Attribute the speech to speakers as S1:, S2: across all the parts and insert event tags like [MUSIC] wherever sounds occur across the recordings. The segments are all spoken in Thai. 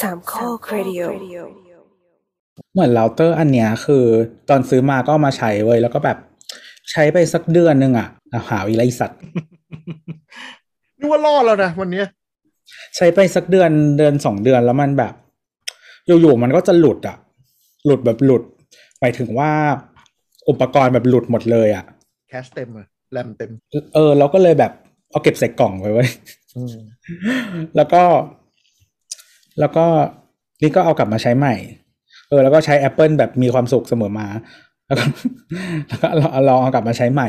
S1: สามข้อครดิโอ
S2: เหมือนเราเตอร์อันเนี้ยคือ ตอนซื้อมาก็เอามาใช้เว้ยแล้วก็แบบใช้ไปสักเดือนหนึงอ่ะเอาหาวิไลสัตว์
S3: นึกว่ารอดแล้วนะวันเนี้ย
S2: ใช้ไปสักเดือนเดือนสองเดือนแล้วมันแบบ อยู่ๆมันก็จะหลุดอ่ะ หลุดแบบหลุดหมายถึงว่าอุปกรณ์แบบหลุดหมดเลยอ่ะ
S3: แคชเต็มอะแรมเต็ม
S2: เออเราก็เลยแบบเอาเก็บใส่กล่องไว้ไว้ย
S3: อืม
S2: แล้วก็ แล้วก็นี่ก็เอากลับมาใช้ใหม่ เออ แล้วก็ใช้ Apple แบบมีความสุขเสมอมา แล้วก็ [LAUGHS] แล้วก็ลองลองเอากลับมาใช้ใหม่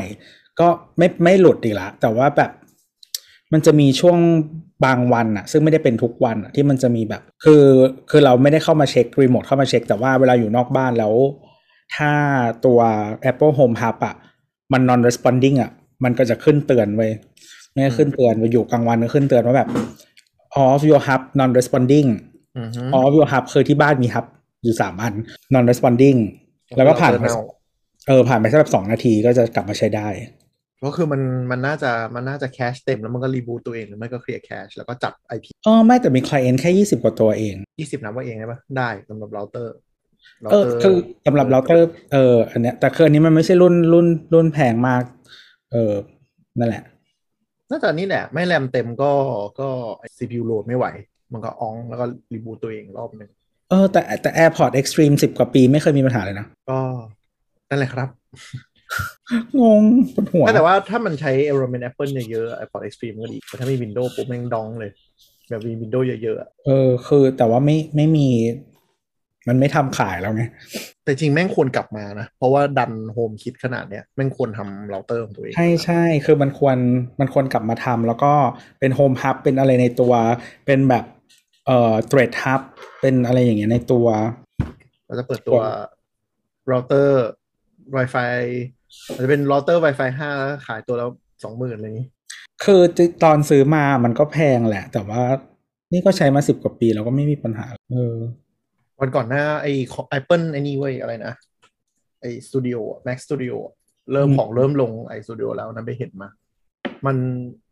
S2: ก็ไม่ไม่หลุดอีกละแต่ว่าแบบ มันจะมีช่วงบางวันอะซึ่งไม่ได้เป็นทุกวันอะที่มันจะมีแบบ คือคือเราไม่ได้เข้ามาเช็ครีโมทเข้ามาเช็ค แต่ว่าเวลาอยู่นอกบ้านแล้ว ถ้าตัว Apple Home Hub อะมัน non responding อะมันก็จะขึ้นเตือนไว้ยมันก็ขึ้นเตือนไปอยู่กลางวันก็ขึ้นเตือนว่าแบบ off your hub non responding
S3: อือฮึ
S2: off your hub คือที่บ้านมี hub อยู่สามอัน non responding แล้วก็ผ่านไป
S3: เอ
S2: เออผ่านไปสักแบบสองนาทีก็จะกลับมาใช้ได้
S3: ก็คือมันมันน่าจะมันน่าจะแคชเต็มแล้วมันก็รีบูตตัวเองหรือไม่ก็เคลียร์แคชแล้วก็จับไอพี
S2: เออไม่แต่มี client แค่ยี่สิบกว่าตัวเอง
S3: ยี่สิบนับว่าเองได้ปะได้สำหรับเราเตอร์
S2: เออคือสำหรับเราเตอร์เอออันเนี้ยแต่คืออันนี้มันไม่ใช่รุ่นรุ่นรุ่นแพงมาก เออนั่นแหละ
S3: น่าจะนี่แหละ ไม่แรมเต็มก็ก็ซีพียูโหลดไม่ไหว มันก็อองแล้วก็รีบูตตัวเองรอบหนึ่ง
S2: เออแต่แต่ AirPod Extreme 10 กว่าปีไม่เคยมีปัญหาเลยนะ
S3: ก็นั่นแหละครับ
S2: งงปวดหัว
S3: ไม่แต่ว่าถ้ามันใช้ environment Apple เยอะๆ iPod Extreme ก็ดีแต่ถ้ามี Windows ปุ๊บแม่งดองเลย แบบมี Windows เยอะๆอะ
S2: เออคือแต่ว่าไม่ไม่มี มันไม่ทำขายแล้วไง
S3: แต่จริงแม่งควรกลับมานะ เพราะว่าดันโฮมคิดขนาดเนี้ยแม่งควรทำเราเตอร์ของตัวเอง
S2: ใช่ใช่คือมันควรมันควรกลับมาทำแล้วก็เป็นโฮมฮับเป็นอะไรในตัว เป็นแบบเอ่อเทรดฮับเป็นอะไรอย่างเงี้ยในตัว
S3: เราจะเปิดตัวเราเตอร์ Wi-Fi มันจะเป็นเราเตอร์ Wi-Fi 5 แล้วขายตัวแล้วสองหมื่นอะไรอย่างนี้
S2: คือตอนซื้อมามันก็แพงแหละ แต่ว่านี่ก็ใช้มาสิบกว่าปีแล้วก็ไม่มีปัญหา เออ
S3: วันก่อนหน้าไอ้ของ Apple ไอ้นี่เว้ยอะไรนะไอ้ Studio อะ Mac Studio อะเริ่ม
S2: อืม
S3: ของเริ่มลงไอ้ Studio แล้วนะไปเห็นมา มัน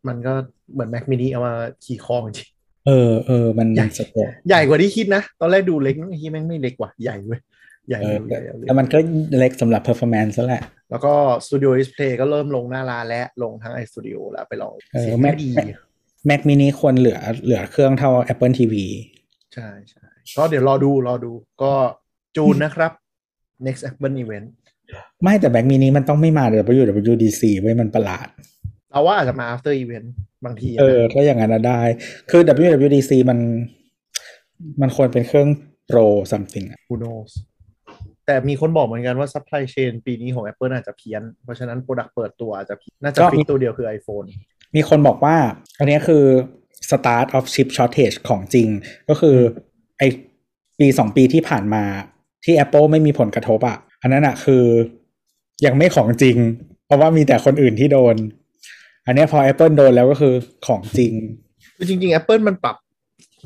S3: มันก็เหมือน Mac mini เอามาขี่คอจริง
S2: เออเออมัน
S3: ใหญ่
S2: สะดวก
S3: [LAUGHS] ใหญ่กว่าที่คิดนะ ตอนแรกดูเล็กไอ้ที่แม่งไม่เล็กว่ะใหญ่เว้ย ใหญ่
S2: เอ
S3: เล
S2: อย
S3: ใหญ่เลย
S2: แต่มันก็เล็กสำหรับ performance ซะแหละ
S3: แล้วก็ Studio Display ก็เริ่มลงหน้าร้านและลงทั้งไอ Studio แล้วไปลอง
S2: เออ
S3: เสียง
S2: แม่
S3: ไม่
S2: ง
S3: ดี
S2: Mac mini ควรเหลือเหลือเครื่องเท่า Apple TV
S3: ใช่ใช่ก็เดี๋ยวรอดูรอดูก็จูนนะครับ next Apple event
S2: ไม่แต่ Mac mini มันต้องไม่มา WWDC ไว้ยมันประหลาด
S3: เราว่าอาจจะมา after event บางทีนะ
S2: เออถ้าอย่างนั้นนะได้ คือ WWDC มัน มันควรเป็นเครื่องโปร something อะ
S3: Who knows แต่มีคนบอกเหมือนกันว่า supply chain ปีนี้ของ Apple อาจจะเพี้ยน เพราะฉะนั้น Product เปิดตัวอาจจะเพี้ยนน่าจะ
S2: ก็
S3: ฟิกตัวเดียวคือ iPhone
S2: มีคนบอกว่า อันเนี้ยคือ start of chip shortage ของจริง ก็คือไอปีสองปีที่ผ่านมาที่ Apple ไม่มีผลกระทบอะอันนั้นอะคือ ยังไม่ของจริง เพราะว่ามีแต่คนอื่นที่โดน อันเนี้ยพอ Apple โดนแล้วก็คือของจริง
S3: คือจริง ๆ Apple มันปรับ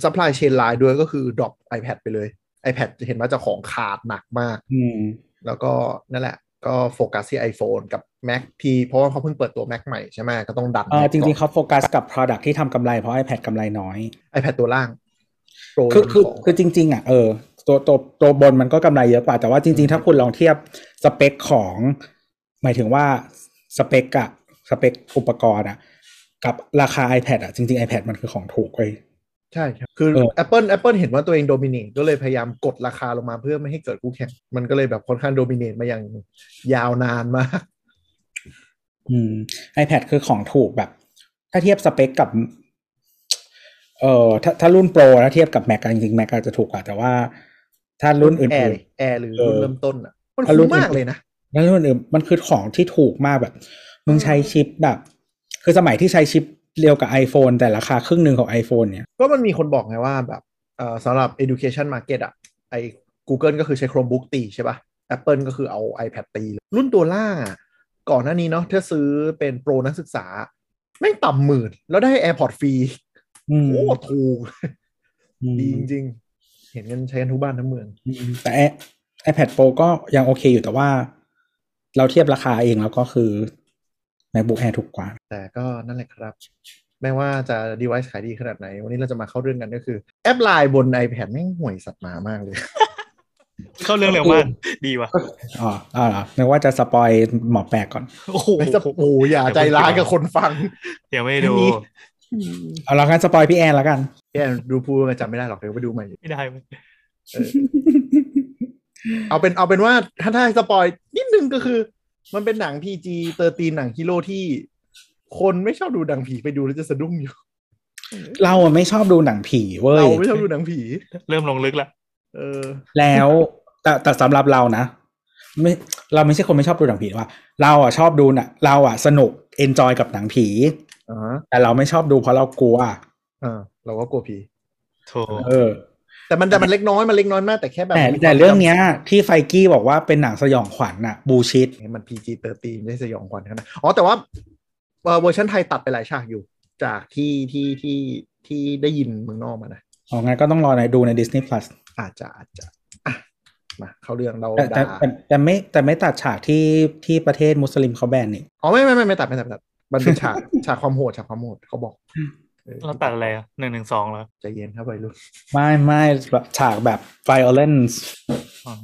S3: supply chain line ด้วยก็คือ drop iPad ไปเลย iPad จะเห็นว่าเจะของขาดหนักมาก
S2: อืม
S3: แล้วก็นั่นแหละ ก็โฟกัสที่ iPhone กับ Mac ที่เพราะว่าเขาเพิ่งเปิดตัว Mac ใหม่ใช่ไหมก็ต้องดัน
S2: เออ
S3: Mac
S2: จริง ๆ
S3: ก่
S2: เขาโฟกัสกับ product ที่ทำกำไรเพราะ iPad กำไรน้อย
S3: อน iPad ตัวล่าง Pro
S2: คือคือ
S3: ของ
S2: คือจริง ๆ อ่ะเออตัวตัวตัวบนมันก็กำไรเยอะกว่า แต่ว่าจริง ๆ ถ้าคุณลองเทียบสเปคของ หมายถึงว่าสเปคอะสเปคอุปกรณ์อะกับราคา iPad อะจริง ๆ iPad มันคือของถูกเว้ย
S3: ใช่ครับ คือ
S2: เออ
S3: Apple Apple เห็นว่าตัวเองโดมิเนตก็เลยพยายามกดราคาลงมาเพื่อไม่ให้เกิดคู่แข่ง มันก็เลยแบบค่อนข้างโดมิเนตมาอย่างยาวนานมาก
S2: อืม iPad คือของถูกแบบ ถ้าเทียบสเปคกับ เอ่อถ้าถ้ารุ่นโปรถ้าเทียบกับ Mac อะจริงๆ Mac อาจจะถูกกว่า แต่ว่าถ้ารุ่นอื่
S3: แอร์
S2: น
S3: แอร์หรือ
S2: เออ
S3: รุ่นเริ่มต้นอ่ะ มัน
S2: ถ้ารุ่
S3: คุ้
S2: น
S3: มมาก
S2: อื่น
S3: เลยนะ
S2: ๆแล้วรุ่นอื่นมันคือของที่ถูกมากแบบ มึงใช้ชิปแบบ คือสมัยที่ใช้ชิปเร็วกับ iPhone แต่ราคาครึ่งหนึ่งของ iPhone เนี่ย
S3: ก็มันมีคนบอกไงว่าแบบเอ่อสำหรับ education market อ่ะ ไอ้ Google ก็คือใช้ Chromebook ตีใช่ป่ะ Apple ก็คือเอา iPad ตีเลยรุ่นตัวล่างอ่ะ ก่อนหน้านี้เนาะถ้าซื้อเป็นโปรนักศึกษา ไม่งต่ำหมื่น แล้วได้ AirPod ฟรี
S2: อืม
S3: โอ้ถูก
S2: อืม
S3: ดีจริงๆ เห็นกันใช้กันทุกบ้านทั้งเมือง
S2: อืมแต่ i- iPad Pro ก็ยังโอเคอยู่แต่ว่า เราเทียบราคาเองแล้วก็คือ MacBook Air ถูกกว่า
S3: แต่ก็นั่นแหละครับ แม้ว่าจะ device ขายดีขนาดไหน วันนี้เราจะมาเข้าเรื่องกันก็คือ แอปไลน์บน iPad แม่งห่วยสัตว์หมามากเลย
S1: เข้าเรื่องเร็วมากดีว่ะ
S2: อ๋ออ๋อเหรอนึกว่าจะสปอยหมอแปลกก่อน
S1: โอ้โห
S3: ไม่จะโอ้อย่าใจร้ายกับคนฟัง
S1: เดี๋ยวไม่
S3: อั
S1: ดู
S3: นนี้
S2: เอาละงั้นสปอยพี่แอนแล้วกัน
S3: แย่ดูพูดมาจำไม่ได้หรอกเดี๋ยวไปดูใหม่
S1: ไม่ได้เว้ย
S3: เอาเป็นเอาเป็นว่าถ้าถ้าให้สปอยนิดนึงก็คือ มันเป็นหนัง PG 13หนังฮีโร่ที่ คนไม่ชอบดูหนังผีไปดูแล้วจะสะดุ้งอยู่
S2: เราอะไม่ชอบดูหนังผีเว้ย
S3: เราไม่ชอบดูหนังผี
S1: เริ่มลงลึกละ
S3: เออ
S2: แล้ว [LAUGHS] แต่แต่สำหรับเรานะไม่เราไม่ใช่คนไม่ชอบดูหนังผีนะว่า เราอ่ะชอบดูน่ะ เราอ่ะสนุกเอนจอยกับหนังผี
S3: อ่าฮะ
S2: แต่เราไม่ชอบดูเพราะเรากลัว
S3: อ่าเราก็กลัวผี
S1: โถ
S2: เออ
S3: แต่มันแต่มันเล็กน้อยมันเล็กน้อยมากแต่แค่แบบ
S2: แต่
S3: มีความ
S2: แต่เรื่องเนี้ย ที่ไฟกี้บอกว่าเป็นหนังสยองขวัญน่ะ บูชิด
S3: มัน PG 13ไม่ได้สยองขวัญขนาดนั้นอ๋อแต่ว่าเอ่อเวอร์ชันไทยตัดไปหลายฉากอยู่ จากที่ที่ที่ที่ได้ยินเมืองนอกมานะ
S2: เอางั้นก็ต้องรอในดูใน Disney Plus
S3: อาจจะอาจจะอ่ะมาเข้าเรื่องเรา
S2: แต่แต่
S3: ด่า
S2: แต่แต่ไม่แต่ไม่ตัดฉากที่ที่ประเทศมุสลิมเขาแบนนี่
S3: อ๋อไม่ไม่ไม่ไม่ตัดไม่ตัดไม่ตัดมันเป็นฉาก ฉากความโหดฉากความโหดเขาบอกเออ
S1: เราตัดอะไรอ่ะหนึ่งหนึ่งสองแล้ว
S3: ใจเย็นครับวัยรุ่น
S2: ไม่ไม่แบบฉากแบบ violence
S1: อ๋อ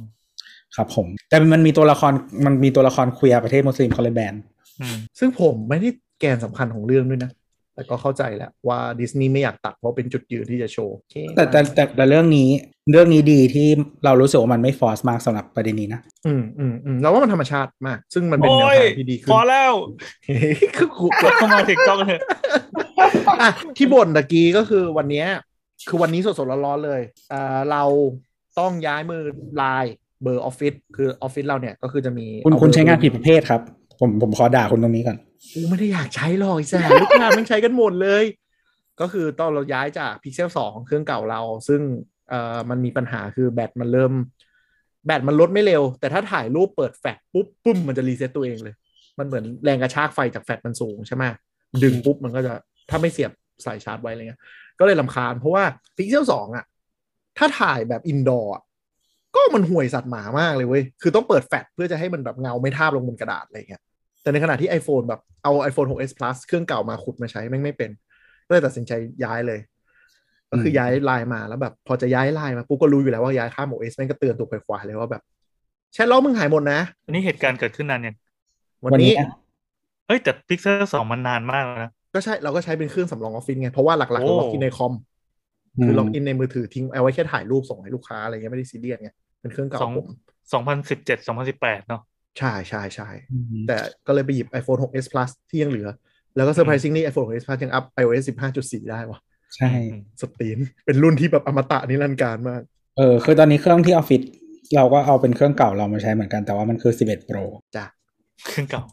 S2: ครับผม แต่มันมีตัวละครมันมีตัวละครเคลียร์ประเทศมุสลิมเขาเลยแบน
S1: อืม
S3: ซึ่งผมไม่ได้แกนสำคัญของเรื่องด้วยนะ แต่ก็เข้าใจแหละว่าดิสนีย์ไม่อยากตัดเพราะเป็นจุดยืนที่จะโชว์โอเค
S2: แต่แต่แต่แต่เรื่องนี้เรื่องนี้ดีที่เรารู้สึกว่ามันไม่ฟอร์สมากสำหรับประเด็นนี้นะ
S3: อืมอืมอืมเราว่ามันธรรมชาติมาก ซึ่งมันเป็นแนวทางที่ดีขึ้
S1: พ
S3: น
S1: อแล้ว
S3: เฮ้ยคือกู
S1: กดเข้ามาถึงจ้องเถอะ
S3: อ่ะที่บ่นตะกี้ก็คือวันเนี้ยคือวันนี้สดๆร้อนๆเลยอ่าเราต้องย้ายมือไลน์เบอร์ออฟฟิศคือออฟฟิศเราเนี่ยก็คือจะมี
S2: คุณ
S3: เอเบอร์
S2: คุณใช้งานผิดประเภทครับ ผมผมขอด่าคุณตรงนี้ก่อน
S3: กูไม่ได้อยากใช้หรอกไอ้แส [LAUGHS] บลูกค้าไม่งใช้กันหมดเลย ก็คือตอนเราย้ายจาก Pixel 2 เครื่องเก่าเรา ซึ่งเอ่อมันมีปัญหาคือแบตมันเริ่ม แบตมันลดไม่เร็ว แต่ถ้าถ่ายรูปเปิดแฟลชปุ๊บปุ๊มมันจะรีเซ็ตตัวเองเลย มันเหมือนแรงกระชากไฟจากแฟลชมันสูงใช่ไหมดึงปุ๊บมันก็จะถ้าไม่เสียบสายชาร์จไว้อะไรเงี้ย ก็เลยลำคาญเพราะว่า Pixel 2 อ่ะ ถ้าถ่ายแบบอินดอร์อะก็มันห่วยสัตว์หมามากเลยเว้ย คือต้องเปิดแฟลชเพื่อจะให้มันแบบเงาไม่ทาบลงบนกระดาษอะไรเงี้ย แต่ในขณะที่ iPhone แบบเอา iPhone 6s plus เครื่องเก่ามาขุดมาใช้แม่งไม่เป็น ก็เลยตัดสินใจย้ายเลย ก็คืออ
S2: ม
S3: ย้ายไลน์มาแล้วแบบ พอจะย้ายไลน์มาปุ๊บก็รู้อยู่แล้วว่าย้ายข้าม OS แม่งก็เตือนตัวไขวาเลยว่าแบบแชทล็อกมึงหายหมดนะ
S1: อันนี้เหตุการณ์เกิดขึ้นนานยัง
S3: วันนี้
S2: อะ
S1: เอ้ยแต่พิกเซอร์สองมันนานมากแล้วนะ
S3: ก็ใช่เราก็ใช้เป็นเครื่องสำรองออฟฟิศไงเพราะว่าหลักๆเรา
S1: โอ้
S3: ล็อกอินในคอม คือล็อกอินในมือถือทิ้งเอาไว้แค่ถ่ายรูปส่งให้ลูกค้าอะไรเงี้ยไม่ได้ซีเรียสไงเป็นเครื่องเก่า
S1: สอง
S3: ผม
S1: สองพันสิบเจ็ดสองพันสิบแปดเนาะ
S3: ใช่ใช่ใช่
S2: อืม
S3: แต่ก็เลยไปหยิบ iPhone 6s plus ที่ยังเหลือ แล้วก็เซอร์ไพรส์ซิงนี่ iPhone 6s plus ยังอัพ iOS 15.4 ได้วะ
S2: ใช่
S3: สตรีน เป็นรุ่นที่แบบอมตะนิรันดร์การมาก
S2: เออคือตอนนี้เครื่องที่ออฟฟิศเราก็เอาเป็นเครื่องเก่าเรามาใช้เหมือนกันแต่ว่ามันคือ 11 Pro
S1: เครื่องเก่า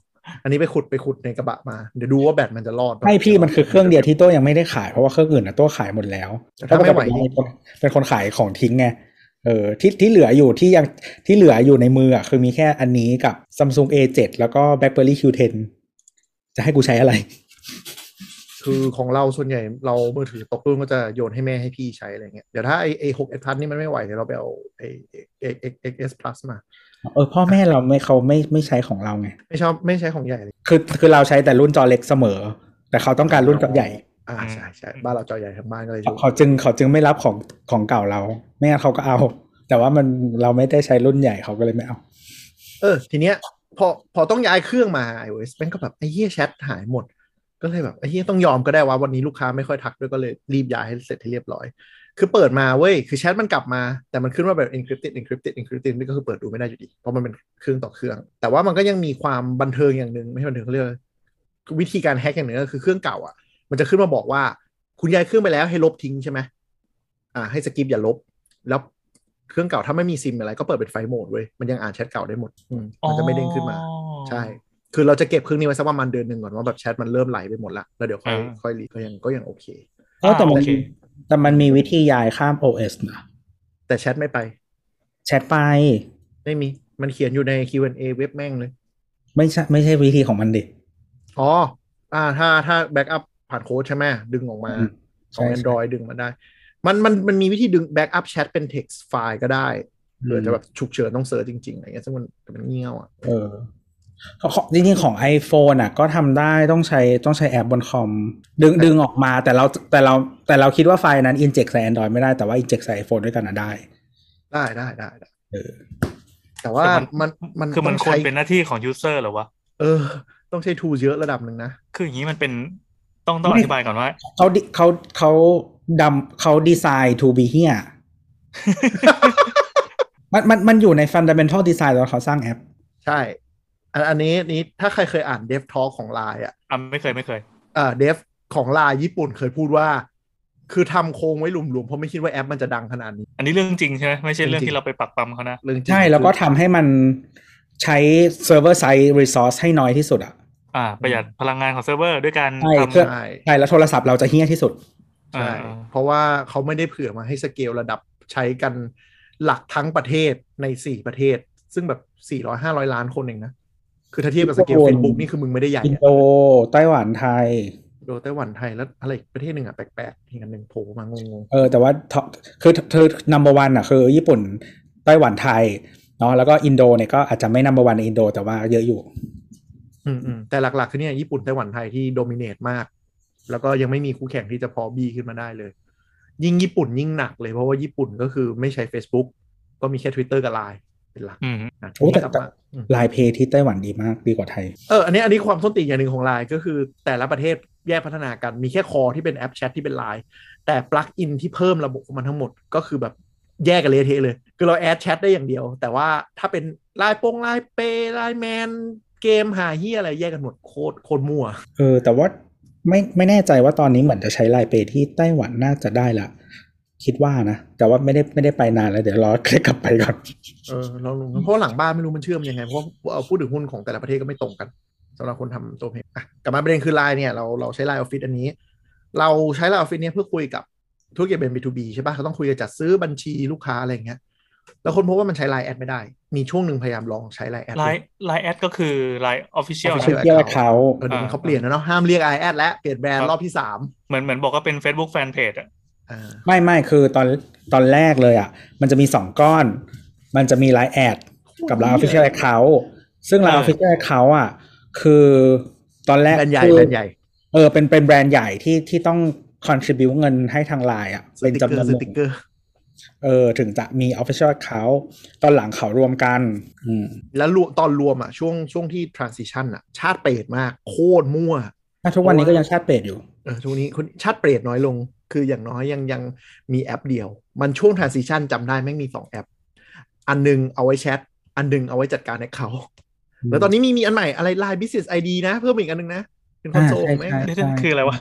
S3: อันนี้ไปขุดไปขุดในกระบะมา เดี๋ยวดูว่าแบตมันจะรอดปะ
S2: ไม่พี่มันคือเครื่องเดียวที่ตัวยังไม่ได้ขายเพราะว่าเครื่องอื่นนะตัวขายหมดแล้ว
S3: แต่ถ้าไม่ไหว
S2: เพระปกติเป็นคนเป็นคนขายของทิ้งไงเออที่ที่เหลืออยู่ที่ยังที่เหลืออยู่ในมืออ่ะคือมีแค่อันนี้กับ Samsung A7 แล้วก็ BlackBerry Q10 จะให้กูใช้อะไร
S3: คือของเราส่วนใหญ่เรามือถือตกรุ่นก็จะโยนให้แม่ให้พี่ใช้อะไรเงี้ยเดี๋ยวถ้าไอไอ 6s plus นี่มันไม่ไหวเดี๋ยวเราไปเอาไอ xs plus มา
S2: เออพ่อแม่เราไม่เขาไม่ไม่ใช้ของเราไง
S3: ไม่ชอบไม่ใช้ของใหญ่เลย
S2: คือคือเราใช้แต่รุ่นจอเล็กเสมอ แต่เขาต้องการรุ่นจอใหญ่
S3: อ่า
S1: อืม
S3: ใช่ใช่บ้านเราจอใหญ่ทั้งบ้านก็เลย
S2: เขา
S3: ดู
S2: เขาจึงเขาจึงไม่รับของของเก่าเราไม่งั้นเขาก็เอา แต่ว่ามันเราไม่ได้ใช้รุ่นใหญ่เขาก็เลยไม่เอา
S3: เออทีเนี้ยพอพอต้องย้ายเครื่องมา iOS แม่งก็แบบไอ้เหี้ยแชทหายหมด ก็เลยแบบไอ้เหี้ยต้องยอมก็ได้ว่าวันนี้ลูกค้าไม่ค่อยทักด้วยก็เลยรีบย้ายให้เสร็จให้เรียบร้อย คือเปิดมาเว้ยคือแชทมันกลับมา แต่มันขึ้นว่าแบบ encrypted encrypted encrypted นี่ก็คือเปิดดูไม่ได้อยู่ดี เพราะมันเป็นเครื่องต่อเครื่อง แต่ว่ามันก็ยังมีความบันเทิงอย่างหนึ่งไม่ใช่บันเทิงเขาเรียกว่าวิธีการแฮกอย่างหนึ่งก็คือเครื่องเก่าอ่ะ มันจะขึ้นมาบอกว่า คุณย้ายเครื่องไปแล้วให้ลบทิ้งใช่ไหมอ่า ให้สกิปอย่าลบ แล้วเครื่องเก่าถ้าไม่มีซิมอะไรก็เปิดเป็นไฟล์โหมดเว้ยมันยังอ่านแชทเก่าได้หมดอืมมันจะไม่เด้งขึ้นมา
S1: อ๋อ
S3: ใช่ คือเราจะเก็บเครื่องนี้ไว้สักประมาณเดือนหนึ่งก่อนว่าแบบแชทมันเริ่มไหลไปหมดละ แล้วเดี๋ยวค่อย
S1: อ่า
S3: ค่อยรีก็ยังก็ยังโอเค
S2: เออแต่มัน
S1: อ่าโอเค
S2: แต่มันมีวิธีย้ายข้าม OS นะ
S3: แต่แชทไม่ไป
S2: แชทไป
S3: ไม่มี มันเขียนอยู่ใน Q&A เว็บแม่งเลย
S2: ไม่ใช่ไม่ใช่วิธีของมันดิ
S3: อ๋อ อ่า ถ้าถ้าแบ็กอัพผ่านโค้ดใช่ไหมดึงออกมา
S2: อืม
S3: ของ
S2: ใช่
S3: Android ดึงมาได้ มันมันมันมีวิธีดึงแบ็กอัพแชทเป็น text ไฟล์ก็ได้เผื่อจะแบบฉุกเฉินต้องเสิร์ชจริงๆอะไรเงี้ยซึ่งมันมันเงี้ยวอ่ะ
S2: เออ ของจริงๆของ iPhone อ่ะ ก็ทำได้ต้องใช้ต้องใช้แอปบนคอม ดึงดึงออกมาแต่เราแต่เราแต่เราคิดว่าไฟล์นั้น inject ใส่ Android ไม่ได้แต่ว่า inject ใส่ iPhone ด้วยกันนะได้
S3: ได้ได้ได้ได้
S2: เออ
S3: แต่ว่า
S1: แต่
S3: มันมัน
S1: คือมัน
S3: ต้อง
S1: ควร
S3: ใช้
S1: เป็นหน้าที่ของยูเซอร์หรอวะ
S3: เออ ต้องใช้ทูเยอะระดับหนึ่งนะ
S1: คืออย่างนี้มันเป็นต้องต้อง
S2: ไม่
S1: อธิบายก่อนว่า
S2: เขาดิเขาเขาดำเขาดีไซน์ to be [LAUGHS] here มันมันมันอยู่ใน fundamental design ตอนเขาสร้างแอป
S3: ใช่ อันอันนี้นี้ถ้าใครเคยอ่านเดฟทอลของไลน์อ่ะ
S1: อ่ะไม่เคยไม่เคย
S3: เออเดฟของไลน์ญี่ปุ่นเคยพูดว่า คือทำโครงไว้หลุมๆเพราะไม่คิดว่าแอปมันจะดังขนาดนี้
S1: อันนี้เรื่องจริงใช่ไหมไม่ใช่เรื่อง
S3: จริงๆ
S1: ที่เราไปปักปั๊มเขานะ
S3: เรื่องจริง
S2: ใช่ แล้วก็ทำให้มันใช้ server side resource ให้น้อยที่สุดอ่ะ
S1: อ่า ประหยัดพลังงานของเซิร์ฟเวอร์ด้วยการ
S2: ใช่
S1: ทำ
S2: เครื่อง
S3: ใช่
S2: ใช่แล้วโทรศัพท์เราจะเฮี้ยที่สุด
S1: อ่า
S3: ใช่เพราะว่าเขาไม่ได้เผื่อมาให้สเกลระดับใช้กันหลักทั้งประเทศในสี่ประเทศ ซึ่งแบบสี่ร้อยห้าร้อยล้านคนเองนะ คือถ้าเทียบกับสเกล
S2: โอ้โห
S3: เฟซบุ๊กนี่คือมึงไม่ได้ใหญ่
S2: อิน
S3: อะ
S2: โดไต้หวันไทย
S3: โดยไต้หวันไทยแล้วอะไรอีกประเทศหนึ่งอ่ะแปลกๆอีกอันหนึ่งโผล่มางง
S2: เออแต่ว่า top- คือเธอ number one อ่ะคือญี่ปุ่นไต้หวันไทยเนาะแล้วก็อินโดเนี่ยก็อาจจะไม่ number one ในอินโด แต่ว่าเยอะอยู่
S3: ๆอืมอืมแต่หลักๆคือเนี่ยญี่ปุ่นไต้หวันไทยที่โดมิเนตมาก แล้วก็ยังไม่มีคู่แข่งที่จะพอบีขึ้นมาได้เลย ยิ่งญี่ปุ่นยิ่งหนักเลยเพราะว่าญี่ปุ่นก็คือไม่ใช้ Facebook ก็มีแค่ Twitter กับ Line เป็นหลัก
S1: อืม
S3: นะ
S2: โอ้แต่
S3: กลับมาอืม
S2: ลายเพย์ที่ไต้หวันดีมากดีกว่าไทย
S3: เออ อันนี้อันนี้ความส้นตีนอย่างหนึ่งของไลน์ก็คือแต่ละประเทศแยกพัฒนากัน มีแค่คอที่เป็นแอปแชทที่เป็นไลน์แต่ปลั๊กอินที่เพิ่มระบบของมันทั้งหมดก็คือแบบแยกกันเละเทะเลย คือเราแอดแชทได้อย่างเดียว แต่ว่าถ้าเป็นไลน์ปงไลน์เปย์ไลน์แมน เกมหาเฮียอะไรแยกกันหมดโคตรโคตรมั่ว
S2: เออแต่ว่าไม่ไม่แน่ใจว่าตอนนี้เหมือนจะใช้ลายเปย์ที่ไต้หวันน่าจะได้ละคิดว่านะ แต่ว่าไม่ได้ไม่ได้ไปนานแล้วเดี๋ยวรอ [LAUGHS] คลิกกลับไปก่อน
S3: เออลองดูเพราะหลังบ้านไม่รู้มันเชื่อมยังไง เพราะเอาพูดถึงหุ้นของแต่ละประเทศก็ไม่ตรงกันสำหรับคนทำตัวเพลงอ่ะกลับมาประเด็นคือไลน์เนี่ยเราเราใช้ไลน์ออฟฟิศอันนี้ เราใช้ไลน์ออฟฟิศเนี่ยเพื่อคุยกับธุรกิจเป็น B2B ใช่ปะเขาต้องคุยกับจัดซื้อบัญชีลูกค้าอะไรอย่างเงี้ยแล้วคนพบว่ามันใช้ไลน์แอดไม่ได้ มีช่วงหนึ่งพยายามลองใช้ไลน์แอด
S1: ไลน์ไลน์แอดก็คือไลน์ออฟฟิเชียล
S3: ะ
S2: ชื่อเที่ยวเขา
S3: เออเดี๋ยวนี้
S1: อ่า
S3: เขาเปลี่ยนแล้วเนาะห้ามเรียกไลน์แอดแล้วเปลี่ยนแบรน
S1: ครั
S3: ด์
S1: บ
S3: รอบที่สาม
S1: เหมือนเหมือนบอกว่าเป็น Facebook Fanpage อ่ะ
S3: อ่า
S2: ไม่ไม่คือตอนตอนแรกเลยอ่ะ มันจะมีสองก้อน มันจะมีไลน์แอดกับไลน์ออฟฟิเชียลเขาซึ่งไลน์อ
S1: เอ
S2: อ
S1: อ
S2: ฟฟิเชียลเขาอ่ะ คือตอนแรก
S3: แบรนด์ใหญ่
S2: คือ
S3: แบรนด์ใหญ่
S2: เออเป็นเป็นแบรนด์ใหญ่ที่ที่ต้อง contribu เงินให้ทางไลน์อ่ะ
S3: ส
S2: เป็น
S3: ติ๊ก
S2: จำ
S3: เกอ
S2: วน
S3: นร์
S2: ห
S3: ส
S2: นึ่ง
S3: ติ๊กเกอร์
S2: เออถึงจะมี Official Account ตอนหลังเขารวมกัน อืม
S3: แล้วรวมตอนรวมอ่ะช่วงช่วงที่ transition อ่ะชาติเปรตมากโคตรมั่ว
S2: ถ้าทุกวันนี้ก็ยังชาติเปรตอยู่
S3: เออช่วงนี้คนชาติเปรตน้อยลง คืออย่างน้อยยังยังมีแอปเดียว มันช่วง transition จำได้แม่งมี 2 แอป อันหนึงเอาไว้แชท อันหนึงเอาไว้จัดการในเขาแล้วตอนนี้มีมีอันใหม่อะไร Line Business ID นะ เพิ่มอีกอันหนึงนะ เป็นคอนโซล
S2: อ่าใช่
S3: แม่ง
S2: ใช่
S1: นี่นั่นคืออะไรวะ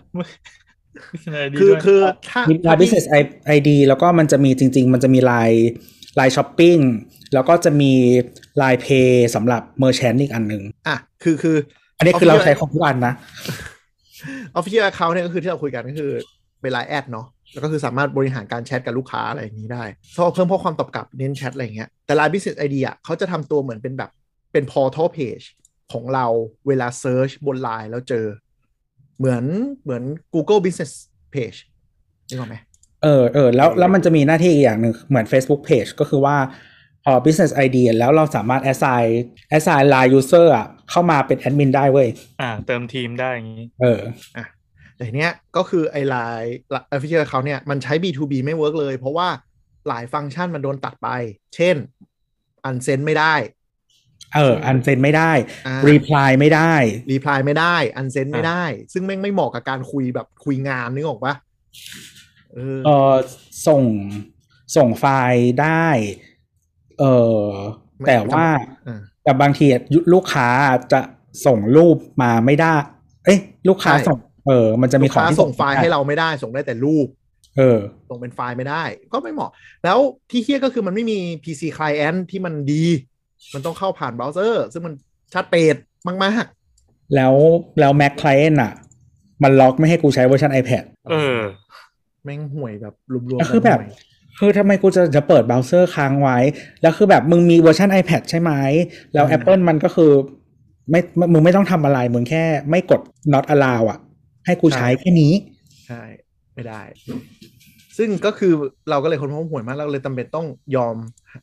S3: คือคือถ้า
S2: มี
S3: ถ้า
S2: Line Business ID แล้วก็มันจะมีจริง ๆ มันจะมีลายลายช้อปปิ้งแล้วก็จะมีลายเพย์สำหรับเมอร์แชนต์อีกอันหนึ่ง
S3: อ่ะคือคือ
S2: อันนี้คือเราใช้ของทุกอันนะ
S3: Official Account เนี่ยก็คือที่เราคุยกันก็คือเป็นไลน์แอดเนาะแล้วก็คือสามารถบริหารการแชทกับลูกค้าอะไรอย่างนี้ได้เพราะเพิ่มข้อความตอบกลับเน้นแชทอะไรอย่างเงี้ยแต่ Line Business ID อ่ะเขาจะทำตัวเหมือนเป็นแบบเป็น portal page ของเราเวลา search บน Line แล้วเจอ เหมือนเหมือน Google Business Page นี่ก็ไหม
S2: เออเออแล้วแล้วมันจะมีหน้าที่อีกอย่างหนึ่งเหมือน Facebook Page ก็คือว่าพอ business ID แล้วเราสามารถ assign assign line user อ่ะเข้ามาเป็นแอดมินได้เว้ย
S1: อ่า เติมทีมได้อย่างนี้
S2: เออ
S3: แต่ทีเนี้ยก็คือไอ้ Line Official Account เนี่ยมันใช้ B2B ไม่เวิร์กเลย เพราะว่าหลายฟังก์ชันมันโดนตัดไป เช่นอันเซนไม่ได้
S2: เอออันเซ็นไม่ได้
S3: อ่า
S2: รีプライไม่ได้
S3: รีプライไม่ได้ อันเซนไม่ได้ ซึ่งแม่งไม่เหมาะกับการคุยแบบคุยงานนึกออกปะเออ
S2: เออส่งส่งไฟล์ได้ เออแต่ว่า
S3: อ่ะ
S2: แต่บางทีลูกค้าจะส่งรูปมาไม่ได้ เอ้ยลูกค้า
S3: ใช่
S2: ส่ง เออ มันจะมี
S3: ลูก
S2: ของ
S3: ค้า
S2: ที่
S3: ส่งไฟล์ให้เราไม่ได้ ส่งได้แต่รูป
S2: เออ
S3: ส่งเป็นไฟล์ไม่ได้ ก็ไม่เหมาะ แล้วที่เฮี้ยก็คือมันไม่มี PC client ที่มันดี มันต้องเข้าผ่านเบราว์เซอร์ ซึ่งมันชัดเปดมาก
S2: แล้วแล้ว Mac Client อ่ะ มันล็อกไม่ให้กูใช้เวอร์ชัน iPad
S3: ๆ
S1: เออ
S3: แม่งห่วยแบบรวมๆ
S2: ก็คือแบบ
S3: ห่วย
S2: คือทำไมกูจะจะเปิดเบราว์เซอร์ค้างไว้ แล้วคือแบบมึงมีเวอร์ชัน iPad ใช่ไหม แล้ว Apple มันก็คือ ไม่มึงไม่ต้องทำอะไร มึงแค่ไม่กด not allow อ่ะ ให้กูใช้แค่นี้
S3: ใช่ ไม่ได้ ซึ่งก็คือเราก็เลยคนพบว่าห่วยมากเราเลยจำเป็นต้องยอม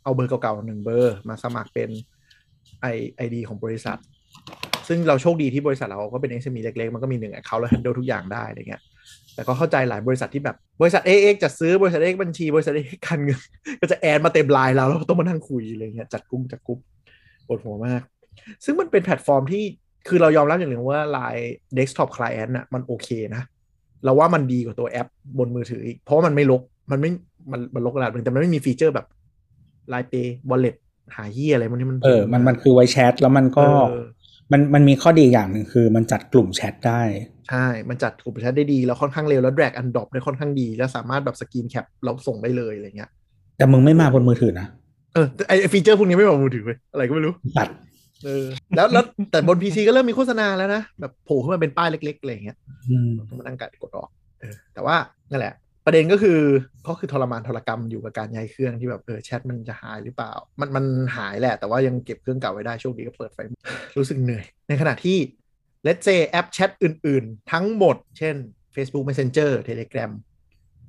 S3: เอาเบอร์เก่าๆหนึ่งเบอร์มาสมัครเป็นไอไอดีของบริษัท ซึ่งเราโชคดีที่บริษัทเราก็เป็น SME เล็กๆ มันก็มีหนึ่งแอคเคาท์แล้ว handle ทุกอย่างได้อะไรเงี้ย แต่ก็เข้าใจหลายบริษัทที่แบบบริษัท A X จัดซื้อบริษัท X บัญชีบริษัท X การเงิน [LAUGHS] ก็จะแอนมาเต็มไลน์เราแล้วต้องมานั่งคุยอะไรเงี้ยจัดกุ้งจัดกุ๊บปวดหัวมาก ซึ่งมันเป็นแพลตฟอร์มที่คือเรายอมรับอย่างหนึ่งว่าไลน์ desktop client น่ะมันโอเคนะ เราว่ามันดีกว่าตัวแอปบนมือถืออีก เพราะว่ามันไม่ลกมันไม่มันมันลกระดับหนึ่งแต่มันไม่มีฟีเจอร์แบบไลน์เปย์บอลเล็ตหาเหี้ยอะไรมันนี่มัน
S2: เออ มันมันคือไว้แชทแล้วมันก็
S3: เออ
S2: มันมันมีข้อดีอย่างหนึ่งคือ มันจัดกลุ่มแชทได้
S3: ใช่ มันจัดกลุ่มแชทได้ดี แล้วค่อนข้างเร็ว แล้ว drag and drop ได้ค่อนข้างดี แล้วสามารถแบบสกรีนแคปแล้วส่งได้เลยอะไรเงี้ย
S2: แต่มึงไม่มาบนมือถือนะ
S3: เออแต่ไอไอ้ฟีเจอร์พวกนี้ไม่บอกมือถือเว้ยอะไรก็ไม่รู้
S2: ตัด
S3: เออ แล้วแล้วแต่บน PC ก็เริ่มมีโฆษณาแล้วนะ แบบโผล่ขึ้นมาเป็นป้ายเล็กๆอะไรเงี้ย
S2: อืม
S3: ต้องมานั่งกัดกดออกเออแต่ว่านั่นแหละ ประเด็นก็คือก็คือทรมานทรกรรมอยู่กับการย้ายเครื่องที่แบบเออแชทมันจะหายหรือเปล่า มันมันหายแหละ แต่ว่ายังเก็บเครื่องเก่าไว้ได้โชคดีก็เปิดไฟ รู้สึกเหนื่อย ในขณะที่ let's say แอปแชทอื่น ๆ ทั้งหมด เช่น Facebook Messenger Telegram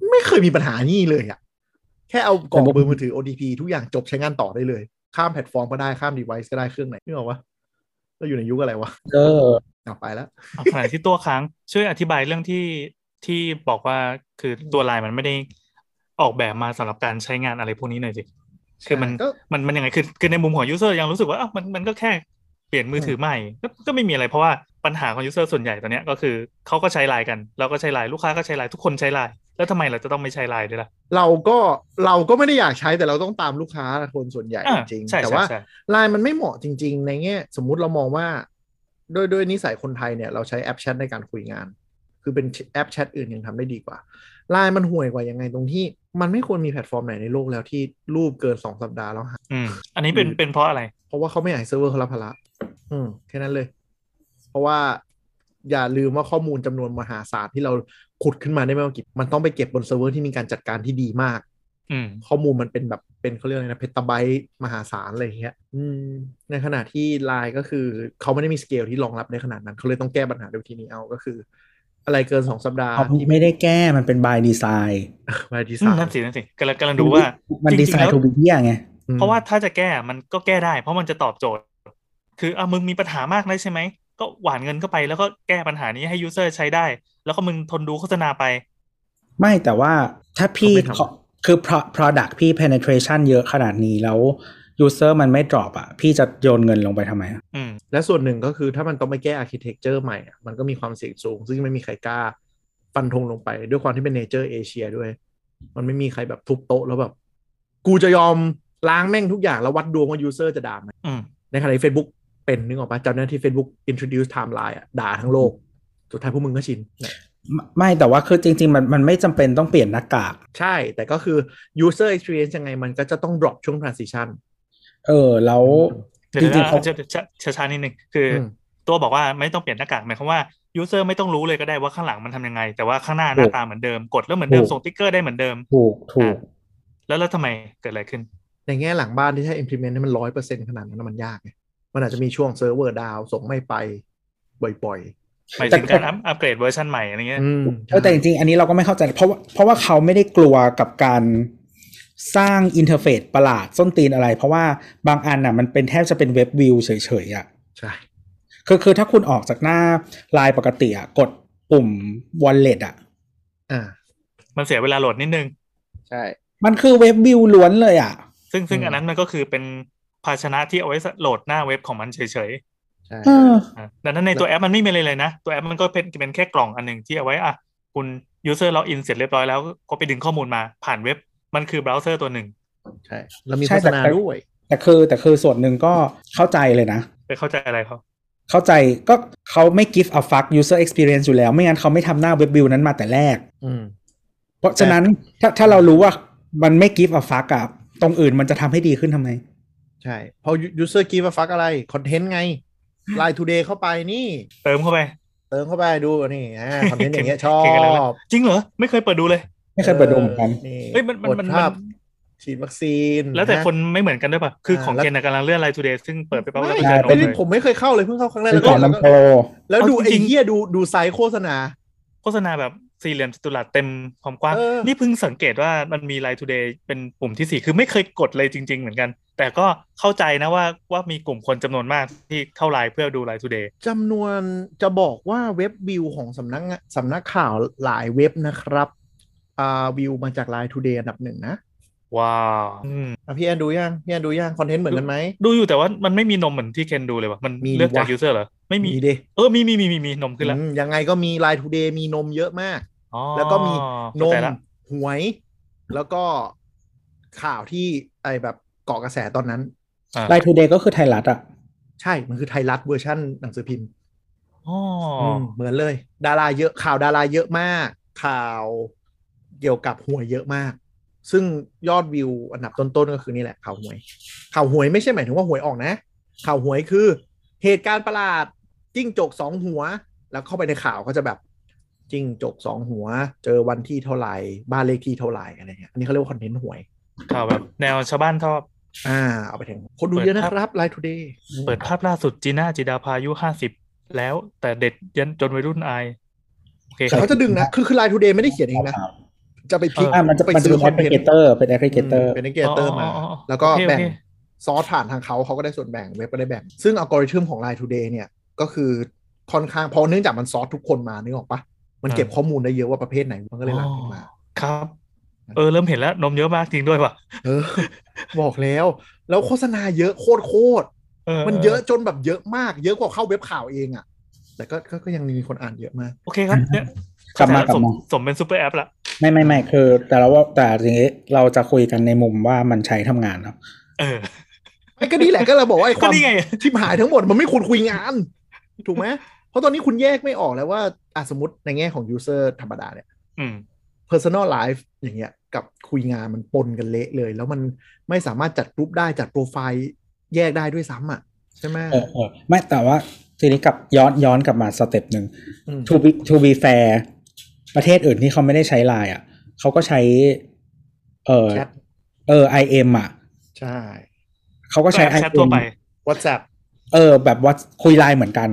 S3: ไม่เคยมีปัญหานี่เลยอะแค่เอากล่องเบอร์มือถือ OTP ทุกอย่างจบใช้งานต่อได้เลย ข้ามแพลตฟอร์มก็ได้ข้าม device ก็ได้เครื่องไหนนี่หรอกวะเราอยู่ในยุคอะไรวะ
S2: ก็
S3: เอาไปแล้ว
S1: เอาขณะที่ตัวค้างช่วยอธิบายเรื่องที่ที่บอกว่าคือตัวไลน์มันไม่ได้ออกแบบมาสำหรับการใช้งานอะไรพวกนี้หน่อยสิ คือมัน
S3: ก็
S1: มันมันยังไงคือคือในมุมของยูเซอร์ยังรู้สึกว่าอ้าวมันมันก็แค่เปลี่ยนมือถือใหม่ก็ก็ไม่มีอะไรเพราะว่าปัญหาของยูเซอร์ส่วนใหญ่ตอนเนี้ยก็คือเขาก็ใช้ไลน์กัน เราก็ใช้ไลน์ลูกค้าก็ใช้ไลน์ทุกคนใช้ไลน์แล้วทำไมเราจะต้องไม่ใช้ไลน์ด้วยล่ะ
S3: เราก็เราก็ไม่ได้อยากใช้แต่เราต้องตามลูกค้าคนส่วนใหญ่
S1: อ่า
S3: จริงๆ
S1: ใช่
S3: แต่
S1: ใช่
S3: ว่า
S1: ใช่
S3: ไลน์มันไม่เหมาะจริง ๆ ในแง่สมมุติเรามองว่าด้วยด้วยนิสัยคนไทยเนี่ยเราใช้แอปแชทในการคุยงาน คือเป็นแอปแชทอื่นยังทำได้ดีกว่าไลน์มันห่วยกว่ายังไงตรงที่มันไม่ควรมีแพลตฟอร์มไหนในโลกแล้วที่รูปเกินสองสัปดาห์แล้วหาย
S1: อืมอันนี้เป็นเป็นเพราะอะไร
S3: เพราะว่าเขาไม่อยากให้เซิร์ฟเวอร์เขารับภาระอืมแค่นั้นเลย เพราะว่าอย่าลืมว่าข้อมูลจำนวนมหาศาลที่เราขุดขึ้นมาได้ไม่ว่ากี่มันต้องไปเก็บบนเซิร์ฟเวอร์ที่มีการจัดการที่ดีมาก
S1: อืม
S3: ข้อมูลมันเป็นแบบเป็นเขาเรียกอะไรนะเพตาไบต์มหาศาลอะไรอย่างเงี้ยอืมในขณะที่ไลน์ก็คือเขาไม่ได้มีสเกลที่รองรับในขนาดนั้นเขาเลยต้องแก้ปัญหาด้วยวิธีนี้เอาก็คือ อะไรเกินสองสัปดาห์
S2: เขาไม่ได้แก้มันเป็นบายดีไซน์
S3: มาดีไซ
S1: อืม
S3: น์
S1: นั่นสินั่นสิกำลังกำลังดูว่า
S2: มัน
S1: จริงๆ
S2: ดีไซ
S1: แล้
S2: น์
S1: ว
S2: ทูบิเทียไง
S3: อืม
S1: เพราะว่าถ้าจะแก้มันก็แก้ได้ เพราะมันจะตอบโจทย์ คืออ่ะมึงมีปัญหามากนะใช่ไหม ก็หวานเงินเข้าไปแล้วก็แก้ปัญหานี้ให้ยูเซอร์ใช้ได้ แล้วก็มึงทนดูโฆษณาไป
S2: ไม่แต่ว่าถ้าพี่
S3: เขาไม่ทำ
S2: ขอคือ pro- product พี่ penetration เยอะขนาดนี้แล้ว user มันไม่ drop อ่ะ พี่จะโยนเงินลงไปทำไมอะ
S1: อืม
S3: และส่วนหนึ่งก็คือถ้ามันต้องไปแก้อาร์เคเต็กเจอร์ใหม่อะมันก็มีความเสี่ยงสูง ซึ่งไม่มีใครกล้าฟันธงลงไป ด้วยความที่เป็นเนเจอร์เอเชียด้วย มันไม่มีใครแบบทุบโต๊ะแล้วแบบ กูจะยอมล้างแม่งทุกอย่างแล้ววัดดวงว่ายูเซอร์จะด่าไหม
S1: อืม
S3: ในขณะที่ Facebook เป็นนึกออกปะเจ้าหน้าที่ Facebook introduce timeline อะด่าทั้งโลก สุดท้ายพวกมึงก็ชินนะ
S2: ไม่ไม่แต่ว่าคือจริง ๆ มันมันไม่จำเป็นต้องเปลี่ยนหน้ากาก
S3: ใช่แต่ก็คือ user experience ยังไงมันก็จะต้อง drop ช่วง transition
S2: เออ แล้ว
S1: เดี๋ย
S2: จ
S1: ว
S2: ริงๆ
S1: นะ
S2: เขา
S1: จะจะจะช้าๆนิดนึง คืออ
S3: ม
S1: ตัวบอกว่าไม่ต้องเปลี่ยนหน้ากากหมายความว่ายูเซอร์ไม่ต้องรู้เลยก็ได้ว่าข้างหลังมันทำยังไง แต่ว่าข้างหน้าหน้าตาเหมือนเดิม กดแล้วเหมือนเดิม ส่งติ๊กเกอร์ได้เหมือนเดิม
S2: ถูกถูก
S1: แล้วแล้วทำไมเกิดอะไรขึ้น
S3: ในแง่หลังบ้านที่ใช้ implement ให้มันร้อยเปอร์เซ็นขนาดนั้นนะมันยากไงมันอาจจะมีช่วง server down ส่งไม่ไป บ่อย
S1: หมายถึงการอัพอัปเกรดเวอร์ชันใหม่อะไร
S3: ๆ
S1: เงี้ย
S3: อืม
S2: เออแต่จริงๆ อันนี้เราก็ไม่เข้าใจ เพราะว่าเพราะว่าเขาไม่ได้กลัวกับการสร้างอินเทอร์เฟซประหลาดส้นตีนอะไร เพราะว่าบางอันน่ะมันเป็นแทบจะเป็นเว็บวิวเฉยๆอ่ะ
S3: ใช่
S2: คือคือถ้าคุณออกจากหน้าไลน์ปกติอ่ะกดปุ่ม wallet อ่ะ
S3: อ่า
S1: มันเสียเวลาโหลดนิดนึง
S3: ใช่
S2: มันคือเว็บวิวล้วนเลยอ่ะ
S1: ซึ่งซึ่ง
S3: อืม
S1: อันนั้นมันก็คือเป็นภาชนะที่เอาไว้โหลดหน้าเว็บของมันเฉยๆ
S3: ใช่
S2: เออ
S1: อ่ะดังนั้นในตัวแอปมันไม่มีอะไรเลยนะ ตัวแอปมันก็เป็นเป็นแค่กล่องอันหนึ่งที่เอาไว้อ่ะคุณ user log in เสร็จเรียบร้อยแล้วก็ไปดึงข้อมูลมาผ่านเว็บ มันคือเบราว์เซอร์ตัวหนึ่ง
S3: ใช่ แล้วมี
S2: ใช่
S3: โฆษ
S2: แต่
S3: ณา
S2: แต่
S3: ด้วย
S2: แต่คือแต่คือส่วนหนึ่งก็เข้าใจเลยนะ
S1: ไปเข้าใจอะไรเขา
S2: เข้าใจก็เขาไม่ give a fuck user experience อยู่แล้ว ไม่งั้นเขาไม่ทำหน้าเว็บวิวนั้นมาแต่แรก
S3: อืม
S2: เพราะฉะนั้นถ้าถ้าเรารู้ว่ามันไม่ give a fuck อะตรงอื่นมันจะทำให้ดีขึ้นทำไม
S3: ใช่เพราะ user give a fuck อะไร content ไง Line Today เข้าไปนี่
S1: เติมเข้าไป
S3: เติมเข้าไปดูนี่อ่าคอนเทนต์อย่างเงี้ยช
S1: [LAUGHS]
S3: อง
S1: เก่เก่งกันเลยนะ
S3: บ
S1: จริงเหรอ ไม่เคยเปิดดูเลย
S2: ไม่เคยเปิดดูเหมือนกัน
S1: เฮ้ยมันมัน
S3: อด
S1: มัน
S3: ภาพ
S1: มัน
S3: ฉีดวัคซีน
S1: แล้วแต่
S3: ะ
S1: คนไม่เหมือนกันด้วยป่ะ คือขอ
S3: อ่า
S1: ง
S3: แล้ว
S1: เคนน่ะกำลังเลื่อนไลน์ทูเดย์ซึ่งเปิดไปปั๊บแล้ว
S3: ไม่
S1: ไปเจอน้อ
S2: ป็
S1: ง
S3: เป็น
S1: เลย
S3: ผมไม่เคยเข้าเลยเพิ่งเข้าครั้งแรก
S2: เป็น
S3: แล้ว
S2: ขอ
S3: ก็
S2: ง
S3: แล้ว
S2: นำโป
S3: ก็
S2: ร
S3: แล้วดู
S1: เอาจริงๆ
S3: ไอ้เหี้ยดูดูไซส์โฆษณา
S1: โฆษณาแบบ สี่เหลี่ยมจัตุรัสเต็มความกว้าง
S3: เออ
S1: นี่เพิ่งสังเกตว่ามันมี Line Today เป็นปุ่มที่สี่คือไม่เคยกดเลยจริง ๆ เหมือนกัน แต่ก็เข้าใจนะว่าว่ามีกลุ่มคนจำนวนมากที่เข้าไลน์เพื่อดู Line Today
S3: จำนวนจะบอกว่าเว็บวิวของสำนักงานสำนักข่าวหลายเว็บนะครับอ่าวิวมาจาก Line Today อันดับหนึ่งนะ
S1: ว้าวอืม
S3: อ่ะพี่แอนดูยังพี่แอนดูยังคอนเทนต์เหมือนกันไหม
S1: ดูอยู่แต่ว่ามันไม่มีนมเหมือนที่เคนดูเลยว่ะมัน
S3: มี
S1: เลือกจาก
S3: วะ
S1: ยูเซอร์เหรอไม่มี
S3: เด้
S1: เออมีมีมีมีมีนมขึ้นแล้ว
S3: ยังไงก็มี Line Today มีนมเยอะมาก
S1: อ๋อ
S3: แล้วก็มีน
S1: เข้าใจ
S3: ม
S1: ละ
S3: หวย แล้วก็ข่าวที่ไอแบบเกาะกระแสตอนนั้น
S1: อ่ะ
S2: ไลน์ทูเดย์ก็คือไทยรัฐอ่ะ
S3: ใช่ มันคือไทยรัฐเวอร์ชั่นหนังสือพิมพ์
S1: อ๋ออ
S3: มเหมือนเลย ดาราเยอะข่าวดาราเยอะมาก ข่าวเกี่ยวกับหวยเยอะมาก ซึ่งยอดวิวอันดับต้นๆก็คือนี่แหละข่าวหวย ข่าวหวยไม่ใช่หมายถึงว่าหวยออกนะ ข่าวหวยคือ เหตุการณ์ประหลาดจิ้งจกสองหัว แล้วเข้าไปในข่าวก็จะแบบจิ้งจกสองหัว เจอวันที่เท่าไหร่บ้านเลขที่เท่าไหร่อะไรเงี้ยอันนี้เขาเรียกว่าคอนเทนต์หวย
S1: ข่าวแบบแนวชาวบ้านชอบ
S3: อ่าเอาไปแทงคนดูเยอะนะครับไลฟ์ทูเดย์
S1: เปิดภาพล่าสุดจีน่าจิดาพายุห้าสิบแล้วแต่เด็ดยันจนวัยรุ่นอาย โอเคค
S3: แต่
S1: รับ
S3: เขาจะดึงนะ คือคือไลฟ์ทูเดย์ไม่ได้เขียนเองนะ จะไปพลิก
S1: เ
S2: อ่ามันจะ
S3: ไป
S2: มันจะ
S3: ซื้อ
S2: เป็น
S3: ค
S2: แอปพ
S3: อนเท
S2: ลิ
S3: น
S2: เค
S3: ต์
S2: เตอร์เป็นแอปพลิเคเตอร์
S3: เป็นเกเตอร์มา
S1: อ๋ออ๋ออ๋อ
S3: แล้วก็
S1: โอเคโอเค
S3: แบ่งซอสผ่านทางเขาเขาก็ได้ส่วนแบ่งเว็บก็ได้แบ่ง ซึ่งอัลกอริทึมของ Line Today เนี่ย ก็คือค่อนข้างเพราะเนื่องจากมันซอสทุกคนมานึกออกปะมันเก็บข้อมูลได้เยอะว่าประเภทไหนมันก็เลยหลั่งออกมา
S1: ครับ เออ เริ่มเห็นแล้ว นมเยอะมากจริงด้วยว่ะ
S3: เออ [LAUGHS] บอกแล้ว แล้วโฆษณาเยอะโคตรโคตรๆมันเยอะจนแบบเยอะมาก เยอะกว่าเข้าเว็บข่าวเองอะแต่ก็ก็ก็ยังมีคนอ่านเยอะมาก
S1: [LAUGHS] โอเคครับเนี่ย
S2: กลับมากลั
S1: ส
S2: บ
S1: ม
S2: มา
S1: สมเป็นซูเปอร์แอปละ
S2: ไม่ไม่ไม่คือ แต่เราว่าแต่ทีนี้เราจะคุยกันในมุมว่ามันใช้ทำงานเนาะ
S1: เออ
S3: ไอ้ก็นี่แหละก็เราบอกว่าไอ้ค
S1: ก็
S3: วาม
S1: นี่ไง
S3: ทิมหายทั้งหมดมันไม่ควรคุยงาน ถูกไหมเพราะตอนนี้คุณแยกไม่ออกแล้วว่าอ่ะสมมติในแง่ของ user ธรรมดาเนี่ย
S1: อืม
S3: personal life อย่างเงี้ยกับคุยงานมันปนกันเละเลย แล้วมันไม่สามารถจัดกรุ๊ปได้จัดโปรไฟล์แยกได้ด้วยซ้ำอ่ะ ใช่ไหม
S2: เออเออไม่แต่ว่าทีนี้กลับย้อนย้อนกลับมาสเต็ปหนึ่ง
S3: ม
S2: to be to be fair ประเทศอื่นที่เขาไม่ได้ใช้ไลน์อ่ะเขาก็ใช้ เออ
S3: แชท
S2: เออ IM อ่ะ
S3: ใช่
S2: เขาก็ใช้
S1: แอปแชท
S2: IM
S1: ทั่วไป
S3: WhatsApp
S2: เออ แบบว่าคุยไลน์เหมือนกัน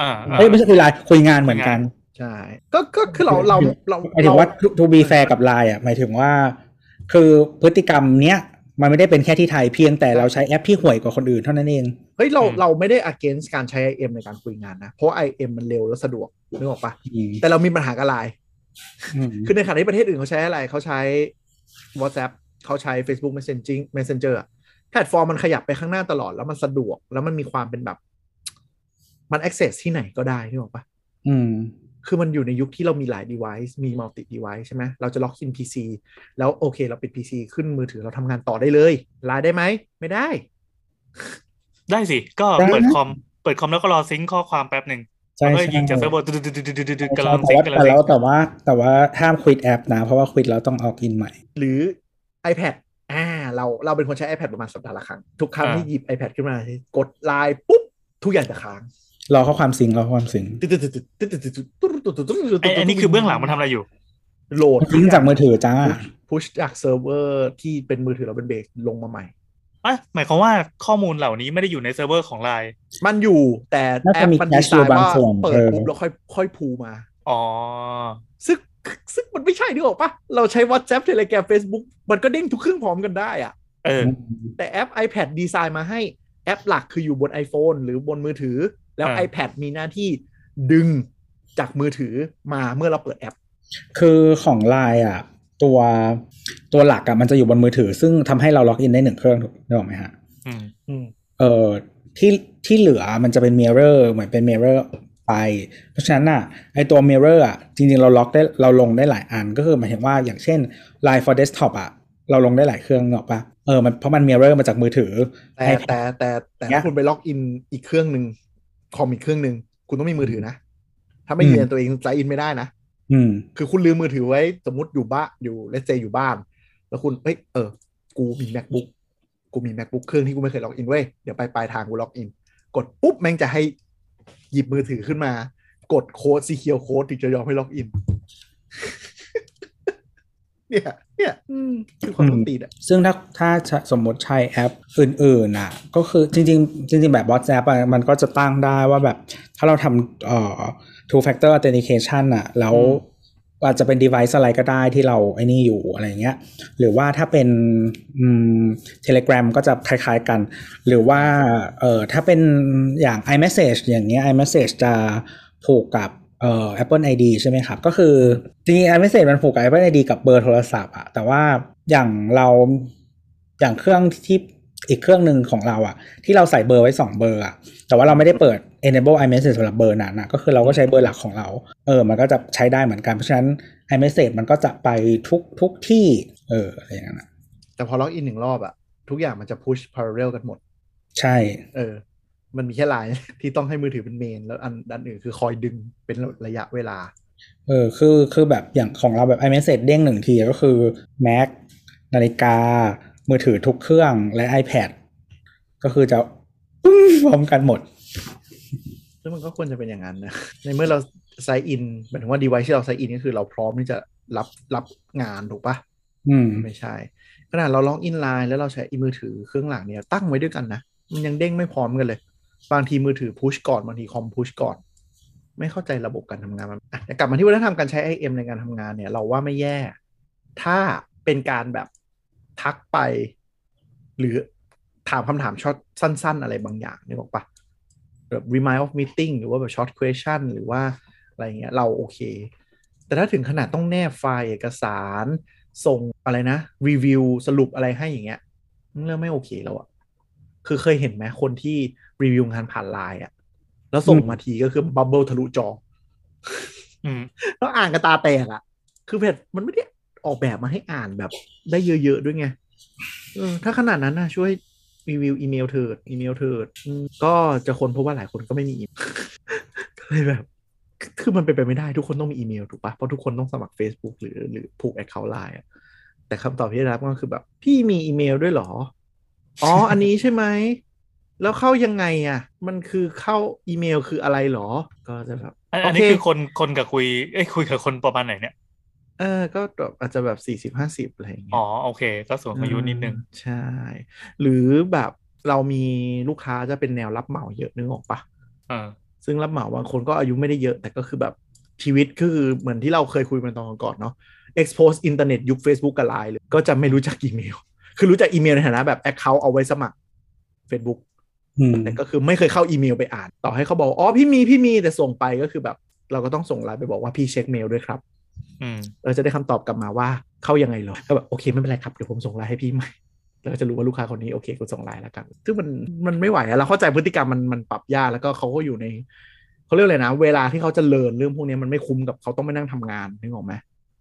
S1: อ่า
S2: เอ้ยไม่ใช่คุยไลน์คุยงานเหมือนกัน
S3: ใช่ ก็ก็คือเราเราเรา
S2: หมายถึงว่าทูบีแฟร์กับไลน์อ่ะหมายถึงว่า คือพฤติกรรมเนี้ย มันไม่ได้เป็นแค่ที่ไทยเพียงแต่เราใช้แอปที่ห่วยกว่าคนอื่นเท่านั้นเอง
S3: เฮ้ยเราเราไม่ได้ against การใช้ IM ในการคุยงานนะ เพราะ IM มันเร็วและสะดวกนึกออกปะ
S2: อืม
S3: แต่เรามีปัญหากับไลน์
S2: อืม
S3: คือในขณะที่ประเทศอื่นเขาใช้อะไร เขาใช้ WhatsApp เขาใช้ Facebook Messaging Messenger อะแพลตฟอร์มมันขยับไปข้างหน้าตลอด แล้วมันสะดวก แล้วมันมีความเป็นแบบ มัน access ที่ไหนก็ได้นี่บอกปะ
S2: อืม
S3: คือมันอยู่ในยุคที่เรามีหลาย device มี multi device ใช่ไหม เราจะล็อกอิน PC แล้วโอเค เราปิด PC ขึ้นมือถือเราทำงานต่อได้เลยไลน์ได้ไหม ไม่ได้
S1: ได้สิ ก็
S2: ได้นะ
S1: เปิดคอม เปิดคอมแล้วก็รอซิงค์ข้อความแป๊บหนึ่ง
S2: ใช่
S1: แล้วก็
S2: ใช่
S1: ยิงจากเซิร์ฟเวอร์ดึกๆๆๆๆกำลังซิงค์กำลัง
S2: แต่
S1: ซิง
S2: ว่า
S1: ค์
S2: แต่ว่าแต่ว่าแต่ว่าห้ามควิดแอปนะ เพราะว่าควิดแล้วต้องออกอินใหม่
S3: หรือ iPad อ่า เราเราเป็นคนใช้ iPad ประมาณสัปดาห์ละครั้ง ทุกครั้งที่หยิบ iPad ขึ้นมากดไลน์ปุ๊บทุกอย่างจะค้าง
S2: รอข้อความซิงค์รอข้อความซิงค์
S3: ตึ๊ดตึ๊ดตึ๊ดตึ๊ดตึ๊ดตึ๊ดตึ๊ดตึ๊ดตึ๊ดตึ๊ดตึ๊ดตึ๊ด
S1: ไอ้ไอันนี้คือเบื้องหลังมันทำอะไรอยู่
S3: โหลด
S2: ซิงค์จากมือถือจ้า
S3: พุชจากเซิร์ฟเวอร์ที่เป็นมือถือเราเป็นเบสลงมาใหม่
S1: อ่ะหมายความว่าข้อมูลเหล่านี้ไม่ได้อยู่ในเซิร์ฟเวอร์ของไลน์
S3: มันอยู่แต่
S2: น่า
S3: แอ
S2: จะ
S3: ป
S2: มี
S3: มัน
S2: cache
S3: ดีไซ
S2: อ
S3: น์
S2: ยู่บาง
S3: ว่า
S2: ส่วน
S3: เปิด
S2: เออ
S3: ปุ๊บแล้วค่อยค่อยพูมา
S1: อ๋อ
S3: ซึ่งซึ่งมันไม่ใช่นึกออกปะเราใช้ WhatsApp Telegram Facebook มันก็เด้งทุกเครื่องพร้อมกันได้อะ
S1: เออ
S3: แต่แอป iPad ดีไซน์มาให้แอปหลักคืออยู่บน iPhone หรือบนมือถือ แล้ว
S1: อ่า
S3: iPad มีหน้าที่ดึงจากมือถือมาเมื่อเราเปิดแอป
S2: คือของไลน์อ่ะ ตัวตัวหลักอ่ะมันจะอยู่บนมือถือ ซึ่งทำให้เราล็อกอินได้หนึ่งเครื่องถูกถูกไหมฮะ
S1: อืม
S3: อืม
S2: เอ่อที่ที่เหลือมันจะเป็นมิเรอร์เหมือนเป็นมิเรอร์ไป เพราะฉะนั้นอ่ะไอตัวมิเรอร์อ่ะจริงๆเราล็อกได้เราลงได้หลายอันก็คือหมายถึงว่าอย่างเช่น Line for Desktop อ่ะเราลงได้หลายเครื่องเนอะปะเออมันเพราะมันมิเรอร์มาจากมือถือ
S3: แต่
S2: ให้
S3: แต่แต่แต่
S2: เนี่ย
S3: ถ้าคุณไปล็อกอินอีกเครื่องหนึ่งคอมอีกเครื่องหนึ่งคุณต้องมีมือถือนะ ถ้าไม่
S2: อืม
S3: ยืนยันตัวเองไลน์อินไม่ได้นะ
S2: อืม
S3: คือคุณลืมมือถือไว้สมมติอยู่บ้านอยู่เลสเซอยู่บ้าน แล้วคุณเฮ้ยเออ กูมี macbook กูมี macbook เครื่องที่กูไม่เคยล็อกอินเว้ยเดี๋ยวไปปลายทางกูล็อกอิน กดปุ๊บแม่งจะให้หยิบมือถือขึ้นมา กดโค้ดซีเคียวโค้ดถึงจะยอมให้ล็อกอิน [LAUGHS] เนี่ยเนี่ยอืมคือความต้นตีนอ่ะ
S2: ซึ่งถ้าถ้าสมมติใช้แอปอื่นๆน่ะก็คือจริง ๆ จริง ๆ แบบ WhatsApp อะมันก็จะตั้งได้ว่าแบบ ถ้าเราทำเอ่อ two factor authentication น่ะ แล้ว อาจจะเป็น device อะไรก็ได้ที่เราไอ้นี่อยู่อะไรเงี้ย หรือว่าถ้าเป็นอืม Telegram ก็จะคล้ายๆกัน หรือว่าเอ่อถ้าเป็นอย่าง iMessage อย่างเงี้ย iMessage จะผูกกับเอ่อ Apple ID ใช่ไหมครับ ก็คือจริงๆ iMessage มันผูกกับ Apple ID กับเบอร์โทรศัพท์อะแต่ว่าอย่างเราอย่างเครื่องที่อีกเครื่องหนึ่งของเราอะที่เราใส่เบอร์ไว้ 2 เบอร์อะแต่ว่าเราไม่ได้เปิด enable iMessage สำหรับเบอร์นั้นนะก็คือเราก็ใช้เบอร์หลักของเรา เออ มันก็จะใช้ได้เหมือนกัน เพราะฉะนั้น iMessage มันก็จะไปทุกทุกที่ เอออะไรอย่างนั้นอะ
S3: แต่พอล็อกอินหนึ่งรอบอะทุกอย่างมันจะพุช parallel กันหมด
S2: ใช่
S3: เออ มันมีแค่ไลน์ [LAUGHS] ที่ต้องให้มือถือเป็นเมน แล้วอันอันอื่นคือคอยดึงเป็นระยะเวลา
S2: เออคือคือแบบอย่างของเราแบบ iMessage เด้งหนึ่งทีก็คือ Mac นาฬิกา มือถือทุกเครื่องและ iPad ก็คือจะ [LAUGHS] ปึ้งพร้อมกันหมด
S3: ซึ่งมันก็ควรจะเป็นอย่างนั้นนะ [LAUGHS] ในเมื่อเราไซอินหมายถึงว่า device ที่เราไซอินก็คือเราพร้อมที่จะรับรับงานถูกปะ
S2: อืม
S3: ไม่ใช่ขนาดเราล็อกอินไลน์แล้วเราใช้อีมือถือเครื่องหลังเนี่ยตั้งไว้ด้วยกันนะ มันยังเด้งไม่พร้อมกันเลย บางทีมือถือพุชก่อน บางทีคอมพุชก่อน ไม่เข้าใจระบบการทำงานมันอ่ะแต่กลับมาที่วัฒนธรรมการใช้ IM ในการทำงานเนี่ย เราว่าไม่แย่ ถ้าเป็นการแบบทักไป หรือถามคำถามช็อตสั้น ๆ อะไรบางอย่างนึกออกปะแบบ remind of meeting หรือว่าแบบ short question หรือว่าอะไรเงี้ยเราโอเค แต่ถ้าถึงขนาดต้องแนบไฟล์เอกสาร ส่งอะไรนะ รีวิวสรุปอะไรให้อย่างเงี้ยเริ่มไม่โอเคแล้วอะคือเคยเห็นไหมคนที่รีวิวงานผ่านไลน์อะแล้วส่งมาทีก็คือบับเบิลทะลุจอ
S1: อืม
S3: แล้วอ่านกระตาแตกอะคือเพจมันไม่ได้ออกแบบมาให้อ่านแบบ ได้เยอะๆด้วยไงเออถ้าขนาดนั้นนะช่วยรีวิวอีเมลเถิดอีเมลเถิดอืมก็จะคนพบว่าหลายคนก็ไม่มีอีเมล ก็เลยแบบ คือมันเป็นไปไม่ได้ทุกคนต้องมีอีเมลถูกปะเพราะทุกคนต้องสมัคร Facebook หรือหรือผูกแอคเคาท์ไลน์อะแต่คำตอบที่ได้รับก็คือแบบ พี่มีอีเมลด้วยเหรอ อ๋อ อันนี้ใช่ไหม แล้วเข้ายังไงอะมันคือเข้าอีเมลคืออะไรเหรอ ก็จะแบบ
S1: อันอันนี้
S3: โเ
S1: คือคนคนกับคุยเอ้ยคุยกับคนประมาณไหนเนี่ย
S3: เออ ก็แบบอาจจะแบบสี่สิบห้าสิบอะไรอย่างเงี้
S1: อ๋
S3: ย
S1: อโอเค ก็สูงอายุนิดนึง
S3: อืมใช่ หรือแบบเรามีลูกค้าจะเป็นแนวรับเหมาเยอะนึกออกปะ
S1: เออ
S3: ซึ่งรับเหมาบางคนก็อายุไม่ได้เยอะแต่ก็คือแบบชีวิตก็คือเหมือนที่เราเคยคุยมาตอนก่อนๆเนาะ expose อินเทอร์เน็ตยุค Facebook กับ Line เลย ก็จะไม่รู้จักอีเมล [LAUGHS] คือรู้จักอีเมลในฐานะแบบ Account เอาไว้สมัคร Facebook
S2: อืม
S3: แต่ก็คือไม่เคยเข้าอีเมลไปอ่าน ต่อให้เขาบอก อ๋อ พี่มีพี่มีแต่ส่งไปก็คือแบบ เราก็ต้องส่งไลน์ไปบอกว่าพี่เช็คเมลด้วยครับ
S1: อืม
S3: เราจะได้คำตอบกลับมาว่าเข้ายังไงเหรอก็แบบโอเคไม่เป็นไรครับ เดี๋ยวผมส่งไลน์ให้พี่ใหม่ [LAUGHS] แล้วก็จะรู้ว่าลูกค้าคนนี้โอเคกูส่งไลน์แล้วกัน ซึ่งมันมันไม่ไหวอะเราเข้าใจพฤติกรรมมันมันปรับยากแล้วก็เขาก็อยู่ในเขาเรียกอะไรนะ เวลาที่เขาจะเลินเรื่องพวกนี้มันไม่คุ้มกับเขาต้องไปนั่งทำงานนึกออกไหม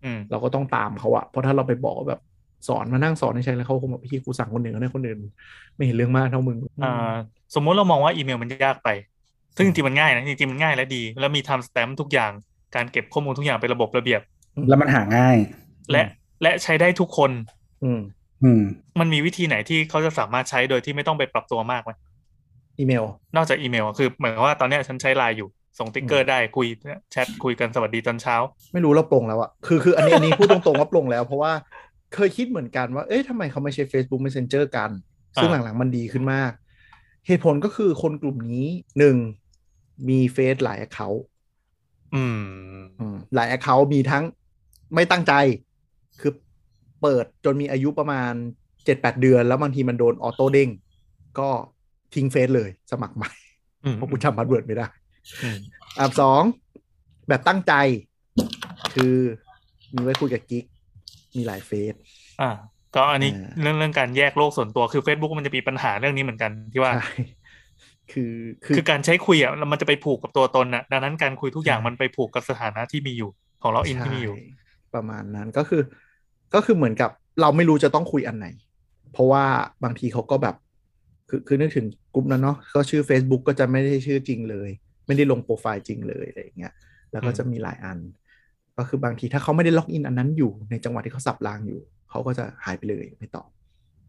S1: อืม
S3: เราก็ต้องตามเขาอะเพราะถ้าเราไปบอกว่าแบบสอนมานั่งสอนให้ใช้แล้วเขาคงแบบพี่กูสั่งคนหนึ่งให้คนอื่นไม่เห็นเรื่องมากเท่ามึง
S1: อ่าสมมุติเรามองว่าอีเมลมันยากไป ซึ่งจริงๆมันง่ายนะจริงๆมันง่ายและดี แล้วมี time stamp ทุกอย่าง การเก็บข้อมูลทุกอย่างเป็นระบบระเบียบ
S2: แล้วมันหาง่าย
S1: และและใช้ได้ทุกคน
S3: อืม
S2: อืม
S1: มันมีวิธีไหนที่เขาจะสามารถใช้โดยที่ไม่ต้องไปปรับตัวมากไหม
S3: อีเมล
S1: นอกจากอีเมลอะคือเหมือนกับว่าตอนเนี้ยฉันใช้ไลน์อยู่ ส่งติ๊กเกอร์ได้คุยแชทคุยกันสวัสดีตอนเช้า
S3: ไม่รู้เราปลงแล้วอะคือคืออันนี้อันนี้พูดตรงๆว่าปลงแล้ว เพราะว่าเคยคิดเหมือนกันว่า เอ๊ะทำไมเขาไม่ใช้ Facebook Messenger กัน ซึ่งหลังๆมันดีขึ้นมาก เหตุผลก็คือคนกลุ่มนี้หนึ่งมีเฟซหลายแอคเคาท์
S1: อืม
S3: หลายแอคเคาท์มีทั้งไม่ตั้งใจ คือเปิดจนมีอายุประมาณเจ็ดแปดเดือน แล้วบางทีมันโดนออโต้เด้ง ก็ทิ้งเฟซเลย สมัครใหม่
S1: อืม
S3: เพราะกูจำพาสเวิร์ดไม่ได้
S1: อืม
S3: อันสองแบบตั้งใจคือมีไว้คุยกับกิ๊กมีหลายเฟซ
S1: อ่า ก็อันนี้
S3: อ่า
S1: เรื่องเรื่องการแยกโลกส่วนตัวคือ Facebook มันจะมีปัญหาเรื่องนี้เหมือนกันที่ว่า
S3: ใช่ [LAUGHS] คือคื
S1: คือ อการใช้คุยอ่ะแล้วมันจะไปผูกกับตัวตนอ่ะดังนั้นการคุยทุกอย่าง
S3: ใช่
S1: มันไปผูกกับสถานะที่มีอยู่ ของล็อกอิน
S3: ใช่
S1: ที่มีอยู่
S3: ประมาณนั้นก็คือ ก็คือเหมือนกับเราไม่รู้จะต้องคุยอันไหน เพราะว่าบางทีเขาก็แบบ คือคือนึกถึงกลุ่มนั้นเนาะก็ชื่อ Facebook ก็จะไม่ได้ชื่อจริงเลย ไม่ได้ลงโปรไฟล์จริงเลยอะไรอย่างเงี้ยแล้วก็
S1: อืม
S3: จะมีหลายอัน ก็คือบางทีถ้าเขาไม่ได้ล็อกอินอันนั้นอยู่ในจังหวะที่เขาสับรางอยู่เขาก็จะหายไปเลยไม่ตอบ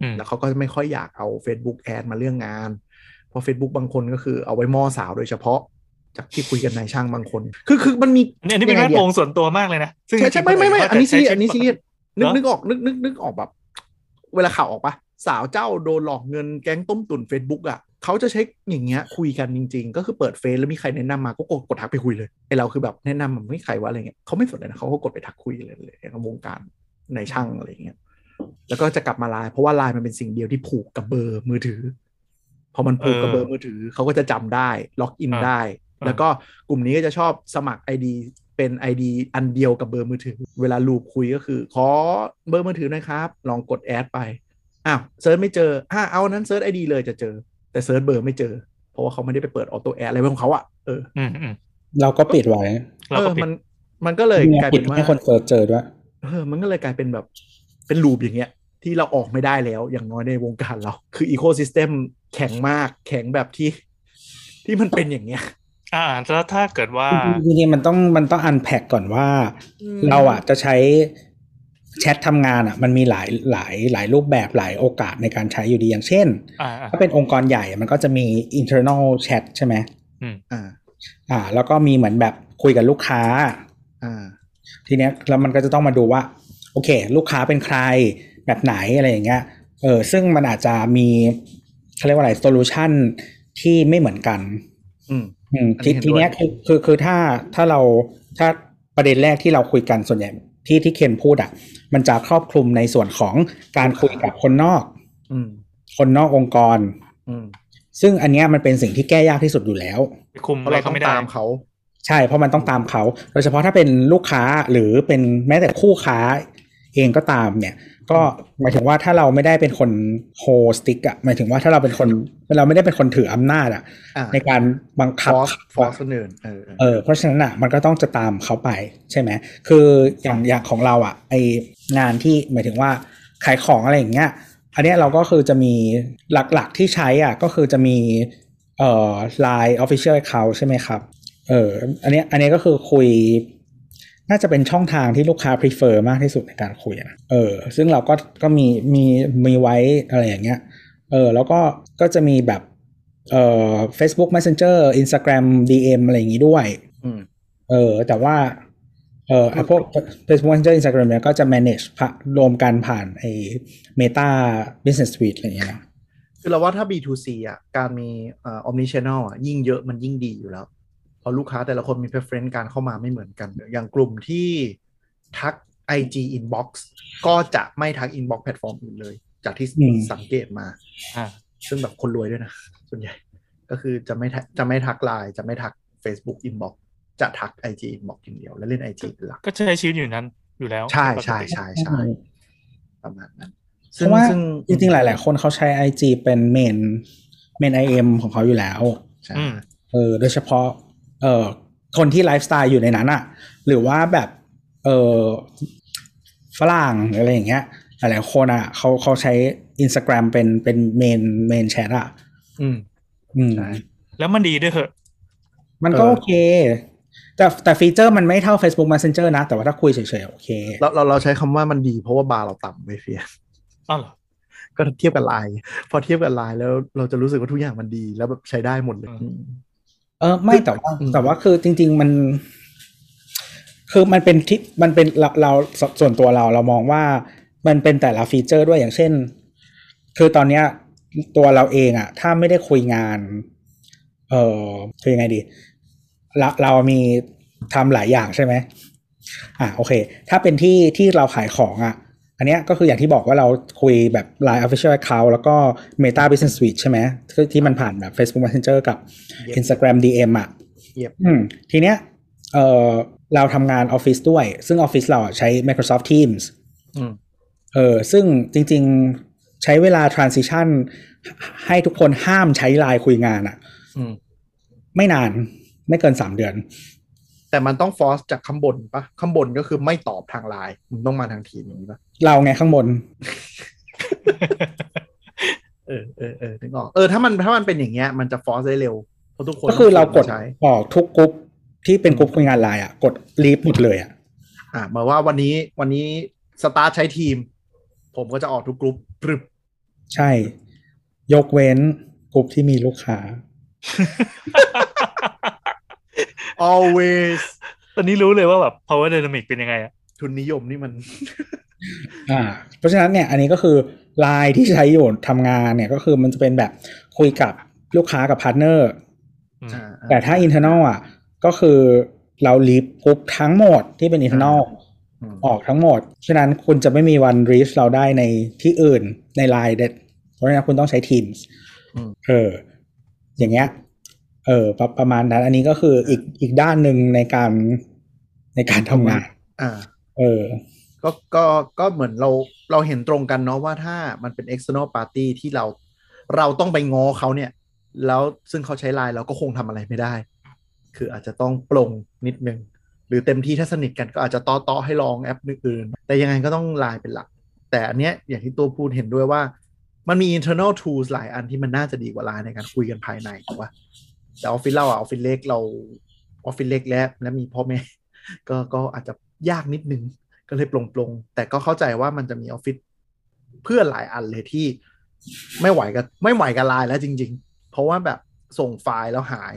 S1: อืม
S3: แล้วเขาก็ไม่ค่อยอยากเอา Facebook แอดมาเรื่องงาน เพราะ Facebook บางคนก็คือเอาไว้หม่อสาวโดยเฉพาะ จากที่คุยกันนายช่างบางคน คือคือมันมี
S1: อันนี้อันนี้เป็น
S3: ยั
S1: แค่
S3: งไง
S1: โป
S3: ดี
S1: งส่วนตัวมากเลยนะซึ่ง
S3: ใช่ใช่ไม่ไม่ไม่อันนี้ซีเรียสอันนี้ซีเรียสนึก
S1: เนอะ
S3: นึกออกนึกนึกนึกออกแบบ เวลาข่าวออกปะสาวเจ้าโดนหลอกเงินแก๊งต้มตุ๋น Facebook อ่ะ เขาจะใช้อย่างเงี้ยคุยกันจริง ๆ ก็คือเปิดเฟซแล้วมีใครแนะนำมาก็กดกดทักไปคุยเลยไอเราคือแบบแนะนำมันไม่ใครว่าอะไรเงี้ยเขาไม่สนเลยนะเขาก็กดไปทักคุยเลยเลยในวงการในช่างอะไรเงี้ยแล้วก็จะกลับมาไลน์เพราะว่าไลน์มันเป็นสิ่งเดียวที่ผูกกับเบอร์มือถือ พอมันผูกกับเบอร์มือถือเขาก็จะจำได้ล็อกอิน
S1: อ่า
S3: ได้ แล้วก็กลุ่มนี้ก็จะชอบสมัคร ID เป็น ID อันเดียวกับเบอร์มือถือ เวลาลูปคุยก็คือ ขอเบอร์มือถือหนะครับ ลองกดแอดไป อ้าวเซิร์ชไม่เจออ่าเอาอันนั้นเซิร์ช ID เลยจะเจอ แต่เซิร์ชเบอร์ไม่เจอ เพราะว่าเขาไม่ได้ไปเปิดออโต้แอดอะไรของเขาอะ่ะเออ
S1: อืมอืม
S2: เราก็ปิดไว้
S1: เรา
S3: เอ
S1: ก็
S3: อ
S1: ปิด
S3: มันมันก็เลย
S2: นี่
S3: กลาย
S2: ปิด
S3: เป็นว่า
S2: ให้คนเสิร์ชเจอด้วย
S3: เออมันก็เลยกลายเป็นแบบเป็นลูปอย่างเงี้ย ที่เราออกไม่ได้แล้วอย่างน้อยในวงการเรา คืออีโคซิสเต็มแข็งมากแข็งแบบที่ ที่มันเป็นอย่างเงี้ย
S1: อ่าแล้วถ้าเกิดว่า
S2: จริงๆมันต้องมันต้องอันแพ็กก่อนว่า เราอ่ะจะใช้แชททำงานอ่ะ มันมีหลายหลายหลายรูปแบบหลายโอกาสในการใช้อยู่ดีอย่างเช่น
S1: อ่าอ่า
S2: ถ้าเป็นองค์กรใหญ่มันก็จะมี internal chat ใช่ไหม
S3: อ่า
S2: อ่า แล้วก็มีเหมือนแบบคุยกับลูกค้า
S3: อ่า
S2: ทีเนี้ยแล้วมันก็จะต้องมาดูว่า โอเค ลูกค้าเป็นใครแบบไหนอะไรอย่างเงี้ยเออซึ่งมันอาจจะมีเขาเรียกว่าอะไรโซลูชันที่ไม่เหมือนกัน
S3: อืม
S2: อืม
S3: อันนี้
S2: ที
S3: เห็น
S2: ทีเนี้ย
S3: ด้วย
S2: คือคือคือถ้าถ้าเราถ้าประเด็นแรกที่เราคุยกันส่วนใหญ่ที่ที่เคนพูดอ่ะ มันจะครอบคลุมในส่วนของการคุยกับคนนอก
S3: อืม
S2: คนนอกองค์กร
S3: อืม
S2: ซึ่งอันเนี้ยมันเป็นสิ่งที่แก้ยากที่สุดอยู่แล้ว
S1: ไปคุม
S3: เพ
S1: อะ
S3: ราะ
S1: ไร
S3: เรา
S1: ก็
S3: ต้อง
S1: ไม่ได้
S3: ตามเขา
S2: ใช่เพราะมันต้องตามเขา โดยเฉพาะถ้าเป็นลูกค้าหรือเป็นแม้แต่คู่ค้าเองก็ตามเนี่ย ก็หมายถึงว่าถ้าเราไม่ได้เป็นคนโฮสติกอะหมายถึงว่าถ้าเราเป็นคนเราไม่ได้เป็นคนถืออำนาจอะ
S3: อ่า
S2: ในการบัง
S3: ฟ
S2: คับ
S3: อสฟอสคนอื่นเออเออ
S2: เออเพราะฉะนั้นอ่ะมันก็ต้องจะตามเขาไปใช่ไหมคืออย่างอย่างของเราอ่ะไองานที่หมายถึงว่าขายของอะไรอย่างเงี้ยอันเนี้ยเราก็คือจะมีหลักๆที่ใช้อ่ะก็คือจะมีเอ่อ Line Official Account ใช่ไหมครับเอออันเนี้ยอันเนี้ยก็คือคุย น่าจะเป็นช่องทางที่ลูกค้า prefer มากที่สุดในการคุยอะนะเออซึ่งเราก็ก็มีมีมีไว้อะไรอย่างเงี้ย เออแล้วก็ก็จะมีแบบเอ่อ Facebook Messenger Instagram DM อะไรอย่างงี้ด้วย
S3: อืม
S2: เออแต่ว่าเออไอ้พวก Facebook Messenger Instagram เนี่ยก็จะ manage ผ่ารวมกันผ่านไอ้ Meta Business Suite อะไรอย่างเงี้ยนะ
S3: คือเราว่าถ้า B2C อ่ะ การมีเอ่อ omnichannel อ่ะ ยิ่งเยอะมันยิ่งดีอยู่แล้ว เพราะลูกค้าแต่ละคนมี preference การเข้ามาไม่เหมือนกัน อย่างกลุ่มที่ทัก IG inbox ก็จะไม่ทัก inbox แพลตฟอร์มอื่นเลย จากที่สังเกตมา
S1: อ่า
S3: ซึ่งแบบคนรวยด้วยนะ ส่วนใหญ่ ก็คือจะไม่ทักจะไม่ทักไลน์จะไม่ทัก Facebook inbox จะทัก IG inbox อย่างเดียว แล้วเล่น IG เป็นหลัก
S1: ก็ใช้ชีวิตอยู่นั้นอยู่แล้ว
S3: ใช่ใช่
S1: ปกติ
S3: ใช่ใช่ประมาณนั้น
S2: เพราะว่า
S3: ซึ่ง
S2: จริงๆ หลาย ๆ คนเขาใช้ IG เป็น main main IM ของเขาอยู่แล้ว
S3: ใช่
S1: อืม
S2: เออโดยเฉพาะเออคนที่ไลฟ์สไตล์อยู่ในนั้นอะหรือว่าแบบเออฝรั่งหรืออะไรอย่างเงี้ยหลายๆคนอะเขาเขาใช้ Instagram เป็นเป็นเมนเมนแชทอะ
S3: อืม
S2: อืม
S3: ใช่
S1: แล้วมันดีด้วยเหอะ
S2: มันก็
S3: เออ
S2: โอเค แต่แต่ฟีเจอร์มันไม่เท่า Facebook Messenger นะ แต่ว่าถ้าคุยเฉยๆ โอเค
S3: เราเราเราใช้คำว่ามันดีเพราะว่าบาร์เราต่ำไปเฟีย
S1: อ้าวเหรอ
S3: ก็เทียบกับไลน์พอเทียบกับไลน์แล้วเราจะรู้สึกว่าทุกอย่างมันดี แล้วแบบใช้ได้หมดเลย
S1: อืม
S2: เออไม่แต่ว่า
S3: อืม
S2: แต่ว่าคือจริง ๆ มัน คือมันเป็นที่มันเป็นเราเราสส่วนตัวเราเรามองว่ามันเป็นแต่ละฟีเจอร์ด้วยอย่างเช่น คือตอนเนี้ยตัวเราเองอะถ้าไม่ได้คุยงาน เออคือยังไงดีเราเรามีทำหลายอย่างใช่ไหมอ่ะโอเค ถ้าเป็นที่ที่เราขายของอะอันเนี้ยก็คืออย่างที่บอกว่าเราคุยแบบ Line Official Account แล้วก็ Meta Business Suite ใช่ไหมที่ที่มันผ่านแบบ Facebook Messenger กับ
S3: เย็บ
S2: Instagram DM อ่ะ
S3: เย็บ
S2: อืมทีเนี้ยเออเราทำงานออฟฟิศด้วย ซึ่งออฟฟิศเราอะใช้ Microsoft Teams
S3: อืม
S2: เออซึ่งจริงๆใช้เวลา transition ให้ทุกคนห้ามใช้ไลน์คุยงานอะ
S3: อืม
S2: ไม่นานไม่เกิน 3 เดือน
S3: แต่มันต้องฟอสจากข้างบนปะข้างบนก็คือไม่ตอบทางไลน์มันต้องมาทางทีมอย่างนี้ปะ
S2: เราไงข้างบน
S3: เออเออเออนึกออกเออถ้ามันถ้ามันเป็นอย่างเงี้ยมันจะฟอสได้เร็วเพราะทุกคน
S2: ก็คือเรากด
S3: ใช้
S2: ออกทุกกรุ๊ปที่เป็นกรุ๊ปคุยงานไลน์อ่ะ กดรีบหมดเลยอ่ะ
S3: อ่ะหมายว่าวันนี้วันนี้สตาร์ทใช้ทีม ผมก็จะออกทุกกลุ่มปรึบ
S2: ใช่ ยกเว้นกรุ๊ปที่มีลูกค้า
S3: ๆ always
S1: ตอนนี้รู้เลยว่าแบบ power dynamic เป็นยังไงอะ
S3: ทุนนิยมนี่มัน
S2: อ่าเพราะฉะนั้นเนี่ยอันนี้ก็คือไลน์ที่ใช้อยู่ทำงานเนี่ยก็คือมันจะเป็นแบบคุยกับ ลูกค้ากับพาร์ทเนอร์
S1: อืม
S3: อ่าอ่า
S2: แต่ถ้า internal อ่ะก็คือเราลีฟกรุ๊ปทั้งหมดที่เป็น internal
S3: อืม
S2: ออกทั้งหมด ฉะนั้นคุณจะไม่มีวัน reach เราได้ในที่อื่นใน Line เด็ดเพราะฉะนั้นคุณต้องใช้ Teams
S3: อืม
S2: เออ อย่างเงี้ย เออประประมาณนั้น อันนี้ก็คืออีกอีกด้านหนึ่งในการในการทำงาน
S3: อ่า
S2: เออ
S3: ก็ ก็ ก็เหมือนเรา เราเห็นตรงกันเนาะว่าถ้ามันเป็น external party ที่เรา เราต้องไปง้อเขาเนี่ย แล้วซึ่งเขาใช้ไลน์เราก็คงทำอะไรไม่ได้ คืออาจจะต้องปลงนิดนึง หรือเต็มที่ถ้าสนิทกันก็อาจจะต้อต้อให้ลองแอปอื่นๆแต่ยังไงก็ต้องไลน์เป็นหลัก แต่อันเนี้ยอย่างที่ตัวพูดเห็นด้วยว่า มันมี internal tools หลายอันที่มันน่าจะดีกว่าไลน์ในการคุยกันภายในถูกปะแต่ออฟฟิศเราอะออฟฟิศเล็กเราออฟฟิศเล็กแล้วและมีพ่อแม่ [LAUGHS] ก็ก็อาจจะยากนิดนึง ก็เลยปลงๆ แต่ก็เข้าใจว่ามันจะมีออฟฟิศเพื่อนหลายอันเลยที่ไม่ไหวกับไม่ไหวกับไลน์แล้วจริง ๆ เพราะว่าแบบส่งไฟล์แล้วหาย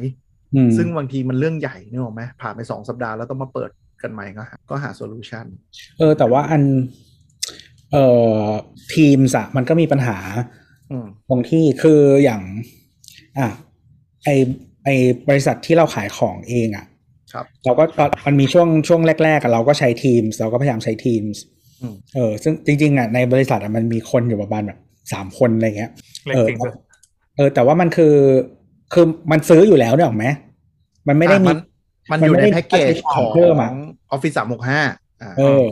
S2: อืม
S3: ซึ่งบางทีมันเรื่องใหญ่นึกออกไหมผ่านไปสองสัปดาห์แล้วต้องมาเปิดกันใหม่ก็หาก็หาโซลูชัน
S2: เออ แต่ว่าอัน เอ่อ Teams อะมันก็มีปัญหา
S3: อืม
S2: ตรงที่คืออย่าง อ่ะไอไอบริษัทที่เราขายของเองอ่ะ
S3: ครับ
S2: เราก็ตอนมันมีช่วงช่วงแรกๆอะเราก็ใช้ Teams เราก็พยายามใช้ Teams
S3: อืม
S2: เออซึ่งจริงๆอ่ะในบริษัทอะมันมีคนอยู่ประมาณแบบสามคนอะไรเงี้ย
S1: เล็ก
S2: เออ
S1: จริงเลย
S2: เออแต่ว่ามันคือคือมันซื้ออยู่แล้วเนี่ยหรอกไหมมันไม่ได้มี
S3: อ่ะนมันอยู่ใน
S2: มันไม่ได้
S3: แพ็กเกจของ
S2: เพิ่มอะ
S3: ออฟฟิศสามหกห้าอ่า
S2: เออ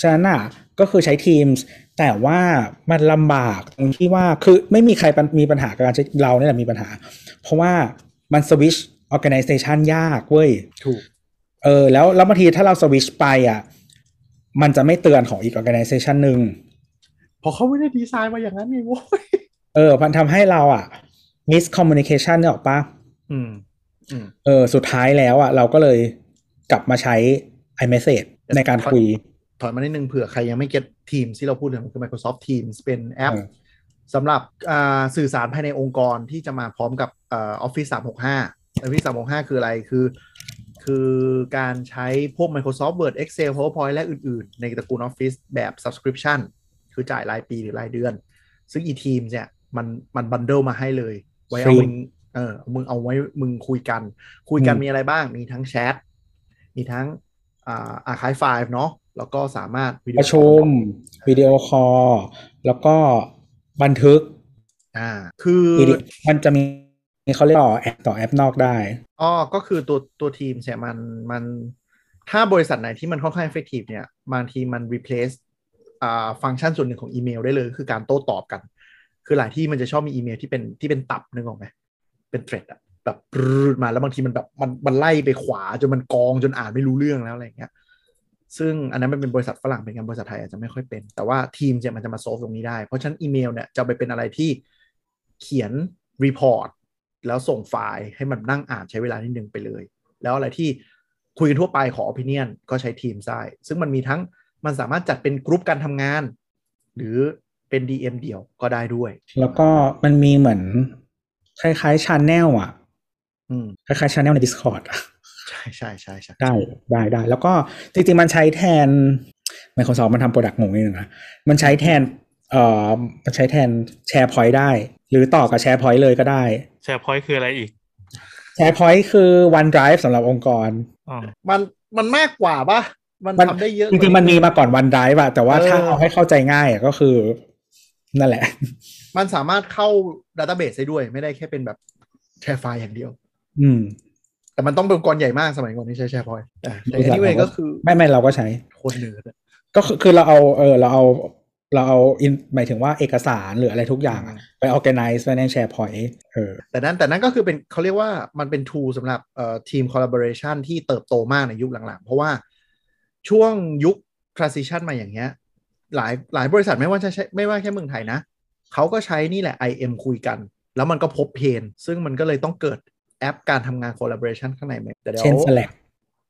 S2: ฉะนั้นอ่ะก็คือใช้ Teams แต่ว่ามันลำบากตรงที่ว่าคือไม่มีใครปัญมีปัญหากับการใช้เราเนี่ยแหละมีปัญหา เพราะว่ามันสวิช organization ยากเว้ย
S3: ถูก
S2: เออแล้วแล้วบางทีถ้าเราสวิชไปอ่ะมันจะไม่เตือนของอีก organization หนึ่ง
S3: เพอเขาไม่ได้ดีไซน์มาอย่างนั้นนี่โว้ย
S2: เออมันทำให้เราอ่ะ miscommunication เนี่ยออกปะ
S3: อืม อืม
S2: เออสุดท้ายแล้วอ่ะเราก็เลยกลับมาใช้ iMessage ในการคุย
S3: ถอยมานิดนึงเผื่อใครยังไม่เก็ต Teams ที่เราพูดถึงมันคือ Microsoft Teams เป็นแอป
S2: เออ
S3: สำหรับอ่าสื่อสารภายในองค์กรที่จะมาพร้อมกับออฟฟิศ365 Office 365 คืออะไรคือ คือการใช้พวก Microsoft Word Excel PowerPoint และอื่นๆ ในตระกูล Office แบบ subscription คือจ่ายรายปีหรือรายเดือน ซึ่ง e-teams เนี่ยมันมันบันเดิลมาให้เลย ไว้เอา
S2: ฟรี
S3: มึงเออเอามึงเอาไว้มึงคุยกัน คุยกัน
S2: อืม
S3: มีอะไรบ้าง มีทั้งแชท มีทั้งอ่าอาคายไฟล์เนาะ แล้วก็สามารถวิดี
S2: ป
S3: โอ
S2: ระชุมวิดีโอคอลแล้วก็บันทึก
S3: อ่า คือ
S2: วิดีโอมันจะมีเขาเรียกต่อแอปต่อแอปนอกได้
S3: อ๋อก็คือตัวตัวทีมเนี่ยมันมัน ถ้าบริษัทไหนที่มันค่อนข้าง effective เนี่ย บางทีมัน replace อ่าฟังก์ชันส่วนหนึ่งของอีเมลได้เลย คือการโต้ตอบกัน คือหลายที่มันจะชอบมีอีเมลที่เป็นที่เป็นตับนึกออกไหมเป็นเทรดอะแบบปรืดมาแล้วบางทีมันแบบมันมันไล่ไปขวาจนมันกองจนอ่านไม่รู้เรื่องแล้วอะไรอย่างเงี้ย ซึ่งอันนั้นมันเป็นบริษัทฝรั่งเป็นงานบริษัทไทยอาจจะไม่ค่อยเป็น แต่ว่าทีมเนี่ยมันจะมาโซฟตรงนี้ได้ เพราะฉะนั้นอีเมลเนี่ยจะไปเป็นอะไรที่เขียนรีพอร์ตแล้วส่งไฟล์ให้มันนั่งอ่านใช้เวลานิดนึงไปเลย แล้วอะไรที่คุยกันทั่วไปขอ opinion ก็ใช้ทีมได้ซึ่งมันมีทั้งมันสามารถจัดเป็นกรุ๊ปการทำงาน หรือเป็น DM เดี่ยวก็ได้ด้วย
S2: แล้วก็มันมีเหมือนคล้ายๆชาแนลอ่ะ
S3: อืม
S2: คล้ายๆชาแนลใน Discord อะ
S3: ใช่ใช่ใช่ใช่
S2: ได้ได้ได้ แล้วก็จริงๆ มันใช้แทน Microsoft มันทำโปรดักต์งงนิดนึงนะ มันใช้แทนเอ่อมันใช้แทน SharePoint ได้ หรือต่อกับ SharePoint เลยก็ได้
S1: แชร์พอยต์คืออะไรอีก
S2: SharePoint คือ OneDrive สำหรับองค์กร
S1: อ๋อ
S3: มันมันมากกว่าปะมัน
S2: มัน
S3: ทำได้เยอะ
S2: จริงๆ มันมีมาก่อน OneDrive อะแต่ว่าถ้า
S3: เออ
S2: เอาให้เข้าใจง่ายอะก็คือนั่นแหละ [LAUGHS]
S3: มันสามารถเข้าดัตต้าเบสได้ด้วย ไม่ได้แค่เป็นแบบแชร์ไฟล์อย่างเดียว
S2: อืม
S3: แต่มันต้องเป็นองค์กรใหญ่มากสมัยก่อนที่ใช้แชร์พอยต์แต่
S2: ไม่ใช่
S3: anyway ก็คือ
S2: ไม่ไม่เราก็ใช้
S3: คนเนิร์ดอะ
S2: ก็คือคือเราเอาเออเราเอาเราเอา in- หมายถึงว่าเอกสารหรืออะไรทุกอย่างอะไป organize ไว้ใน SharePoint เออ
S3: แต่นั้นแต่นั้นก็คือเป็นเขาเรียกว่ามันเป็น tool สำหรับเอ่อทีม collaboration ที่เติบโตมากในยุคหลังๆ เพราะว่าช่วงยุค transition มาอย่างเงี้ยหลายหลายบริษัทไม่ว่าจะใช้ไม่ว่าแค่เมืองไทยนะ เขาก็ใช้นี่แหละ IM คุยกัน แล้วมันก็พบเพน ซึ่งมันก็เลยต้องเกิดแอปการทำงาน collaboration ข้างในใหม่แต่เดี๋ยว
S2: เช่น Slack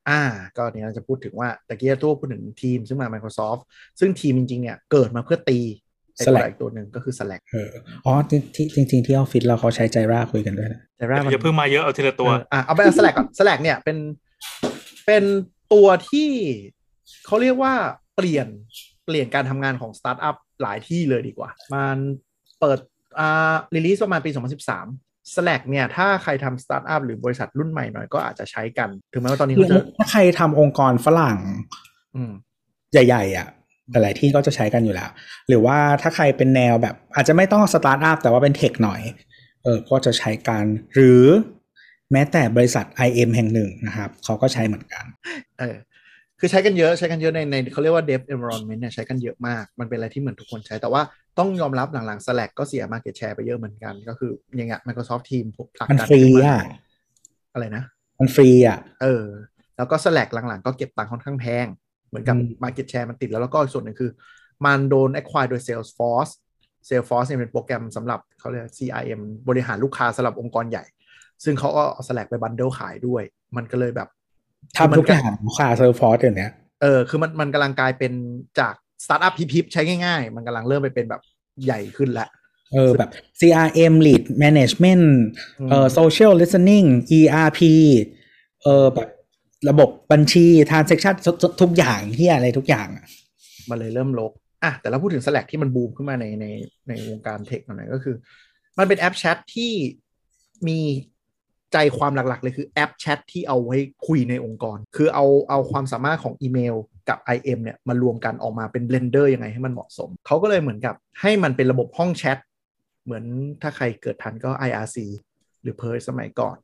S3: อ่า ก็เนี่ยเราจะพูดถึงว่าตะกี้ตัวพูดถึงทีมซึ่งมา Microsoft ซึ่งทีมจริง ๆ เนี่ย เกิดมาเพื่อตีไอ้ตัว
S2: Slack
S3: อีกตัวหนึ่งก็คือ Slack
S2: เอออ๋อที่ที่จริง ๆ ที่ออฟฟิศเราเขาใช้ Jira คุยกันด้วยนะ
S3: แต่ว่ามัน
S1: อย่าเพิ่งมาเยอะเอาทีละตัว
S3: เอออ่ะเอาไปเอา Slack ก่อน Slack เนี่ยเป็นเป็นตัวที่เขาเรียกว่าเปลี่ยนเปลี่ยนการทำงานของสตาร์ทอัพหลายที่เลยดีกว่า มันเปิดอ่ารีลีสประมาณปี 2013 Slack เนี่ยถ้าใครทำสตาร์ทอัพหรือบริษัทรุ่นใหม่หน่อยก็อาจจะใช้กัน ถึงแม้ว่าตอนนี้เขาจะ
S2: ถ้าใครทำองค์กรฝรั่ง
S3: อืม
S2: ใหญ่ๆอ่ะหลายๆที่ก็จะใช้กันอยู่แล้ว หรือว่าถ้าใครเป็นแนวแบบ อาจจะไม่ต้องสตาร์ทอัพแต่ว่าเป็นเทคหน่อยเออก็จะใช้กันหรือแม้แต่บริษัท IM แห่งหนึ่งนะครับเขาก็ใช้เหมือนกัน
S3: เออคือใช้กันเยอะใช้กันเยอะในในเขาเรียกว่า dev environment เนี่ยใช้กันเยอะมาก มันเป็นอะไรที่เหมือนทุกคนใช้แต่ว่าต้องยอมรับหลังๆ Slack ก็เสีย market share ไปเยอะเหมือนกัน ก็คืออย่างเงี้ย Microsoft Team พวกผลัก
S2: มัน
S3: ดัน
S2: ฟรี
S3: ขึ้นมา
S2: อ่ะ
S3: อะไรนะ
S2: มันฟรีอ่ะ
S3: เออ แล้วก็ Slack หลังๆ ก็เก็บตังค์ค่อนข้างแพง เหมือนกับ
S2: อืม
S3: market share มันติดแล้วแล้วก็อีกส่วนหนึ่งคือ มันโดน acquire โดย Salesforce Salesforce เนี่ยเป็นโปรแกรมสำหรับเขาเรียก CRM บริหารลูกค้าสำหรับองค์กรใหญ่ ซึ่งเขาก็เอา Slack ไปบันเดิลขายด้วย มันก็เลยแบบ
S2: ทำทุกอย่างค่าเซอร์ฟอร์สอย่างเนี้ย
S3: เออ คือมันมันกำลังกลายเป็นจากสตาร์ทอัพพิบๆใช้ง่ายๆ มันกำลังเริ่มไปเป็นแบบใหญ่ขึ้นแล้ว
S2: เออแบบ CRM lead management เออ social listening ERP เออแบบระบบบัญชี transaction ทุกทุกอย่างที่อะไรทุกอย่างอะ
S3: มันเลยเริ่มลกอ่ะแต่เราพูดถึง Slack ที่มันบูมขึ้นมาในในในวงการเทคหน่อยก็คือ มันเป็นแอปแชทที่มีใจความหลักๆ เลยคือแอปแชทที่เอาไว้คุยในองค์กร คือเอาเอาความสามารถของอีเมลกับ IM เนี่ยมารวมกันออกมาเป็นเบลนเดอร์ยังไงให้มันเหมาะสม เขาก็เลยเหมือนกับให้มันเป็นระบบห้องแชท เหมือนถ้าใครเกิดทันก็ IRC หรือ p e r สมัยก่อน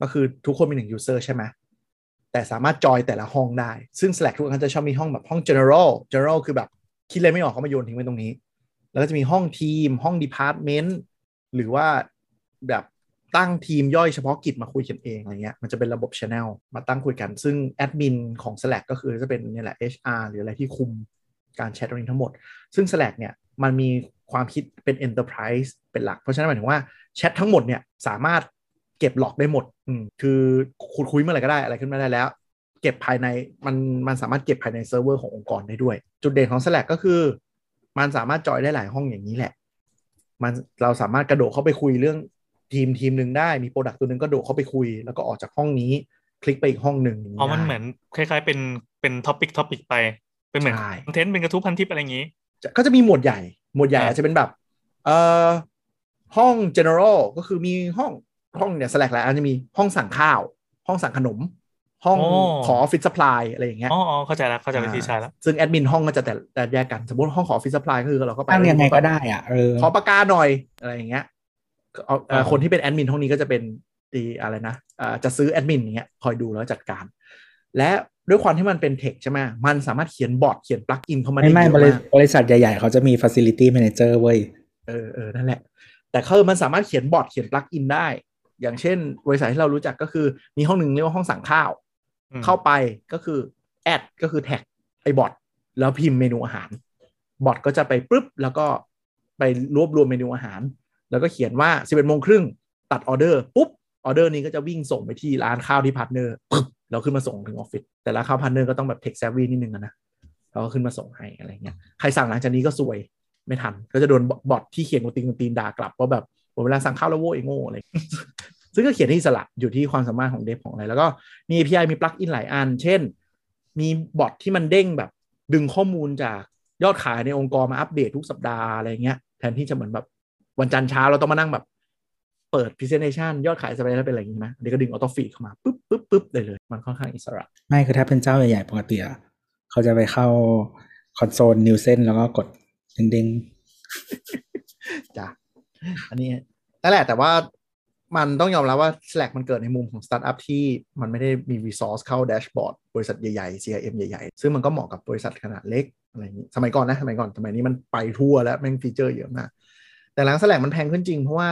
S3: ก็คือทุกคนมีหนึ่ง user ใช่ไหม แต่สามารถจอยแต่ละห้องได้ ซึ่ง Slack ทุกครั้งจะชอบมีห้องแบบห้อง general general คือแบบ คิดอะไรไม่ออกเขามาโยนทิ้งไว้ตรงนี้ แล้วก็จะมีห้องทีม ห้อง department หรือว่าแบบตั้งทีมย่อยเฉพาะกิจมาคุยกันเองอะไรเงี้ย มันจะเป็นระบบ channel มาตั้งคุยกัน ซึ่งแอดมินของ Slack ก็คือจะเป็นเนี่ยแหละ HR หรืออะไรที่คุมการแชทตรงนี้ทั้งหมด ซึ่ง Slack เนี่ยมันมีความคิดเป็น enterprise เป็นหลัก เพราะฉะนั้นหมายถึงว่าแชททั้งหมดเนี่ยสามารถเก็บหลอกได้หมดอืมคือคุยคุยเมื่อไหร่ก็ได้อะไรขึ้นมาได้แล้ว เก็บภายในมันมันสามารถเก็บภายในเซิร์ฟเวอร์ขององค์กรได้ด้วย จุดเด่นของ Slack ก็คือ มันสามารถจอยได้หลายห้องอย่างนี้แหละ มันเราสามารถกระโดดเข้าไปคุยเรื่องทีมทีมหนึ่งได้มีโปรดักต์ตัวหนึ่งกระโดดเข้าไปคุย แล้วก็ออกจากห้องนี้ คลิกไปอีกห้องหนึ่งย่าง
S1: เพราะมัน
S3: ได้
S1: เหมือนคล้ายๆเป็นเป็นท็อปิกท็อปิกไป เป็นเหมือน
S3: ใช่
S1: คอนเทนต์เป็นกระทู้พันทิปอะไรอย่างนี้
S3: จะก็จะมีหมวดใหญ่ หมวดใหญ่
S1: ครับ
S3: อาจจะเป็นแบบ เอ่อ ห้อง general ก็คือมีห้องห้องเนี่ย slack แล้วอาจจะมีห้องสั่งข้าว ห้องสั่งขนม ห้องขอฟิตสปายอะไรอย่างเงี้ย
S1: อ๋ออ๋อเข้าใจแล้วเข้าใจวิธีใช้แล้ว
S3: ซึ่งแอดมินห้องก็จะแต่แต่แยกกัน สมมติห้องขอฟิส s u p p ลายก็คือเราก็ไป
S2: ตั้งยังไงก็ได้อ่ะเออ
S3: ขอปากกาหน่อย อะไรอย่างเงี้ยเอาเอ่อคนที่เป็นแอดมินห้องนี้ก็จะเป็นตีอะไรนะอ่าจะซื้อแอดมินอย่างเงี้ยคอยดูแล้วจัดการ และด้วยความที่มันเป็นเทคใช่ไหมมันสามารถเขียนบอร์ดเขียนปลั๊กอินเข้ามาได้
S2: ไม่ไม่บ
S3: เยอะ
S2: ริ
S3: มาก
S2: บริษัทใหญ่ ๆ เขาจะมี facility manager เว้ย
S3: เออเออนั่นแหละ แต่คือมันสามารถเขียนบอร์ดเขียนปลั๊กอินได้ อย่างเช่น บริษัทที่เรารู้จักก็คือมีห้องหนึ่งเรียกว่าห้องสั่งข้าว
S1: อืม
S3: เข้าไปก็คือแอดก็คือแท็กไอ้บอทแล้วพิมพ์เมนูอาหาร บอทก็จะไปปุ๊บแล้วก็ไปรวบรวมเมนูอาหาร แล้วก็เขียนว่า 11โมงครึ่งตัดออเดอร์ปุ๊บออเดอร์นี้ก็จะวิ่งส่งไปที่ร้านข้าวที่พาร์ทเนอร์ปึ๊บแล้วขึ้นมาส่งถึงออฟฟิศแต่ร้านข้าวพาร์ทเนอร์ก็ต้องแบบเทคแซวีนิดนึงอะนะเขาก็ขึ้นมาส่งให้อะไรเงี้ยใครสั่งหลังจากนี้ก็ซวยไม่ทัน ก็จะโดนบอทที่เขียนกวนตีนกวนตีนด่ากลับว่าแบบหมดเวลาสั่งข้าวแล้วโว้ยไอ้โง่อะไร ซึ่งก็เขียนที่อิสระอยู่ที่ความสามารถของเดฟของอะไร แล้วก็มี API มีปลั๊กอินหลายอัน เช่น มีบอทที่มันเด้งแบบดึงข้อมูลจากยอดขายในองค์กรมาอัปเดตทุกสัปดาห์อะไรเงี้ย แทนที่จะเหมือนแบบวันจันทร์เช้าเราต้องมานั่งแบบ เปิด presentation ยอดขายสัปดาห์แล้วเป็นอะไรอย่างนี้นะอันนี้ก็ดึงออโต้ฟีดเข้ามาปุ๊บปุ๊บปุ๊บเลยเลย มันค่อนข้างอิสระ
S2: ไม่คือถ้าเป็นเจ้าใหญ่ๆปกติอะเขาจะไปเข้าคอนโซลนิวเซนแล้วก็กดเด้ง
S3: [LAUGHS] จ้ะอันนี้นั่นแหละแต่ว่ามันต้องยอมรับว่า Slack มันเกิดในมุมของสตาร์ทอัพที่มันไม่ได้มี resource เข้าแดชบอร์ดบริษัทใหญ่ๆ CRM ใหญ่ๆ ซึ่งมันก็เหมาะกับบริษัทขนาดเล็กอะไรอย่างนี้สมัยก่อนนะ สมัยก่อนสมัยนี้มันไปทั่วแล้ว แม่งฟีเจอร์เยอะมาก แต่หลัง Slack มันแพงขึ้นจริง เพราะว่า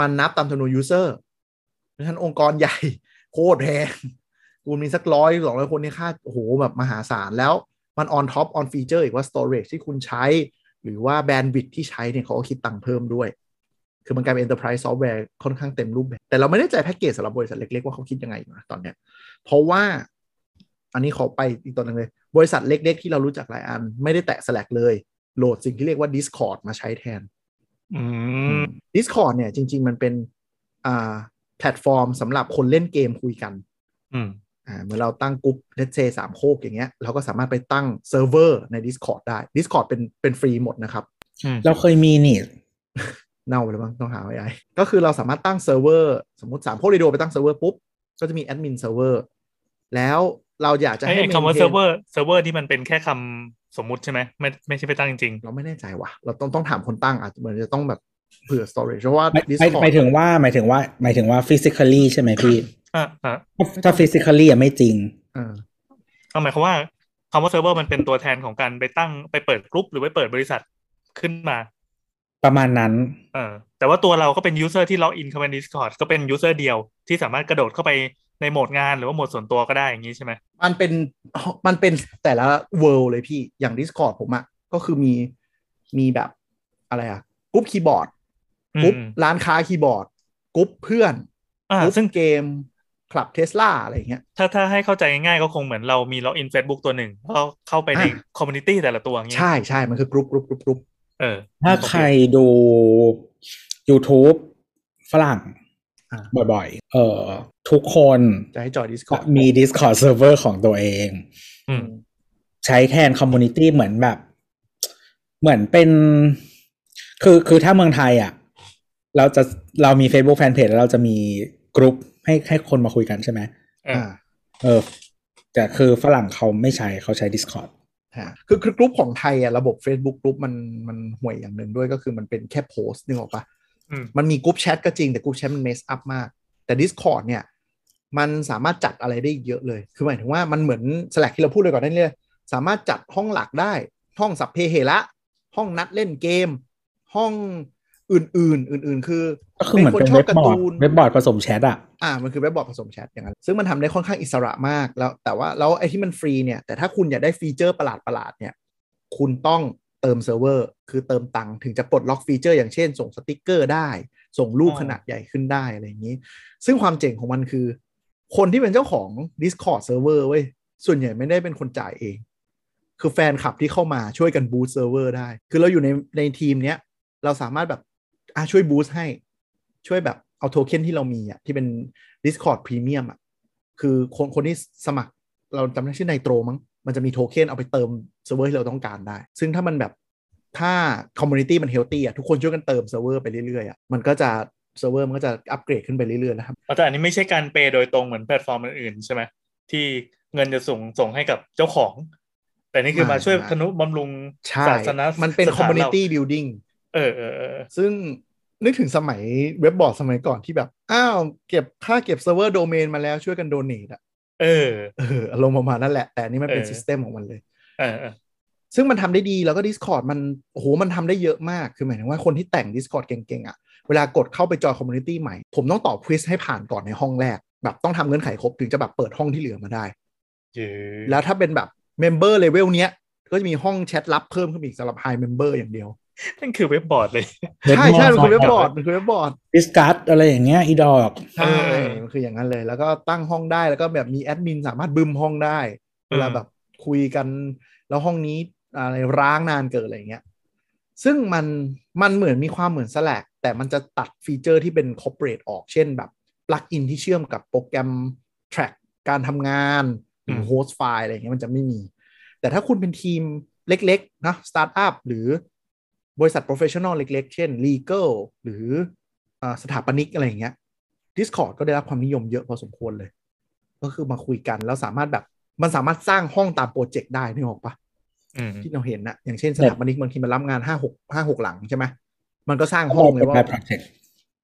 S3: มันนับตามจำนวน user เพราะฉะนั้นองค์กรใหญ่ โคตรแพงกูมีสักร้อยสองร้อยคนนี่ค่าโอ้โหแบบมหาศาลแล้วมัน on top on feature อีกว่า storage ที่คุณใช้ หรือว่าแบนด์วิดที่ใช้เนี่ยเขาก็คิดตังค์เพิ่มด้วย คือมันกลายเป็น enterprise software ค่อนข้างเต็มรูปแบบ แต่เราไม่แน่ใจแพ็กเกจสำหรับบริษัทเล็ก ๆ ว่าเขาคิดยังไงอยู่นะตอนเนี้ย เพราะว่า อันนี้ขอไปอีกตอนหนึงเลย บริษัทเล็ก ๆ ที่เรารู้จักหลายอัน ไม่ได้แตะ Slack เลย โหลดสิ่งที่เรียกว่า Discord มาใช้แทน
S1: อืม
S3: Discord เนี่ยจริง ๆ มันเป็นอ่าแพลตฟอร์มสำหรับคนเล่นเกมคุยกัน
S1: อืม
S3: อ่าเหมื่อนเราตั้งกลุ่มเลตเซสามโคกอย่างเงี้ยเราก็สามารถไปตั้งเซิร์ฟเวอร์ใน Discord ได้ Discord เป็นเป็นฟรีหมดนะครับ
S1: อืม
S2: ๆ เราเคยมีนี่
S3: เน่าไปแล้วมั้งต้องหาไว้ไอ้ก็คือเราสามารถตั้งเซิร์ฟเวอร์สมมติ3ามพวกเรดิโอไปตั้งเซิร์ฟเวอร์ปุ๊บ ก็จะมีแอดมินเซิร์ฟเวอร์แล้วเราอยากจะ
S1: ไอ้
S3: ให้
S1: ไอ้คำว่า
S3: maintain
S1: เซิร์ฟเวอร์เซิร์ฟเวอร์ที่มันเป็นแค่คำสมมุติใช่ไหมไม่ไม่ใช่ไปตั้งจริง
S3: เราไม่แน่ใจว่ะ เราต้องต้องถามคนตั้งอาจจะเหมือนจะต้องแบบเผื่อ storage เพราะว่า
S2: หมายหมาย
S3: Discord
S2: หมายถึงว่าหมายถึงว่าหมายถึงว่า physically ใช่ไหมพี่
S1: ๆอ่ะอ่ะ
S2: ถ้า physically อ่ะไม่จริง
S3: อ่า
S1: เอาหมายความว่าคำว่าเซิร์ฟเวอร์มันเป็นตัวแทนของการไปตั้งไปเปิดกลุ่มหรือไปเปิดบริษัทขึ้นมา
S2: ประมาณนั้น
S1: เออแต่ว่าตัวเราก็เป็นยูเซอร์ที่ล็อกอินเข้าไปใน Discord ก็เป็นยูเซอร์เดียวที่สามารถกระโดดเข้าไปในโหมดงานหรือว่าโหมดส่วนตัวก็ได้อย่างนี้ใช่ไหม
S3: มันเป็น [LAUGHS] มันเป็นแต่ละ world เลยพี่อย่าง Discord ผมอะก็คือมีมีแบบอะไรอะกรุ๊ปคีย์บอร์ด
S1: อื
S3: กรุ๊ป
S1: ม
S3: ร้านค้าคีย์บอร์ดกรุ๊ปเพื่อน
S1: อ่าก
S3: รุ๊ป
S1: ซึ่ง
S3: เกมคลับเทสลาอะไรอย่างเงี้ย
S1: ถ้าถ้าให้เข้าใจง่ายๆก็คงเหมือนเรามีล็อกอิน Facebook ตัวหนึ่งแล้วก็เข้าไปใน
S3: อ่ะ
S1: คอมมูนิตี้แต่ละตัวอย่างนี้
S3: ใช่ใช่มันคือกรุ๊ปกรุ๊ปกรุ๊ปกรุ๊ป
S1: เออ
S2: ถ้าใครดู YouTube ฝรั่ง
S3: อ่า
S2: บ่อยๆ เอ่อทุกคน
S3: จะให้จอย
S2: จะ
S3: Discord
S2: มี Discord Server ของตัวเอง
S1: อืม
S2: ใช้แทนคอมมูนิตี้เหมือนแบบ เหมือนเป็น คือคือถ้าเมืองไทยอ่ะ เราจะเรามี Facebook Fanpage แล้วเราจะมีกรุ๊ปให้ให้คนมาคุยกันใช่ไหม
S1: เออ
S3: อ่า
S2: เออ แต่คือฝรั่งเขาไม่ใช้เขาใช้ Discord
S3: ฮะคือคือกรุ๊ปของไทยอะระบบ Facebook กรุ๊ปมันมันห่วยอย่างหนึ่งด้วยก็คือมันเป็นแค่โพสต์นึกออกปะ
S1: อืม
S3: มันมีกรุ๊ปแชทก็จริงแต่กรุ๊ปแชทมันเมสอัพมาก แต่ Discord เนี่ย มันสามารถจัดอะไรได้เยอะเลย คือหมายถึงว่ามันเหมือน Slack ที่เราพูดเลยก่อนหนั่นเลยสามารถจัดห้องหลักได้ ห้องสับเพเหระห้องนัดเล่นเกม ห้องอื่น ๆ อื่น ๆ คือ
S2: ก็คือเหมือนเป็นเว็บบอร์ดเว็บบอร์ดผสมแชทอ่ะ
S3: อ่ามันคือเว็บบอร์ดผสมแชทอย่างนั้นซึ่งมันทำได้ค่อนข้างอิสระมากแล้ว แต่ว่าแล้วไอ้ที่มันฟรีเนี่ยแต่ถ้าคุณอยากได้ฟีเจอร์ประหลาดประหลาดๆเนี่ย คุณต้องเติมเซิร์ฟเวอร์ คือเติมตังค์ถึงจะปลดล็อกฟีเจอร์อย่างเช่น ส่งสติกเกอร์ได้ ส่งรูปขนาดใหญ่ขึ้นได้อะไรอย่างนี้ ซึ่งความเจ๋งของมันคือ คนที่เป็นเจ้าของ Discord Server เว้ย ส่วนใหญ่ไม่ได้เป็นคนจ่ายเอง คือแฟนคลับที่เข้ามาช่วยกันบูสต์เซิร์ฟเวอร์ได้ คือเราอยู่ในในทีมเนี้ย เราสามารถแบบอ่ะช่วยบูสต์ให้ ช่วยแบบเอาโทเค็นที่เรามีอ่ะที่เป็น Discord Premium อ่ะ คือคนคนที่สมัคร เราจำได้ชื่อไนโตรมั้ง มันจะมีโทเค็นเอาไปเติมเซิร์ฟเวอร์ที่เราต้องการได้ ซึ่งถ้ามันแบบถ้าคอมมูนิตี้มันเฮลตี้อ่ะทุกคนช่วยกันเติมเซิร์ฟเวอร์ไปเรื่อยๆอ่ะมันก็จะเซิร์ฟเวอร์มันก็จะอัปเกรดขึ้นไปเรื่อยๆนะครับ
S1: แต่อันนี้ไม่ใช่การเปย์โดยตรงเหมือนแพลตฟอร์มอื่นๆใช่ไหมที่เงินจะส่งส่งให้กับเจ้าของ แต่นี่คือมาช่วย
S3: ไม่
S1: ทนุบำรุง
S3: ใช่
S1: ศาสนา
S3: มันเป็น
S1: ส
S3: คอ
S1: ถา
S3: มมูนิ
S1: รา
S3: ตี้บิลดิ่ง
S1: เออเออเออ
S3: ซึ่งนึกถึงสมัยเว็บบอร์ดสมัยก่อนที่แบบ อ้าว เก็บค่าเก็บเซิร์ฟเวอร์โดเมนมาแล้วช่วยกันโดเนทอะ
S1: เออ
S3: เอออารมณ์ประมาณนั้นแหละ แต่อันนี่มันเป็น
S1: เออ
S3: ซิสเต็มของมันเลย
S1: เออเออ
S3: ซึ่งมันทำได้ดีแล้วก็ Discord มันโอ้โหมันทำได้เยอะมาก คือหมายถึงว่าคนที่แต่ง Discord เก่งๆอะเวลากดเข้าไปจอยคอมมูนิตี้ใหม่ ผมต้องตอบควิสให้ผ่านก่อนในห้องแรก แบบต้องทำเงื่อนไขครบถึงจะแบบเปิดห้องที่เหลือมาได้
S1: เย
S3: แล้
S1: ้
S3: วถ้าเป็นแบบเมมเบอร์เลเวลเนี้ยก็จะมีห้องแชทลับเพิ่มขึ้นมาอีกสำหรับไฮเมมเบอร์อย่างเดียว
S1: นั่นคือเว็บบอร์ดเลย
S2: Red
S3: ใช่ใช่มันคื
S2: Mall
S3: อเว็บบอร์ดมันคือเว็บบอร์ด
S2: ดิสคัสอะไรอย่างเงี้ยอีดอก
S3: ใช่
S1: เออ
S3: มันคืออย่างนั้นเลย แล้วก็ตั้งห้องได้ แล้วก็แบบมีแอดมินสามารถบึมห้องได้ เวลา
S1: อืม
S3: แบบคุยกัน แล้วห้องนี้อะไรร้างนานเกิดอะไรอย่างเงี้ย ซึ่งมัน มันเหมือนมีความเหมือน Slack แต่มันจะตัดฟีเจอร์ที่เป็น corporate ออก เช่นแบบปลั๊กอินที่เชื่อมกับโปรแกรม track การทำงานหรือ host file อะไรอย่างเงี้ยมันจะไม่มี แต่ถ้าคุณเป็นทีมเล็กๆนะ startup หรือบริษัท professional เล็ก ๆ เช่น legal หรืออ่าสถาปนิกอะไรอย่างเงี้ย Discord ก็ได้รับความนิยมเยอะพอสมควรเลย ก็คือมาคุยกันแล้วสามารถแบบมันสามารถสร้างห้องตามโปรเจกต์ได้นึกออกปะ
S1: อืม
S3: ที่เราเห็นนะอย่างเช่นส
S2: แบบ
S3: ถาปนิกบางทีมันรับงานห้าหกห้าหกหลังใช่ไหมมันก็สร้างห้
S2: ห้
S3: อ
S2: องง
S3: เล
S2: เป็
S3: ย
S2: น
S3: ว่า
S2: แบ project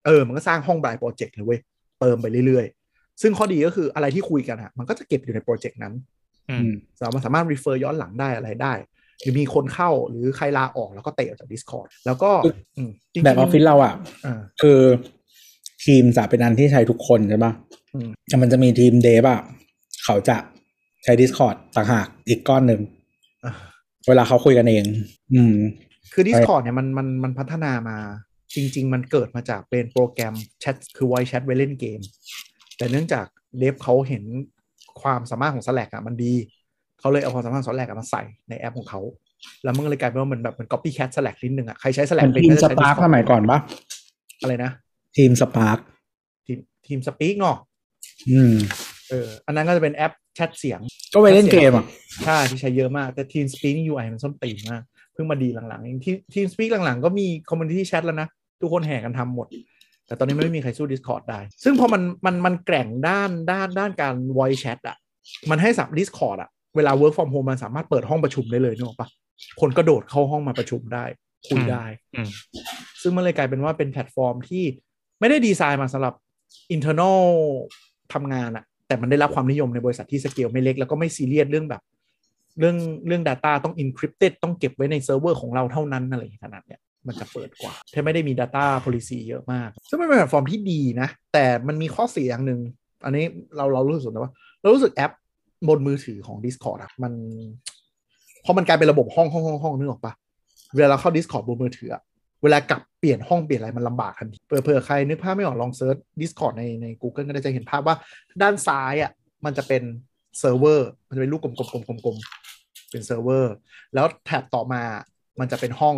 S3: เออ มันก็สร้างห้องบายโปรเจกต์เลยเว้ย เติมไปเรื่อยๆ ซึ่งข้อดีก็คืออะไรที่คุยกันอะมันก็จะเก็บอยู่ในโปรเจกต์นั้น
S1: อื
S2: อื
S1: ม
S2: ม
S3: สามารถสามารถ refer ย้อนหลังได้อะไรได้ หรือมีคนเข้าหรือใครลาออกแล้วก็เตะออกจาก Discord แล้วก็อืมจริงๆ
S2: แบบออฟฟิศเราอ่ะ
S3: อ่า
S2: คือทีมจะเป็นอันที่ใช้ทุกคนใช่ปะ
S3: อืม
S2: แต่มันจะมีทีมเดฟอ่ะ เขาจะใช้ Discord ต่างหากอีกก้อนหนึ่ง
S3: อ่า
S2: เวลาเขาคุยกันเอง อืม
S3: คือ Discord เนี่ยมันมันมันพัฒนามาจริง ๆ มันเกิดมาจากเป็นโปรแกรมแชทคือไว้แชทไว้เล่นเกม แต่เนื่องจากเดฟเขาเห็นความสามารถของ Slack อ่ะมันดี เขาเลยเอาความสามารถของ Slack อะมาใส่ในแอปของเขา แล้วมันก็เลยกลายเป็นว่ามันแบบมัน copycat Slack นิดนึงอ่ะใครใช้
S2: เป็
S3: Slack
S2: น
S3: เป็น
S2: ทีม
S3: ก็
S2: ส
S3: จะ
S2: ปา
S3: ใช้
S2: ร์
S3: Discord
S2: สมัยก่อนปะ
S3: อะไรนะ
S2: ทีมสปาร์
S3: ทีมทีมสปีกเนาะ
S2: อืม
S3: เอออันนั้นก็จะเป็นแอปแชทเสียง
S2: ก็ไปเล่นเกมอ่ะ
S3: ใช่ที่ใช้เยอะมาก แต่ Team Speak นี่ UI มันส้นตีนมาก เพิ่งมาดีหลังๆเองที่ Team Speak หลังๆ ก็มี Community Chat แล้วนะ ทุกคนแห่กันทำหมด แต่ตอนนี้มันไม่มีใครสู้ Discord ได้ ซึ่งพอมันมันมันแกร่งด้านด้านด้านการ voice chat อะมันให้สับ Discord อะเวลา work from home มันสามารถเปิดห้องประชุมได้เลยนึกออกปะคนกระโดดเข้าห้องมาประชุมได้ คุยได้
S1: อืม
S3: ซึ่งมันเลยกลายเป็นว่าเป็นแพลตฟอร์มที่ไม่ได้ดีไซน์มาสำหรับ internal ทำงานอะแต่มันได้รับความนิยมในบริษัทที่สเกลไม่เล็ก แล้วก็ไม่ซีเรียสเรื่องแบบ เรื่องเรื่อง Data ต้อง encrypted ต้องเก็บไว้ในเซิร์ฟเวอร์ของเราเท่านั้นอะไรอย่างเงี้ยขนาดเนี้ยมันจะเปิดกว่าถ้าไม่ได้มี Data Policy เยอะมาก ซึ่งมันเป็นแพลตฟอร์มที่ดีนะ แต่มันมีข้อเสียอย่างหนึ่ง อันนี้เราเรารู้สึกนะว่า เรารู้สึกแอปบนมือถือของ Discord อะมันเพราะมันกลายเป็นระบบห้องห้องห้องห้องนึกออกปะเวลาเราเข้า Discord บนมือถืออะเวลากลับเปลี่ยนห้องเปลี่ยนอะไรมันลำบากทันทีเผื่อเผื่อใครนึกภาพไม่ออกลองเซิร์ช Discord ในใน Google ก็ได้จะเห็นภาพว่าด้านซ้ายอะมันจะเป็นเซิร์ฟเวอร์มันจะเป็นลูกกลมๆกลมๆเป็นเซิร์ฟเวอร์ แล้วแท็บต่อมา มันจะเป็นห้อง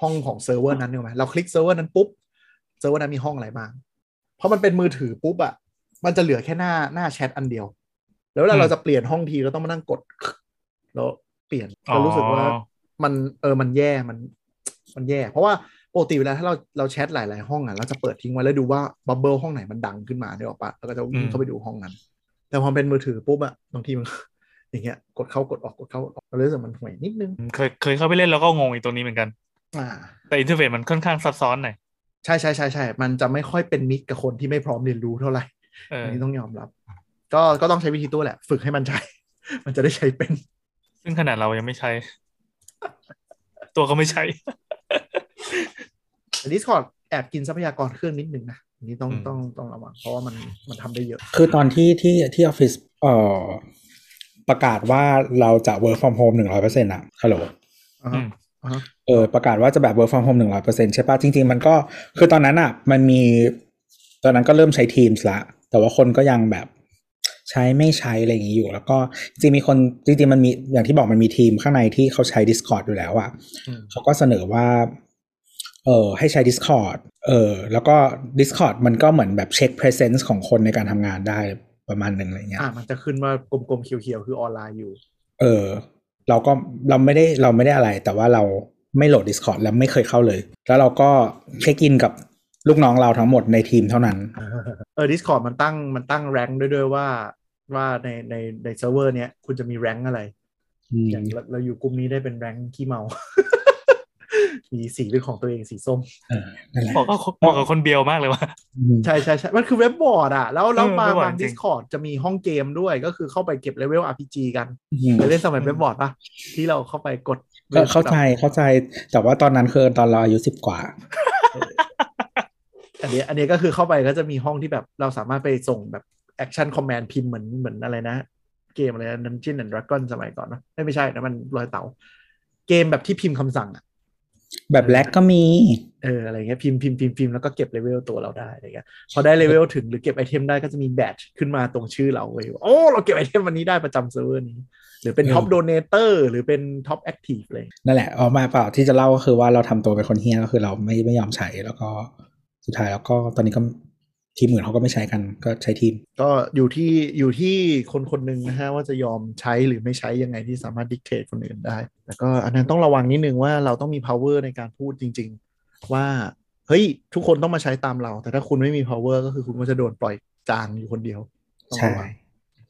S3: ห้องของเซิร์ฟเวอร์นั้นถูกไหมเราคลิกเซิร์ฟเวอร์นั้นปุ๊บ เซิร์ฟเวอร์นั้นมีห้องอะไรบ้าง เพราะมันเป็นมือถือปุ๊บอะมันจะเหลือแค่หน้าหน้าแชทอันเดียว แล้วเวลา
S1: อืม
S3: เราจะเปลี่ยนห้องทีเราต้องมานั่งกด แล้วเปลี่ยนเรารู้สึกว่า
S1: อ๋อ
S3: มันเออมันแย่มัน มันแย่ เพราะว่าปกติเวลาถ้าเราเราแชทหลาย ๆ ห้องอะเราจะเปิดทิ้งไว้แล้วดูว่าบับเบิลห้องไหนมันดังขึ้นมาเนี่ยหรอกปะแล้วก็จะวิ่งเข้าไปดูห้องนั้น แต่พอเป็นมือถือปุ๊บอะบางทีมัน [LAUGHS] อย่างเงี้ยกดเข้ากดออกกดเข้ากดออกเรารู้สึกมันห่วยนิดนึง
S1: เคยเคยเข้าไปเล่นแล้วก็งงอีกตัวนี้เหมือนกัน
S3: อ่า
S1: แต่อินเทอร์เฟซมันค่อนข้างซับซ้อนหน่อย
S3: ใช่ใช่ใช่ใช่ มันจะไม่ค่อยเป็นมิตรกับคนที่ไม่พร้อมเรียนรู้เท่าไหร่
S1: เออ
S3: อั
S1: อน
S3: นี้ต้องยอมรับ ก็ก็ต้องใช้วิธีตัวแหละ ฝึกให้มันใช้ [LAUGHS] มันจะได้ใช้เป็น
S1: ซึ่งขนาดเรายังไม่ใช้ ตัวก็ไม่ใช้
S3: Discord แอบกินทรัพยากรเครื่องนิดนึงนะอันนี้ต้อง
S1: อืม
S3: ต้องต้องระวังเพราะว่ามันมันทำได้เยอะ
S2: คือตอนที่ที่ที่ออฟฟิศเอ่อประกาศว่าเราจะ work from home หนึ่งร้อยเปอร์เซ็นต์อะฮัลโหล
S3: อ่า
S1: อื
S3: ฮะ
S1: ม
S3: อ่าฮะ
S2: เออประกาศว่าจะแบบ work from home หนึ่งร้อยเปอร์เซ็นต์ใช่ปะจริง ๆ มันก็คือตอนนั้นอ่ะ มันมี ตอนนั้นก็เริ่มใช้ Teams ละ แต่ว่าคนก็ยังแบบใช้ไม่ใช้อะไรอย่างนี้อยู่ แล้วก็จริงๆมีคนจริงๆมันมีอย่างที่บอกมันมีทีมข้างในที่เขาใช้ Discord อยู่แล้วอ่ะ
S3: อืม
S2: เขาก็เสนอว่า เออให้ใช้ Discord เออแล้วก็ Discord มันก็เหมือนแบบเช็ค presence ของคนในการทำงานได้ประมาณหนึ่งอะไรเงี้ย
S3: อ่า มันจะขึ้นว่ากลมๆเขียวๆ คือออนไลน์อยู่
S2: เออเราก็เราไม่ได้เราไม่ได้อะไร แต่ว่าเราไม่โหลด Discord แล้วไม่เคยเข้าเลย แล้วเราก็เช็คอินกับลูกน้องเราทั้งหมดในทีมเท่านั้น
S3: เออ Discord มันตั้งมันตั้งแรงค์ด้วยด้วยว่าว่าในในในเซิร์ฟเวอร์เนี้ยคุณจะมีแรงค์อะไร อย่างเราเราอยู่กลุ่มนี้ได้เป็นแรงค์
S2: [LAUGHS]
S3: ขี้เมา มีสีเป็นของตัวเองสีส้ม
S2: นั่นแหละ
S1: บอกก็บอกกับคนเบียวมากเลยว่า
S2: อืม
S3: ใช่ใช่ใช่มันคือเว็บบอร์ดอ่ะ แล้วแล้
S1: เออบ
S3: วา
S1: เว็
S3: ง
S1: บบอร์ด
S3: บาง
S1: จริ
S3: ดิ
S1: ง
S3: สคอร์ดจะมีห้องเกมด้วย ก็คือเข้าไปเก็บเลเวล RPG กัน
S2: อืม
S3: เคยเล่นสมัยเว็บบอร์ดป่ะ ที่เราเข้าไปกด
S2: ก็เข้าใจเข้าใจแต่ว่าตอนนั้นคือตอนเราอายุสิบกว่า
S3: อันเนี้ยอันเนี้ยก็คือเข้าไปก็จะมีห้องที่แบบเราสามารถไปส่งแบบแอคชั่นคอมแมนพิมพ์เหมือนเหมือนอะไรนะ เกมอะไรน้ำจิ้นแอนดรักกอนสมัยก่อนนะไม่ไม่ใช่นะมันรอยเต๋าเกมแบบที่พิมพ์คำสั่งอ่ะ
S2: แบบแลกก็มี
S3: เอออะไรเงี้ยพิมพ์พิมพ์พิมพ์พิมพ์แล้วก็เก็บเลเวลตัวเราได้อะไรเงี้ยพอ [LAUGHS] ได้เลเวลถึงหรือเก็บไอเทมได้ก็จะมีแบตขึ้นมาตรงชื่อเราเว้ยว่าโอ้เราเก็บไอเทมวันนี้ได้ประจำเซิร์ฟเวอร์นี้ หรือเป็น
S2: เออ
S3: ท็อปโดเนเตอร์หรือเป็นท็อปแอคทีฟเลย
S2: นั่นแหละออกมาเปล่าที่จะเล่าก็คือว่าเราทำตัวเป็นคนเฮี้ยก็คือเราไม่ไม่ยอมใช้แล้วก็สุดท้ายแล้วก็ตอนนี้ก็ทีมอื่นเขาก็ไม่ใช้กันก็ใช้ทีม
S3: ก็อยู่ที่อยู่ที่คนคนหนึ่งนะฮะว่าจะยอมใช้หรือไม่ใช้ยังไงที่สามารถดิกเทตคนอื่นได้ แต่ก็อันนั้นต้องระวังนิดนึงว่าเราต้องมี power ในการพูดจริง ๆ ว่าเฮ้ยทุกคนต้องมาใช้ตามเรา แต่ถ้าคุณไม่มี power ก็คือคุณก็จะโดนปล่อยจางอยู่คนเดียวต้อง
S2: ใช่
S3: ระวัง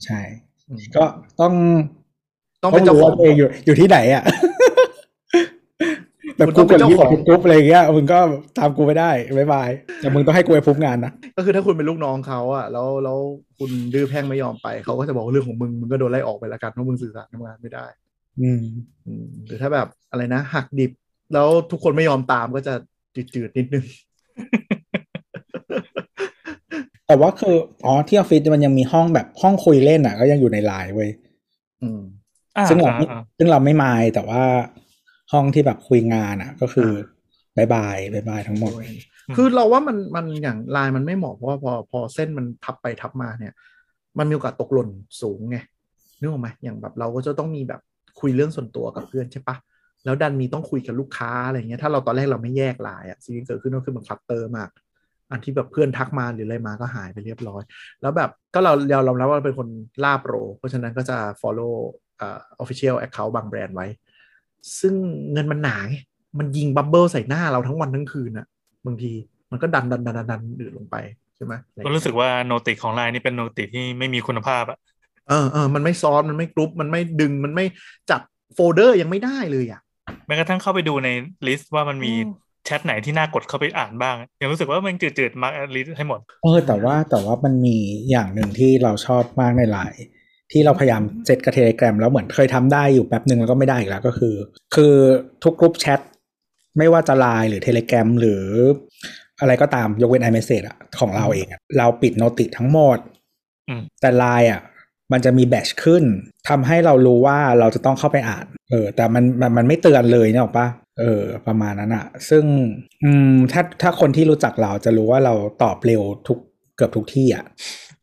S2: ใช่
S3: อืม
S2: ก็ต้อง
S3: ต้องเป็นเจ้าของ
S2: รู้ว่ตัวเองอยู่อยู่ที่ไหน
S3: [LAUGHS]
S2: อ่ะ แบบ
S3: คุณต้
S2: กู
S3: อง
S2: ก
S3: เป็
S2: ด
S3: นเจ้า
S2: ที่
S3: ของ
S2: กรุ๊ปอะไรอย่างเงี้ยมึงก็ตามกูไม่ได้บ๊ายบายแต่มึงต้องให้กูไปพุบงานนะ
S3: ก็คือถ้าคุณเป็นลูกน้องเขาอะแล้วแล้วคุณดื้อแพ่งไม่ยอมไป เขาก็จะบอกว่าเรื่องของมึง มึงก็โดนไล่ออกไปละกันเพราะมึงสื่อสารทำงานไม่ได้
S2: อืม
S3: อืมหรือถ้าแบบอะไรนะ หักดิบ แล้วทุกคนไม่ยอมตามก็จะจืดๆนิดนึง
S2: แต่ว่าคืออ๋อที่ออฟฟิศมันยังมีห้องแบบห้องคุยเล่นอ่ะ ก็ยังอยู่ในไลน์เว้ย
S3: อืม
S1: อ่า
S2: ซึ่งเรา
S1: อ่า
S2: ไม่
S1: อ่า
S2: ซึ่งเราไม่มายแต่ว่าห้องที่แบบคุยงานอ่ะ ก็คือบายบายบายบายทั้งหมด
S3: คือเราว่ามันมันอย่างลายมันไม่เหมาะเพราะว่าพอพอเส้นมันทับไปทับมาเนี่ย มันมีโอกาสตกหล่นสูงไงนึกออกไหมอย่างแบบเราก็จะต้องมีแบบคุยเรื่องส่วนตัวกับเพื่อนใช่ปะแล้วดันมีต้องคุยกับลูกค้าอะไรเงี้ยถ้าเราตอนแรกเราไม่แยกลายอะสิ่งที่เกิดขึ้นก็คือมันคลัสเตอร์มาก อันที่แบบเพื่อนทักมาหรืออะไรมาก็หายไปเรียบร้อย แล้วแบบก็เราเรายอมรับว่าเราเป็นคนล่าโปร เพราะฉะนั้นก็จะ follow อ่า official account บางแบรนด์ไว้ ซึ่งเงินมันหนาไงมันยิงบับเบิลใส่หน้าเราทั้งวันทั้งคืนอะ บางทีมันก็ดันดันดันดันดันอื่นลงไปใช่ไหม
S1: ก็รู้สึกว่าโนติของไลน์นี่เป็นโนติที่ไม่มีคุณภาพอะ
S3: เออเออมันไม่ซ้อนมันไม่กรุ๊ปมันไม่ดึงมันไม่จัดโฟลเดอร์ยังไม่ได้เลยอ่ะ
S1: แม้กระทั่งเข้าไปดูในลิสต์ว่ามันมี
S3: อื
S1: แชทไหนที่น่ากดเข้าไปอ่านบ้างยังรู้สึกว่ามันจืดๆมาร์กลิสต์ให้หมด
S2: เออแต่ว่าแต่ว่ามันมีอย่างหนึ่งที่เราชอบมากในไลน์ที่เราพยายามเซตกับเทเลกรมแล้วเหมือนเคยทำได้อยู่แป๊บหนึ่งแล้วก็ไม่ได้อีกแล้วก็คือ คือทุกกรุ๊ปแชทไม่ว่าจะไลน์หรือเทเลกรมหรืออะไรก็ตามยกเว้น iMessage อะของเราเองอะเราปิดโนติทั้งหมด
S1: อืม
S2: แต่ไลน์อะมันจะมีแบชขึ้นทำให้เรารู้ว่าเราจะต้องเข้าไปอ่าน เออ แต่มันมันมันไม่เตือนเลยเนี่ยหรอกปะเออ ประมาณนั้นอะซึ่ง อืมถ้าถ้าคนที่รู้จักเราจะรู้ว่าเราตอบเร็วทุกเกือบทุกที่อ่ะ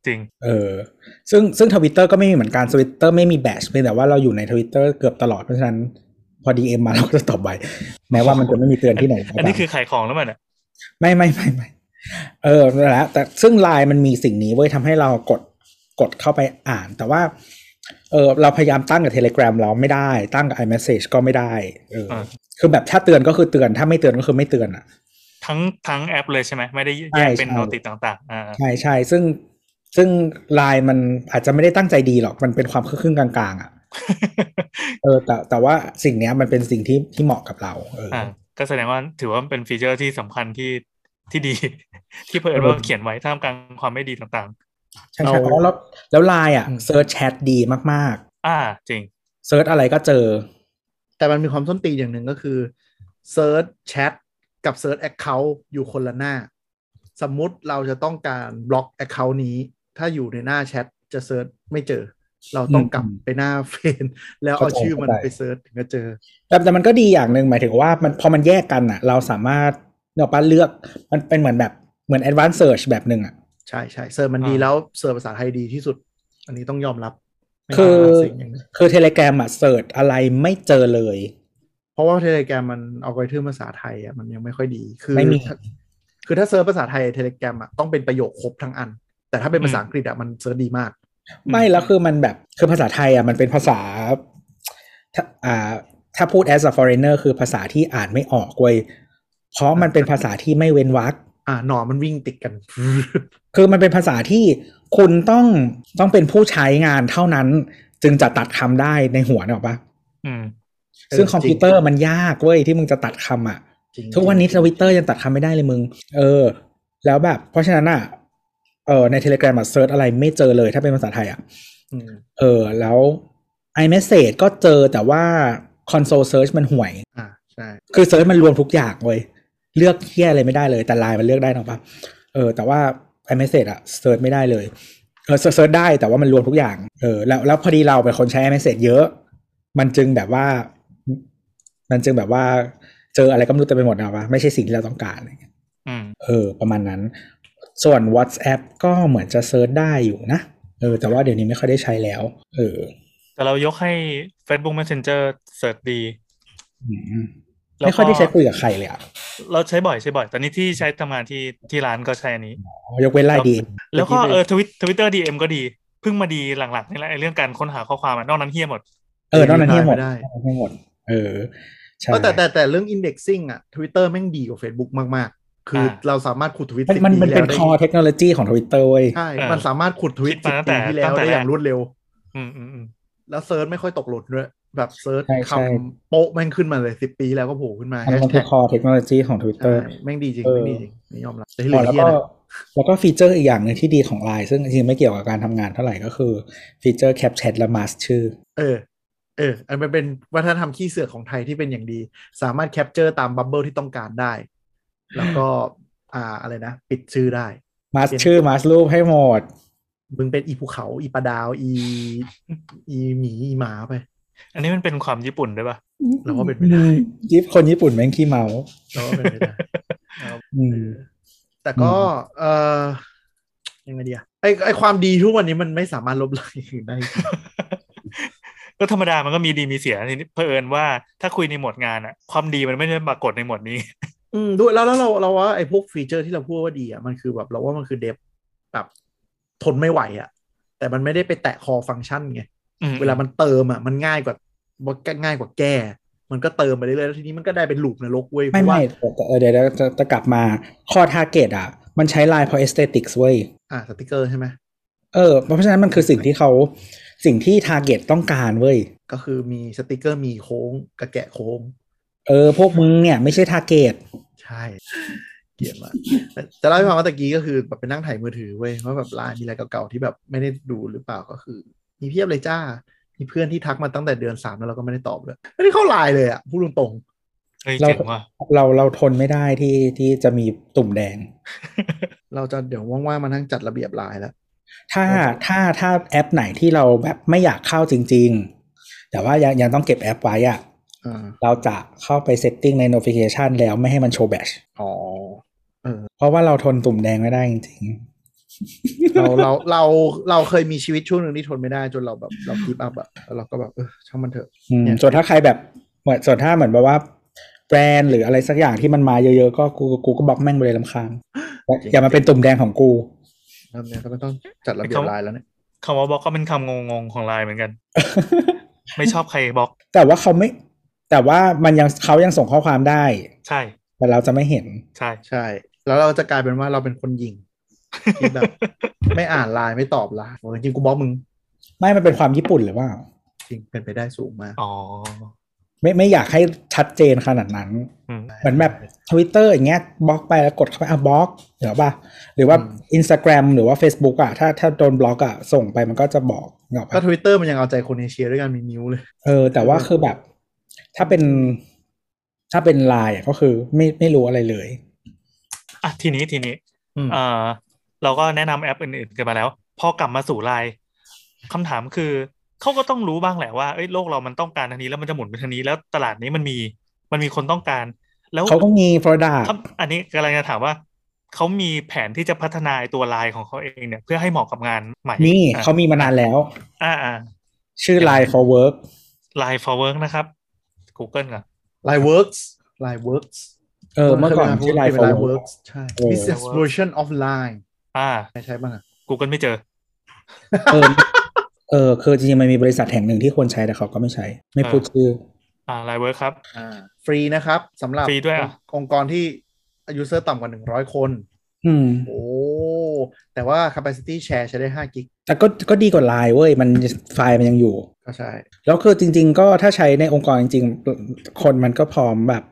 S1: จริง
S2: เออ ซึ่งซึ่งทวิตเตอร์ก็ไม่มีเหมือนกันทวิตเตอร์ไม่มีแบชเพียงแต่ว่าเราอยู่ในทวิตเตอร์เกือบตลอดเพราะฉะนั้น พอดีเอ็มมาเรา [LAUGHS] ก็จะตอบไวแม้ว่ามันจะไม่มีเตือนที่ไหนก็ตาม
S1: อันนี้คือขายของแล้วมันอะ
S2: ไม่ไม่ไม่ไม่เออนั่นแหละแต่ซึ่งไลน์มันมีสิ่งนี้เว้ยทำให้เรากดกดเข้าไปอ่าน แต่ว่า เออเราพยายามตั้งกับ Telegram เราไม่ได้ ตั้งกับ iMessage ก็ไม่ได้เอออา คือแบบถ้าเตือนก็คือเตือนถ้าไม่เตือนก็คือไม่เตือนอ่ะ
S1: ทั้งทั้งแอปเลยใช่ไหมไม่ได้
S2: ใช่
S1: แยกเป็น
S2: ใช่
S1: โนติต่างๆอ่า
S2: ใช่ใช่ซึ่งซึ่งไลน์มันอาจจะไม่ได้ตั้งใจดีหรอกมันเป็นความครึ่งๆกลางๆอ่ะเออแต่แต่ว่าสิ่งเนี้ยมันเป็นสิ่งที่ที่เหมาะกับเราเอออ
S1: อ่าก็แสดงว่าถือว่าเป็นฟีเจอร์ที่สำคัญที่ที่ [LAUGHS] ดี ที่เพิ่นว่าเขียนไว้ท่ามกลางความไม่ดีต่าง
S2: ใช่ใช่เพราะว่าแล้วแล้วไลน์อ่ะเซิร์ชแชทดีมาก
S1: ๆ อ่าจริง
S2: ๆเซิร์ชอะไรก็เจอ
S3: แต่มันมีความส้นตีนอย่างหนึ่งก็คือเซิร์ชแชทกับเซิร์ชแอคเคาท์อยู่คนละหน้า สมมุติเราจะต้องการบล็อกแอคเคาท์นี้ ถ้าอยู่ในหน้าแชทจะเซิร์ชไม่เจอ เราต้องกลับ
S2: อืม
S3: ไปหน้า [LAUGHS] เฟนแล้วเอา
S2: เข้าใจ
S3: ชื่อมัน
S2: เข้าใจ
S3: ไปเซิร์ชถึงจะเจอ
S2: แต่แต่มันก็ดีอย่างหนึ่งหมายถึงว่ามันพอมันแยกกันอ่ะ เราสามารถเนาะป้าเลือกมันเป็นเหมือนแบบเหมือน advanced search แบบหนึ่งอ่ะ
S3: ใช่ใช่เซิร์ชมันดี
S1: อ่า
S3: แล้วเซิร์ชภาษาไทยดีที่สุด อันนี้ต้องยอมรับไม่
S2: คือ
S3: น่าเสียอย่างนั้น
S2: คือ Telegram อ่ะ search อะไรไม่เจอเลย
S3: เพราะว่าเทเลแกรมมันเอาไว้ทึ่ภาษาไทยอ่ะมันยังไม่ค่อยดี คือ
S2: ไม่มี
S3: ถ้าคือถ้าเซิร์ชภาษาไทยเทเลแกรมอ่ะต้องเป็นประโยคครบทั้งอัน แต่ถ้าเป็นภาษาอังกฤษอ่ะมันเซิร์ชดีมาก
S2: ไม่แล้วคือมันแบบคือภาษาไทยอ่ะมันเป็นภาษาถ้าอ่าถ้าพูด as a foreigner คือภาษาที่อ่านไม่ออกเว้ยเพราะมันเป็นภาษาที่ไม่เว้นวรรค
S3: อ่าหนอนมันวิ่งติดกัน
S2: คือมันเป็นภาษาที่คุณต้องต้องเป็นผู้ใช้งานเท่านั้น จึงจะตัดคำได้ในหัวเนกอะปะ
S1: อืม
S2: [LAUGHS] ซึ่ง
S3: เออจริง
S2: คอมพิวเตอร์มันยากเว้ยที่มึงจะตัดคำอ่ะ
S3: จริง
S2: ทุกวันนี้ทวิตเตอร์ยังตัดคำไม่ได้เลยมึง เออ แล้วแบบ เพราะฉะนั้นอ่ะ เออใน Telegram อะเซิร์ชอะไรไม่เจอเลยถ้าเป็นภาษาไทยอ่ะ
S3: อืม
S2: เออ แล้ว iMessage ก็เจอแต่ว่า Console Search มันห่วย
S3: อ่าใช่
S2: คือเซิร์ชมันรวมทุกอย่างเว้ย เลือกเที่ยอะไรไม่ได้เลย แต่ไลน์มันเลือกได้หรอกปะเออ แต่ว่า iMessage อะเซิร์ชไม่ได้เลย เออเซิร์ชได้แต่ว่ามันรวมทุกอย่าง เออ แล้วแล้วพอดีเราเป็นคนใช้ iMessage เยอะ มันจึงแบบว่า มันจึงแบบว่า เจออะไรก็ไม่รู้เต็มไปหมดนะปะไม่ใช่สิ่งที่เราต้องการอะไรเงี้ย
S1: อืม
S2: เออ ประมาณนั้น ส่วน WhatsApp ก็เหมือนจะเซิร์ชได้อยู่นะ เออ แต่ว่าเดี๋ยวนี้ไม่ค่อยได้ใช้แล้ว เออ
S1: แต่เรายกให้ Facebook Messenger เสิร์ชดี
S2: อืม
S1: แล้ว
S2: ไม่ค่อยได้ใช้คุยกับใครเลยอะ
S1: เราใช้บ่อยใช้บ่อย ตอนนี้ที่ใช้ทำงานที่ที่ร้านก็ใช้อันนี้
S2: ยกเว้นไลน์ดี
S1: แล้วก็
S3: เมื่อกี้
S1: เออทวิตทวิตเตอร์ดีเอ็มก็ดี เพิ่งมาดีหลังๆนี่แหละไอ้เรื่องการค้นหาข้อความอะนอกนั้นเฮี้ยหมด
S2: เออนอกนั้นที่หมด
S3: ไม่ได้
S2: นอกนั้นที่หมด เออ ใช่
S3: เออแต่แต่แต่เรื่อง indexing อ่ะ Twitter แม่งดีกว่า Facebook มาก ๆ คืออา เราสามารถขุดทวิต
S2: มัน
S3: สิบ
S2: มัน
S3: ปี
S2: มันเป็น
S3: แล้วได้
S2: คอเทคโนโลยีของทวิตเตอร์เว้ย
S3: ใช่
S1: เออ
S3: มันสามารถขุดทวิต
S1: คิด
S3: สิ
S1: มา
S3: บ
S1: ตั้งแต่
S3: ปีที่แล้ว
S1: ตั้งแต่
S3: ได้อย่าง
S1: แรก
S3: รวดเร็ว
S1: อืมอืมอืม
S3: แล้วเซิร์ชไม่ค่อยตกหล่นด้วย แบบเซิร์ช
S2: ใช่ใช่
S3: คำโป๊ะแม่งขึ้นมาเลยสิบปีแล้วก็โผล่ขึ้นมาแฮช
S2: มันเป็น
S3: แท็ก
S2: คอเทคโนโลยีของทวิตเตอร์
S3: แม่งดีจริง
S2: เออ
S3: แม่งดีจริงไม่ยอมรับแต่ที่เห
S2: อ๋อ
S3: ลือ
S2: แล้ว
S3: เที่
S2: ก็
S3: ยนะ
S2: แล้วก็ฟีเจอร์อีกอย่างหนึ่งที่ดีของ Line ซึ่งจริงๆไม่เกี่ยวกับการทำงานเท่าไหร่ก็คือฟีเจอร์แคปแชทและมาสชื่อ
S3: เออ เออ อันมันเป็นวัฒนธรรมขี้เสือกของไทยที่เป็นอย่างดี สามารถแคปเจอร์ตามบับเบิลที่ต้องการได้ แล้วก็อ่าอะไรนะ ปิดชื่อได้
S2: มาสชื่อมาสรูปให้หมด
S3: มึงเป็นอีภูเขา อีปลาดาว อี อีหมีอีหมาไป
S1: อันนี้มันเป็นความญี่ปุ่นด้วยปะ
S3: เราว่าเป็นไปได้
S2: ยิปคนญี่ปุ่นแม่งขี้เมา
S3: เราว่าเป็นไปได้
S2: อื
S3: เอ
S2: ม
S3: อแต่ก็เออยังไงดีอะไอไอความดีทุกวันนี้มันไม่สามารถลบ [LAUGHS] ล้างอย่างอื่นได้
S1: ก็ธรรมดามันก็มีดีมีเสียทีนี้เผอิญว่าถ้าคุยในหมวดงานอะความดีมันไม่ได้ปรากฏในหมวดนี้
S3: อืมด้วยแล้วแล้วเราเราว่าไอพวกฟีเจอร์ที่เราพูดว่าดีอะมันคือแบบเราว่ามันคือเดฟแบบทนไม่ไหวอะแต่มันไม่ได้ไปแตะคอฟังก์ชันไง
S1: อื
S3: เวลามันเติมอะมันง่ายกว่าง่ายกว่าแก้ มันก็เติมไปเรื่อยๆแล้วทีนี้มันก็ได้เป็นลูปนรกเว้ยเพ
S2: ไม่
S3: ราะว่า
S2: ไม่แต่เออเดี๋ยวเดี๋ยวจะจะกลับมาข้อทาร์เกตอ่ะ มันใช้ไลายเพราะเอสเตติกเว้ย
S3: อ่าสติกเกอร์ใช่ไหม
S2: เออ เพราะฉะนั้นมันคือสิ่งที่เขาสิ่งที่ทาร์เกตต้องการเว้ย
S3: ก็คือมีสติกเกอร์มีโค้งกับแกะโค้ง
S2: เออ พวกมึงเนี่ยไม่ใช่ทาร์เกต
S3: ใช่ เกลียดมากแต่จะเล่าให้ฟังว่าตะกี้ก็คือแบบไปนั่งถ่ายมือถือเว้ยว่าแบบไลน์มีอะไรเก่าๆที่แบบไม่ได้ดูหรือเปล่าก็คือ มีเพียบเลยจ้า มีเพื่อนที่ทักมาตั้งแต่เดือนสามแล้วเราก็ไม่ได้ตอบเลยไม่ได้เข้าไลน์เลยอ่ะพูดตรง
S1: เฮ้ย
S2: เรา
S1: เจ๋งว่ะ
S2: เราเราทนไม่ได้ที่ที่จะมีตุ่มแดง
S3: ๆเราจะเดี๋ยวว่างๆมานั่งจัดระเบียบไลน์แล้ว
S2: ถ้า
S3: โอเค
S2: ถ้าถ้าแอปไหนที่เราแบบไม่อยากเข้าจริง ๆ แต่ว่ายังยังต้องเก็บแอปไว้อะ
S3: อ่า
S2: เราจะเข้าไปเซตติ้งใน notification แล้วไม่ให้มันโชว์แบช
S3: อ๋อ
S2: เพราะว่าเราทนตุ่มแดงไม่ได้จริง
S3: เราเราเราเราเคยมีชีวิตช่วงหนึ่งที่ทนไม่ได้จนเราแบบเราคีบอัพอ่ะแล้วเราก็แบบเออช่างมันเถอะ
S2: ๆอืม
S3: เนี่ย
S2: ส่วนถ้าใครแบบเหมือนส่วนถ้าเหมือนแบบว่าแบรนด์หรืออะไรสักอย่างที่มันมาเยอะๆ ก็กูกูก็บล็อกแม่งไปเลยลำ
S3: [GASPS]
S2: คาญอย่ามาเป็นตุ่มแดงของกู
S3: แล้วเนี่ยก็ต้องจัดระเบียบไลน์แล้วเนี่ย
S1: คำว่าบล็อกก็เป็นคำงงๆของไลน์เหมือนกัน ไม่ชอบใครบล็อก
S2: แต่ว่าเขาไม่ แต่ว่ามันยังเขายังส่งข้อความได้
S1: ใช่
S2: แต่เราจะไม่เห็น
S1: ใช่
S3: ใช่ แล้วเราจะกลายเป็นว่าเราเป็นคนหยิง ที่แบบ ไม่อ่านไลน์ไม่ตอบไลน์บอกจริงๆกูบล็อกมึง
S2: ไม่มันเป็นความญี่ปุ่นหรือว่า
S3: จริงเป็นไปได้สูงมาก
S1: อ๋อ
S2: ไม่ไม่อยากให้ชัดเจนขนาดนั้น
S1: อืม
S2: เหมือนแบบทวิตเตอร์อย่างเงี้ยบล็อกไปแล้วกดเข้าไปอ่ะบล็อกเดี๋ยวป่ะ หรือว่า Instagram หรือว่า Facebook อ่ะถ้าถ้าโดนบล็อกอ่ะส่งไปมันก็จะบอกเงา
S3: ก็ทวิตเตอร์มันยังเอาใจคนเอเชียด้วยกันมีนิ้วเลย
S2: เออ แต่ว่าคือแบบ ถ้าเป็นถ้าเป็นไลน์อ่ะก็คือไม่ไม่รู้อะไรเลย
S1: อ่ะทีนี้ทีนี้
S3: อืม
S1: เออเราก็แนะนำแอปอื่นๆกันมาแล้ว พอกลับมาสู่ไลน์คำถามคือเขาก็ต้องรู้บ้างแหละว่าเอ้ยโลกเรามันต้องการทางนี้แล้วมันจะหมุนไปทางนี้ แล้วตลาดนี้มันมีมันมีคนต้องการ แล้ว
S2: เขาก็มี product
S1: คำอันนี้กำลังจะถามว่าเขามีแผนที่จะพัฒนาไอ้ตัวไลน์ของเขาเองเนี่ย เพื่อให้เหมาะกับงานใหม่
S2: นี่
S1: อ่ะ
S2: เขามีมานานแล้ว
S1: อ่าอ่า
S2: ชื่อ Line for work
S1: ไลน์ for work นะครับ Google ก่อน
S3: ไลน์เวิร์กส์ไลน์เวิร์กส์
S2: เออเมื่อก่อนชื่อ Line
S3: เป็น
S2: for
S3: ไลน์เวิร์
S2: work
S3: กส์ใช่
S2: เออ
S3: business version of line
S1: อ่า
S3: ใช่ใช่บ้างอะ
S1: Google ไม่เจอ
S2: เออเออคือจริงๆมันมีบริษัทแห่งหนึ่งที่ควรใช้แต่เขาก็ไม่ใช้ ไม่พูดชื่อ
S1: อ่าไลน์เวิร์ครับ
S3: อ่าฟรีนะครับสำหรับ
S1: ฟรีด้วยอะ
S3: องค์กรที่อายุเซอร์ต่ำกว่า 100 คน
S2: อืม
S3: โอ้ แต่ว่า capacity share ใช้ได้5กิก
S2: แต่ก็ก็ดีกว่าไลน์เว้ย มันไฟล์มันยังอยู่
S3: ก็ใช่
S2: แล้วคือจริง ๆ ก็ถ้าใช้ในองค์กรจริงๆ คนมันก็พร้อมแบบ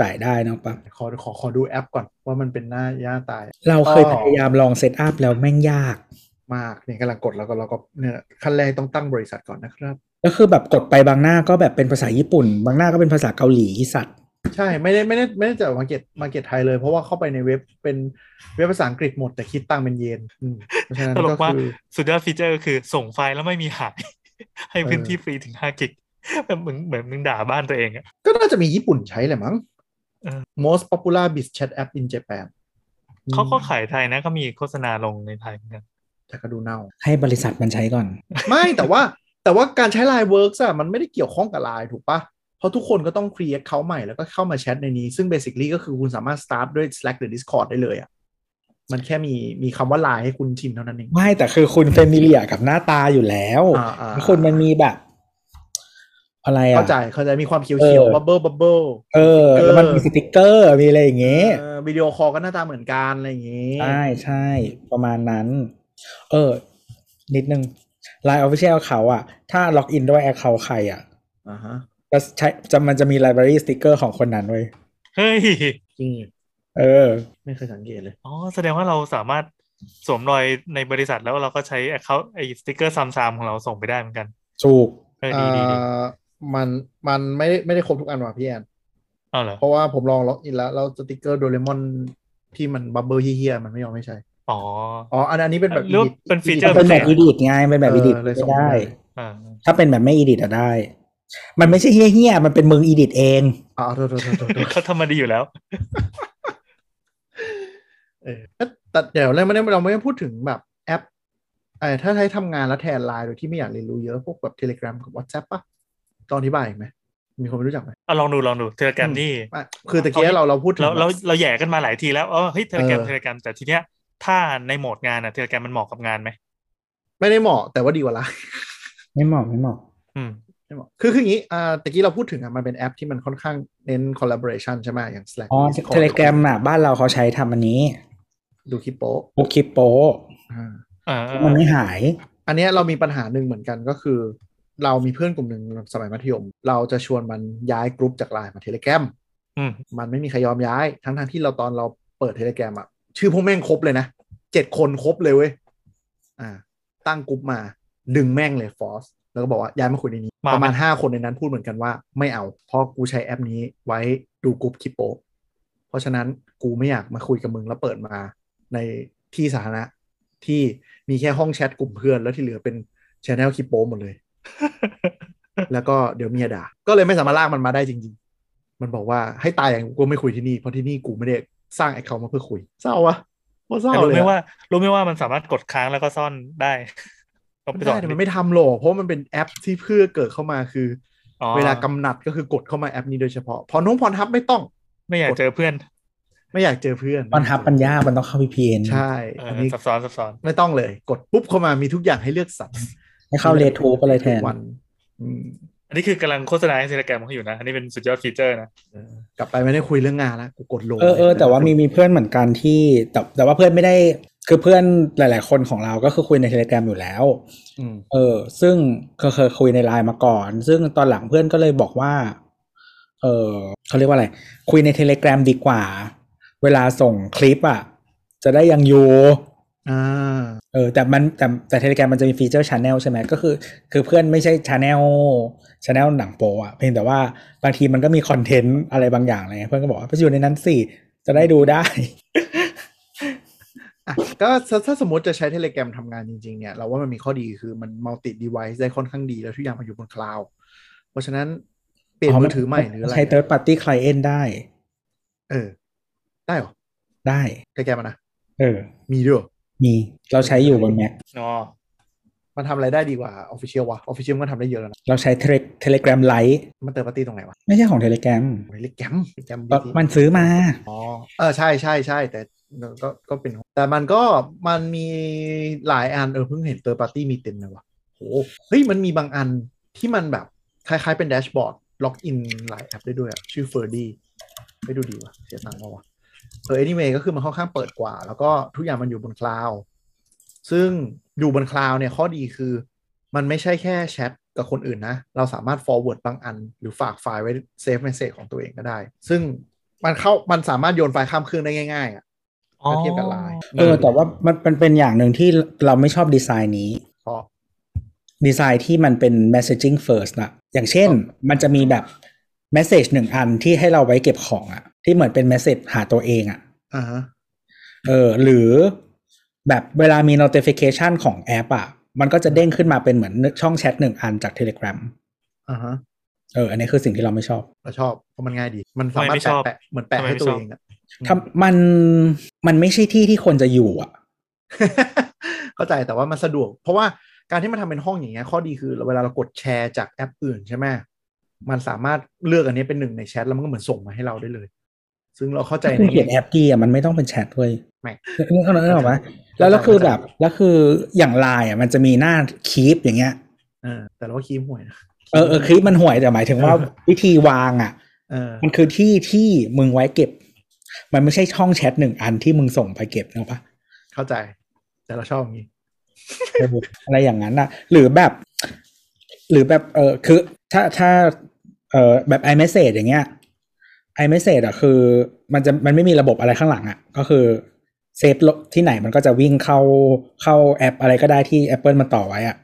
S2: จ่ายได้นะปะ
S3: ขอขอขอดูแอปก่อนว่ามันเป็นหน้าย่าตาย
S2: เราเคย
S3: อ๋อ
S2: พยายามลองเซตอัพแล้วแม่งยาก
S3: มากเนี่ยกำลังกดแล้วก็เราก็เนี่ยขั้นแรกต้องตั้งบริษัทก่อนนะครับ
S2: แล้วคือแบบกดไปบางหน้าก็แบบเป็นภาษาญี่ปุ่น บางหน้าก็เป็นภาษาเกาหลีอีสัตว์
S3: ใช่ไม่ได้ไม่ได้ไม่ได้จะมาเก็ตมาเก็ตไทยเลยเพราะว่าเข้าไปในเว็บเป็นเว็บภาษาอังกฤษหมดแต่คิดตังค์เป็นเยนอืมเพราะฉะนั้น
S1: ตล
S3: ก็
S1: กมาก
S3: คือ
S1: สุดยอดฟีเจอร์คือส่งไฟล์แล้วไม่มีหาย [LAUGHS] ให้พื้นที่ฟรีถึง5กิกแบบมึงเหมือนมึงด่าบ้านตัวเองอะ
S3: ก็น่าจะมีญี่ปุ่นใช้แหละมั้ง
S1: เออ
S3: most popular biz chat app in Japan
S1: เขาก็
S3: อืม
S1: ขายไทยนะก็มีโฆษณาลงในไทยเหมือนกัน
S3: แต่ก็ดูเน่า
S2: ให้บริษัทมันใช้ก่อน
S3: ไม่แต่ว่าแต่ว่าการใช้ Line Works อะมันไม่ได้เกี่ยวข้องกับ Line ถูกปะเพราะทุกคนก็ต้อง create เขาใหม่แล้วก็เข้ามาแชทในนี้ ซึ่ง basically ก็คือคุณสามารถ start ด้วย Slack หรือ Discord ได้เลยอะมันแค่มีมีคำว่า Line ให้คุณชินเท่านั้นเอง
S2: ไม่แต่คือคุณเฟมิเลียกับหน้าตาอยู่แล้ว
S3: อ่าอ่า
S2: แล้วคุณมันมีแบบ อะไรอ่ะ
S3: เข้าใจเข้าใจมีความเขียว
S2: เอ
S3: เขียว
S2: อ
S3: บับเบิ้ลบับเบิ้ล
S2: เออ แล้วมันมีส
S3: สติ๊
S2: ติ
S3: ก
S2: ก
S3: เก
S2: เก
S3: อ
S2: อ
S3: ร์
S2: ร์มีอะไรอย่างเงี้ย
S3: วิดีโอคอลก็หน้าตาเหมือนกันอะไรอย่างงี้
S2: ใช่ใช่ประมาณนั้น เออ นิดนึง Line Official เขาอะถ้าล็อกอินด้วย Account ใครอะ
S3: อ่าฮะ
S2: จะใช้จะมันจะมี Library Sticker ของคนนั้นเว้ย
S1: เฮ้ย
S3: จริง
S2: เออ
S3: ไม่เคยสังเกตเลย
S1: อ๋อ แสดงว่าเราสามารถสวมรอยในบริษัทแล้วเราก็ใช้แอคเคาท์ไอ้สติกเกอร์ซ้ำๆของเราส่งไปได้เหมือนกัน
S2: ถูก
S1: เออดีดีดี
S3: อ่ามันมันไม่ได้ไม่ได้ครบทุกอันว่ะพี่แอน
S1: เอาเหรอ
S3: เพราะว่าผมลองล็อกอินแล้วแล้วสติกเกอร์โดเรมอนที่มันบับเบิลเฮี้ยๆมันไม่ยอมให้ใช้
S1: อ๋อ
S3: อ๋ออันอันนี้เป็นแบบ
S1: เรียกว่าเป็น feature
S2: เป็นแบบ
S1: พิเศ
S2: e
S1: ษอะ
S2: d i t ไงเป็นแบบ e d i t
S3: เลยส่
S2: ไม่
S3: งไม่
S2: ได้
S3: ได้
S1: อ่า
S2: ถ้าเป็นแบบไม่ e d i t อะได้ มันไม่ใช่เฮี้ยๆมันเป็นมึง e d i t เอง
S3: อ๋อโทษโทษโทษโทษโทษ
S1: เขาทำมาดีอยู่แล้ว
S3: เออแต่เดี๋ยวเราไม่ได้เราไม่ได้พูดถึงแบบแอปเออถ้าใช้ทำงานแล้วแทนไลน์โดยที่ไม่อยากเรียนรู้เยอะพวกแบบ Telegram กับ WhatsApp ป่ะต้องอธิบายอีกไหมมีคนไม่รู้จักไหม
S1: เอาลองดูลองดูเทเลกรม
S3: อืม
S1: นี่
S3: อ่ะคือตะกี้เราเราพูดถึง
S1: เราเรา
S3: แบบ
S1: เราแหย่กันมาหลายทีแล้วเออเฮ้ยเทเลกรม
S3: เออ
S1: เทเลกรมแต่ทีเนี้ยถ้าในโหมดงานอะเทเลกรมมันเหมาะกับงานไหม
S3: ไม่ได้เหมาะแต่ว่าดีกว่าไลน์
S2: ไม่เหมาะไม่เหมาะ
S1: อืม
S3: ไม่เหมาะคือคืออย่างนี้อ่าตะกี้เราพูดถึงอ่ะมันเป็นแอปที่มันค่อนข้างเน้น collaboration ใช่ไหมอย่าง Slack
S2: อ๋อ
S3: Discord
S2: เทเลแกรมน่ะ บ้านเราเขาใช้ทำอันนี้
S3: ดูคลิปโป๊ะ
S2: พวกคลิปโป
S3: อ่า
S1: อ่า
S2: มันไม่หาย
S3: อันเนี้ยเรามีปัญหาหนึ่งเหมือนกันก็คือ เรามีเพื่อนกลุ่มหนึ่งสมัยมัธยม เราจะชวนมันย้ายกรุ๊ปจากไลน์มาเทเลแกรม
S1: อืม
S3: มันไม่มีใครยอมย้าย ทั้งทที่เราตอนเราเปิดเทเลแกรมอะชื่อพวกแม่งครบเลยนะเจ็ดคนครบเลยเว้ยอ่า ตั้งกรุ๊ปมาดึงแม่งเลยฟอสแล้วก็บอกว่าย้ายมาคุยในนี้ ประมาณห้าคนในนั้นพูดเหมือนกันว่าไม่เอา เพราะกูใช้แอปนี้ไว้ดูกรุ๊ปคิปโปะเพราะฉะนั้นกูไม่อยากมาคุยกับมึงแล้วเปิดมาในที่สาธารณะ ที่มีแค่ห้องแชทกลุ่มเพื่อนแล้วที่เหลือเป็นชแนลคิปโปหมดเลย [LAUGHS] แล้วก็เดี๋ยวเมียด่า ก็เลยไม่สามารถลากมันมาได้จริง ๆ มันบอกว่าให้ตายอย่างกูไม่คุยที่นี่ เพราะที่นี่กูไม่ได้สร้างไอคเคามาเพื่อคุย เศร้าวะว่าเศร้า
S1: แต่รู้
S3: เล
S1: ไห
S3: ย
S1: ม
S3: อะ
S1: ว่า รู้ไหมว่ามันสามารถกดค้างแล้วก็ซ่อนได้ [LAUGHS] ลอง
S3: ไม่
S1: ป
S3: ได้
S1: ส่อง
S3: แต่
S1: ดิ
S3: มันไม่ทำหรอกเพราะมันเป็นแอปที่เพื่อเกิดเข้ามาคือ
S1: อ๋
S3: อ
S1: อ
S3: เวลากำหนัดก็คือกดเข้ามาแอปนี้โดยเฉพาะ พอน้องพรทับไม่ต้อง
S1: ไม่อยากเจอเพื่อน
S3: ไม่อยากเจอเพื่อน
S2: มันทับปัญญากมันต้องเข้า VPN
S3: ใช่
S1: เออ
S3: อันนี้
S1: ซับซ้อนซับซ้อน
S3: ไม่ต้องเลย กดปุ๊บเข้ามามีทุกอย่างให้เลือกสรร
S2: ให้เข้าเลทูปอะไรแทน
S3: ทุกวันอืม
S1: อันนี้คือกำลังโฆษณาให้เทเลแกรมเขาอยู่นะ อันนี้เป็นสุดยอดฟีเจอร์นะ
S3: เออกลับไปไม่ได้คุยเรื่องงานละกูกดโหลด
S2: เออเออแต่ว่ามีมีเพื่อนเหมือนกันที่แต่แต่ว่าเพื่อนไม่ได้คือเพื่อนหลาย ๆ คนของเราก็คือคุยในเทเล gram อยู่แล้ว
S3: อืม
S2: เออ ซึ่งเคยเคยคุยในไลน์มาก่อน ซึ่งตอนหลังเพื่อนก็เลยบอกว่า เออเขาเรียกว่าอะไร คุยในเทเล gram ดีกว่า เวลาส่งคลิปอ่ะ จะได้ยังอยู่
S3: อ่า
S2: เออแต่มันแต่แต่เทเลกรมมันจะมีฟีเจอร์ช n แนลใช่ไหมก็คือ คือเพื่อนไม่ใช่ช n แนลช n แนลหนังโปอะเพียงแต่ว่าบางทีมันก็มีคอนเทนต์อะไรบางอย่างอะไรเงี้ยเพื่อนก็บอกว่าไปอยู่ในนั้นสิจะได้ดูได้
S3: อ่ะก็ถ้าถ้าสมมติจะใช้เทเล gram ทำงานจริง ๆ เนี่ย เราว่ามันมีข้อดีคือมันมัลติดี v i c e ได้ค่อนข้างดีแล้วทุกอย่างมันอยู่บนคลาวด์เพราะฉะนั้นเปลี่ยนมือถือใหม่หรืออะไร
S2: ใช้ third party client ได้
S3: เออ ได้เหรอ
S2: ได้
S3: เทเล gram อะนะ
S2: เออ
S3: มีด้วยเหรอ
S2: มีเราใช้อยู่บน Mac
S1: อ๋อ
S3: มันทำอะไรได้ดีกว่า Official วะ Official มันก็ทำได้เยอะแล้วนะ
S2: เราใช้เทเลเทเลกรมไลท์
S3: มันเติมปาร์ตี้ตรงไหนวะ
S2: ไม่ใช่ของเทเลกรม
S3: เทเล gram เทเล gram
S2: มันซื้อมา
S3: อ๋อเออใช่ใช่ใช่แต่ก็ก็เป็นแต่มันก็มันมีหลายอันเออเพิ่งเห็นเตอร์ปาร์ตี้มีเต็มเลยว่ะโหเฮ้ยมันมีบางอันที่มันแบบ คล้ายๆเป็นแดชบอร์ดล็อกอินหลายแอปได้ด้วยอะชื่อเฟอร์ดี้ไปดูดีว่ะ เสียตังค์มาวะเออ anyway ก็คือมันค่อนข้างเปิดกว่า แล้วก็ทุกอย่างมันอยู่บนคลาวด์ซึ่งอยู่บนคลาวด์เนี่ยข้อดีคือ มันไม่ใช่แค่แชทกับคนอื่นนะ เราสามารถ forward บางอัน หรือฝากไฟล์ไว้เซฟ message ของตัวเองก็ได้ ซึ่งมันเข้ามันสามารถโยนไฟล์ข้ามเครื่องได้ง่ายๆอะถ้าเทียบกับไลน์
S2: เออ แต่ว่ามันมันเป็นอย่างหนึ่งที่เราไม่ชอบดีไซน์นี้
S3: เพราะ
S2: ดีไซน์ที่มันเป็น messaging first นะอย่างเช่น มันจะมีแบบ message หนึ่งอันที่ให้เราไว้เก็บของอะที่เหมือนเป็น message หาตัวเองอะ
S3: อ่าฮะ
S2: เออ หรือแบบเวลามี notification ของแอปอะมันก็จะเด้งขึ้นมาเป็นเหมือนช่องแชทหนึ่งอันจาก Telegram
S3: อ่าฮะ
S2: เออ อันนี้คือสิ่งที่เราไม่ชอบ
S3: เราชอบเพราะมันง่ายดี มันสามารถ
S1: ทำไมไม่ชอบ
S3: แปะเหมือนแปะ
S1: ทำไม
S3: ให้
S1: ไม่
S3: ตัว
S1: ชอบ
S3: เองอะ
S2: ทำมันมันไม่ใช่ที่ที่คนจะอยู่อะ
S3: [LAUGHS] เข้าใจแต่ว่ามันสะดวก เพราะว่าการที่มันทำเป็นห้องอย่างเงี้ยข้อดีคือเวลาเรากดแชร์จากแอปอื่นใช่ไหมมันสามารถเลือกอันนี้เป็นหนึ่งในแชทแล้วมันก็เหมือนส่งมาให้เราได้เลย ซึ่งเราเข้าใจใน
S2: คุณเขียนแอ
S3: แง่
S2: ปดีอะมันไม่ต้องเป็นแชทเว้ย
S3: ไม่
S2: นึกออกไหมนึกออกไหมแล้วแล้วคือแบบแล้วคืออย่างไลน์อะมันจะมีหน้าคีปอย่างเงี้ย
S3: เออแต่เราก็คีมห่วยนะ
S2: เออเออคลิปมันห่วยแต่หมายถึงว่าวิธีวางอ่ะ
S3: เออ
S2: มันคือที่ที่มึงไว้เก็บ มันไม่ใช่ช่องแชทหนึ่งอันที่มึงส่งไปเก็บนะปะ
S3: เข้าใจ แต่เราชอบอย่างนี้
S2: อะไรอย่างนั้นอ่ะ หรือแบบ หรือแบบเออคือถ้าถ้าเออแบบ iMessage อย่างเงี้ย iMessage อ่ะคือมันจะมันไม่มีระบบอะไรข้างหลังอ่ะ ก็คือเซฟที่ไหนมันก็จะวิ่งเข้าเข้าแอปอะไรก็ได้ที่ Apple มันต่อไว้อ่ะ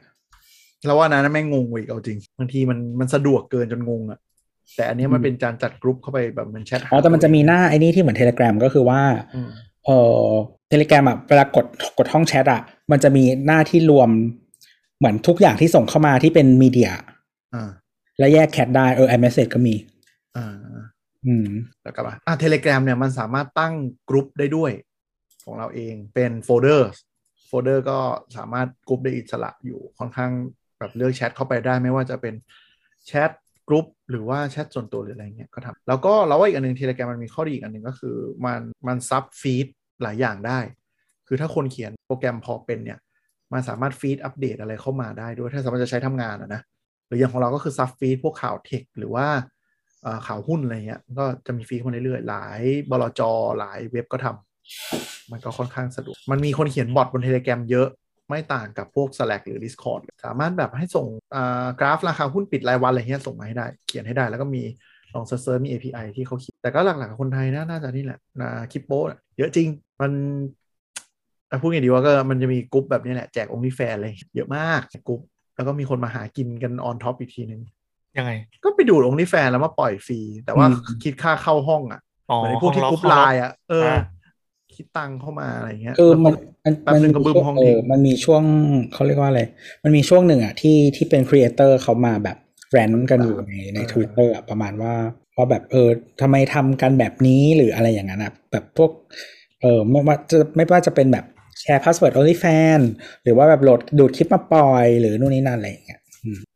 S3: เราว่านะนั่นแม่งงงกว่าอีกเอาจริงบางทีมันมันสะดวกเกินจนงงอะแต่อันเนี้ยมันเป็นการจัดกรุ๊ปเข้าไปแบบเหมันแชท
S2: อ๋อแต่มันจะมีหน้าไอ้นี่ที่เหมือน Telegram ก็คือว่า
S3: อืม
S2: เอ่อเทเลกรมอ่ะเวลากดกดห้องแชทอ่ะ มันจะมีหน้าที่รวมเหมือนทุกอย่างที่ส่งเข้ามาที่เป็นมีเดีย
S3: อ่า
S2: และแยกแคทได้เออไอเมสเซจก็มี
S3: อ่า
S2: อืม
S3: แล้วกลับมาอ่ะเทเลกราเนี่ยมันสามารถตั้งกรุ๊ปได้ด้วย ของเราเองเป็นโฟลเดอร์โฟลเดอร์ก็สามารถกรุ๊ปได้อิสระอยู่ค่อนข้างแบบเลือกแชทเข้าไปได้ไม่ว่าจะเป็นแชทกรุ๊ปหรือว่าแชทส่วนตัวหรืออะไรเงี้ยก็ทำแล้วก็เราว่าอีกอันหนึ่งเทเลกรามันมีข้อดีอีกอันหนึ่งก็คือ มันมันซับฟีดหลายอย่างได้ คือถ้าคนเขียนโปรแกรมพอเป็นเนี่ย มันสามารถฟีดอัปเดตอะไรเข้ามาได้ด้วย ถ้าสมมติจะใช้ทำงานอะนะ หรืออย่างของเราก็คือซับฟีดพวกข่าวเทคหรือว่าเอ่อข่าวหุ้นอะไรเงี้ยก็จะมีฟีดมาเรื่อยๆ หลายบลจหลายเว็บก็ทำมันก็ค่อนข้างสะดวก มันมีคนเขียนบอทบนเทเล gram เยอะไม่ต่างกับพวก Slack หรือ Discord สามารถแบบให้ส่งอ่ากราฟราคาหุ้นปิดรายวันอะไรเงี้ยส่งมาให้ได้ เขียนให้ได้แล้วก็มีลองเซิร์ชมี API ที่เขาเขียนแต่ก็หลักๆคนไทยนะน่าจะนี่แหละนะคลิปโป้เยอะจริงมันอ่ะพูดไงดีว่าก็มันจะมีกรุ๊ปแบบนี้แหละแจกองค์นีแฟนเลยเยอะมากกรุ๊ปแล้วก็มีคนมาหากินกันออนท็อปอีกทีนึง
S1: ยังไง
S3: ก็ไปดูดองค์นีแฟนแล้วมาปล่อยฟรีแต่ว่า
S2: อืม
S3: คิดค่าเข้าห้องอ่ะ
S1: อ๋อ
S3: เหมือนไอ้พวกที่
S1: ห้อง
S3: ก
S1: ล็
S3: รุ๊ป
S1: ห้
S3: ไล
S1: งก
S3: น์อ่ะ เออ
S1: อ่า
S3: คิดตังค์เข้ามาอะไรย่างเงี้ย
S2: เออมันมัน
S3: แป๊บนึงก็บึ้มห้อง
S2: เอ
S3: นี้
S2: อมันมีช่วงเขาเรียกว่าอะไร มันมีช่วงหนึ่งอ่ะที่ที่เป็นครีเอเตอร์เขามาแบบแรนกันอยู่ในในทวิตเตอร์ประมาณว่าว่าแบบเออทำไมทำกันแบบนี้หรืออะไรอย่างนั้นอ่ะแบบพวกเออไม่ว่าจะไม่ว่าจะเป็นแบบแชร์พาสเวิร์ด OnlyFans หรือว่าแบบโหลดดูดคลิปมาปล่อย หรือนู่นนี่นั่นอะไรอย่างเงี้ย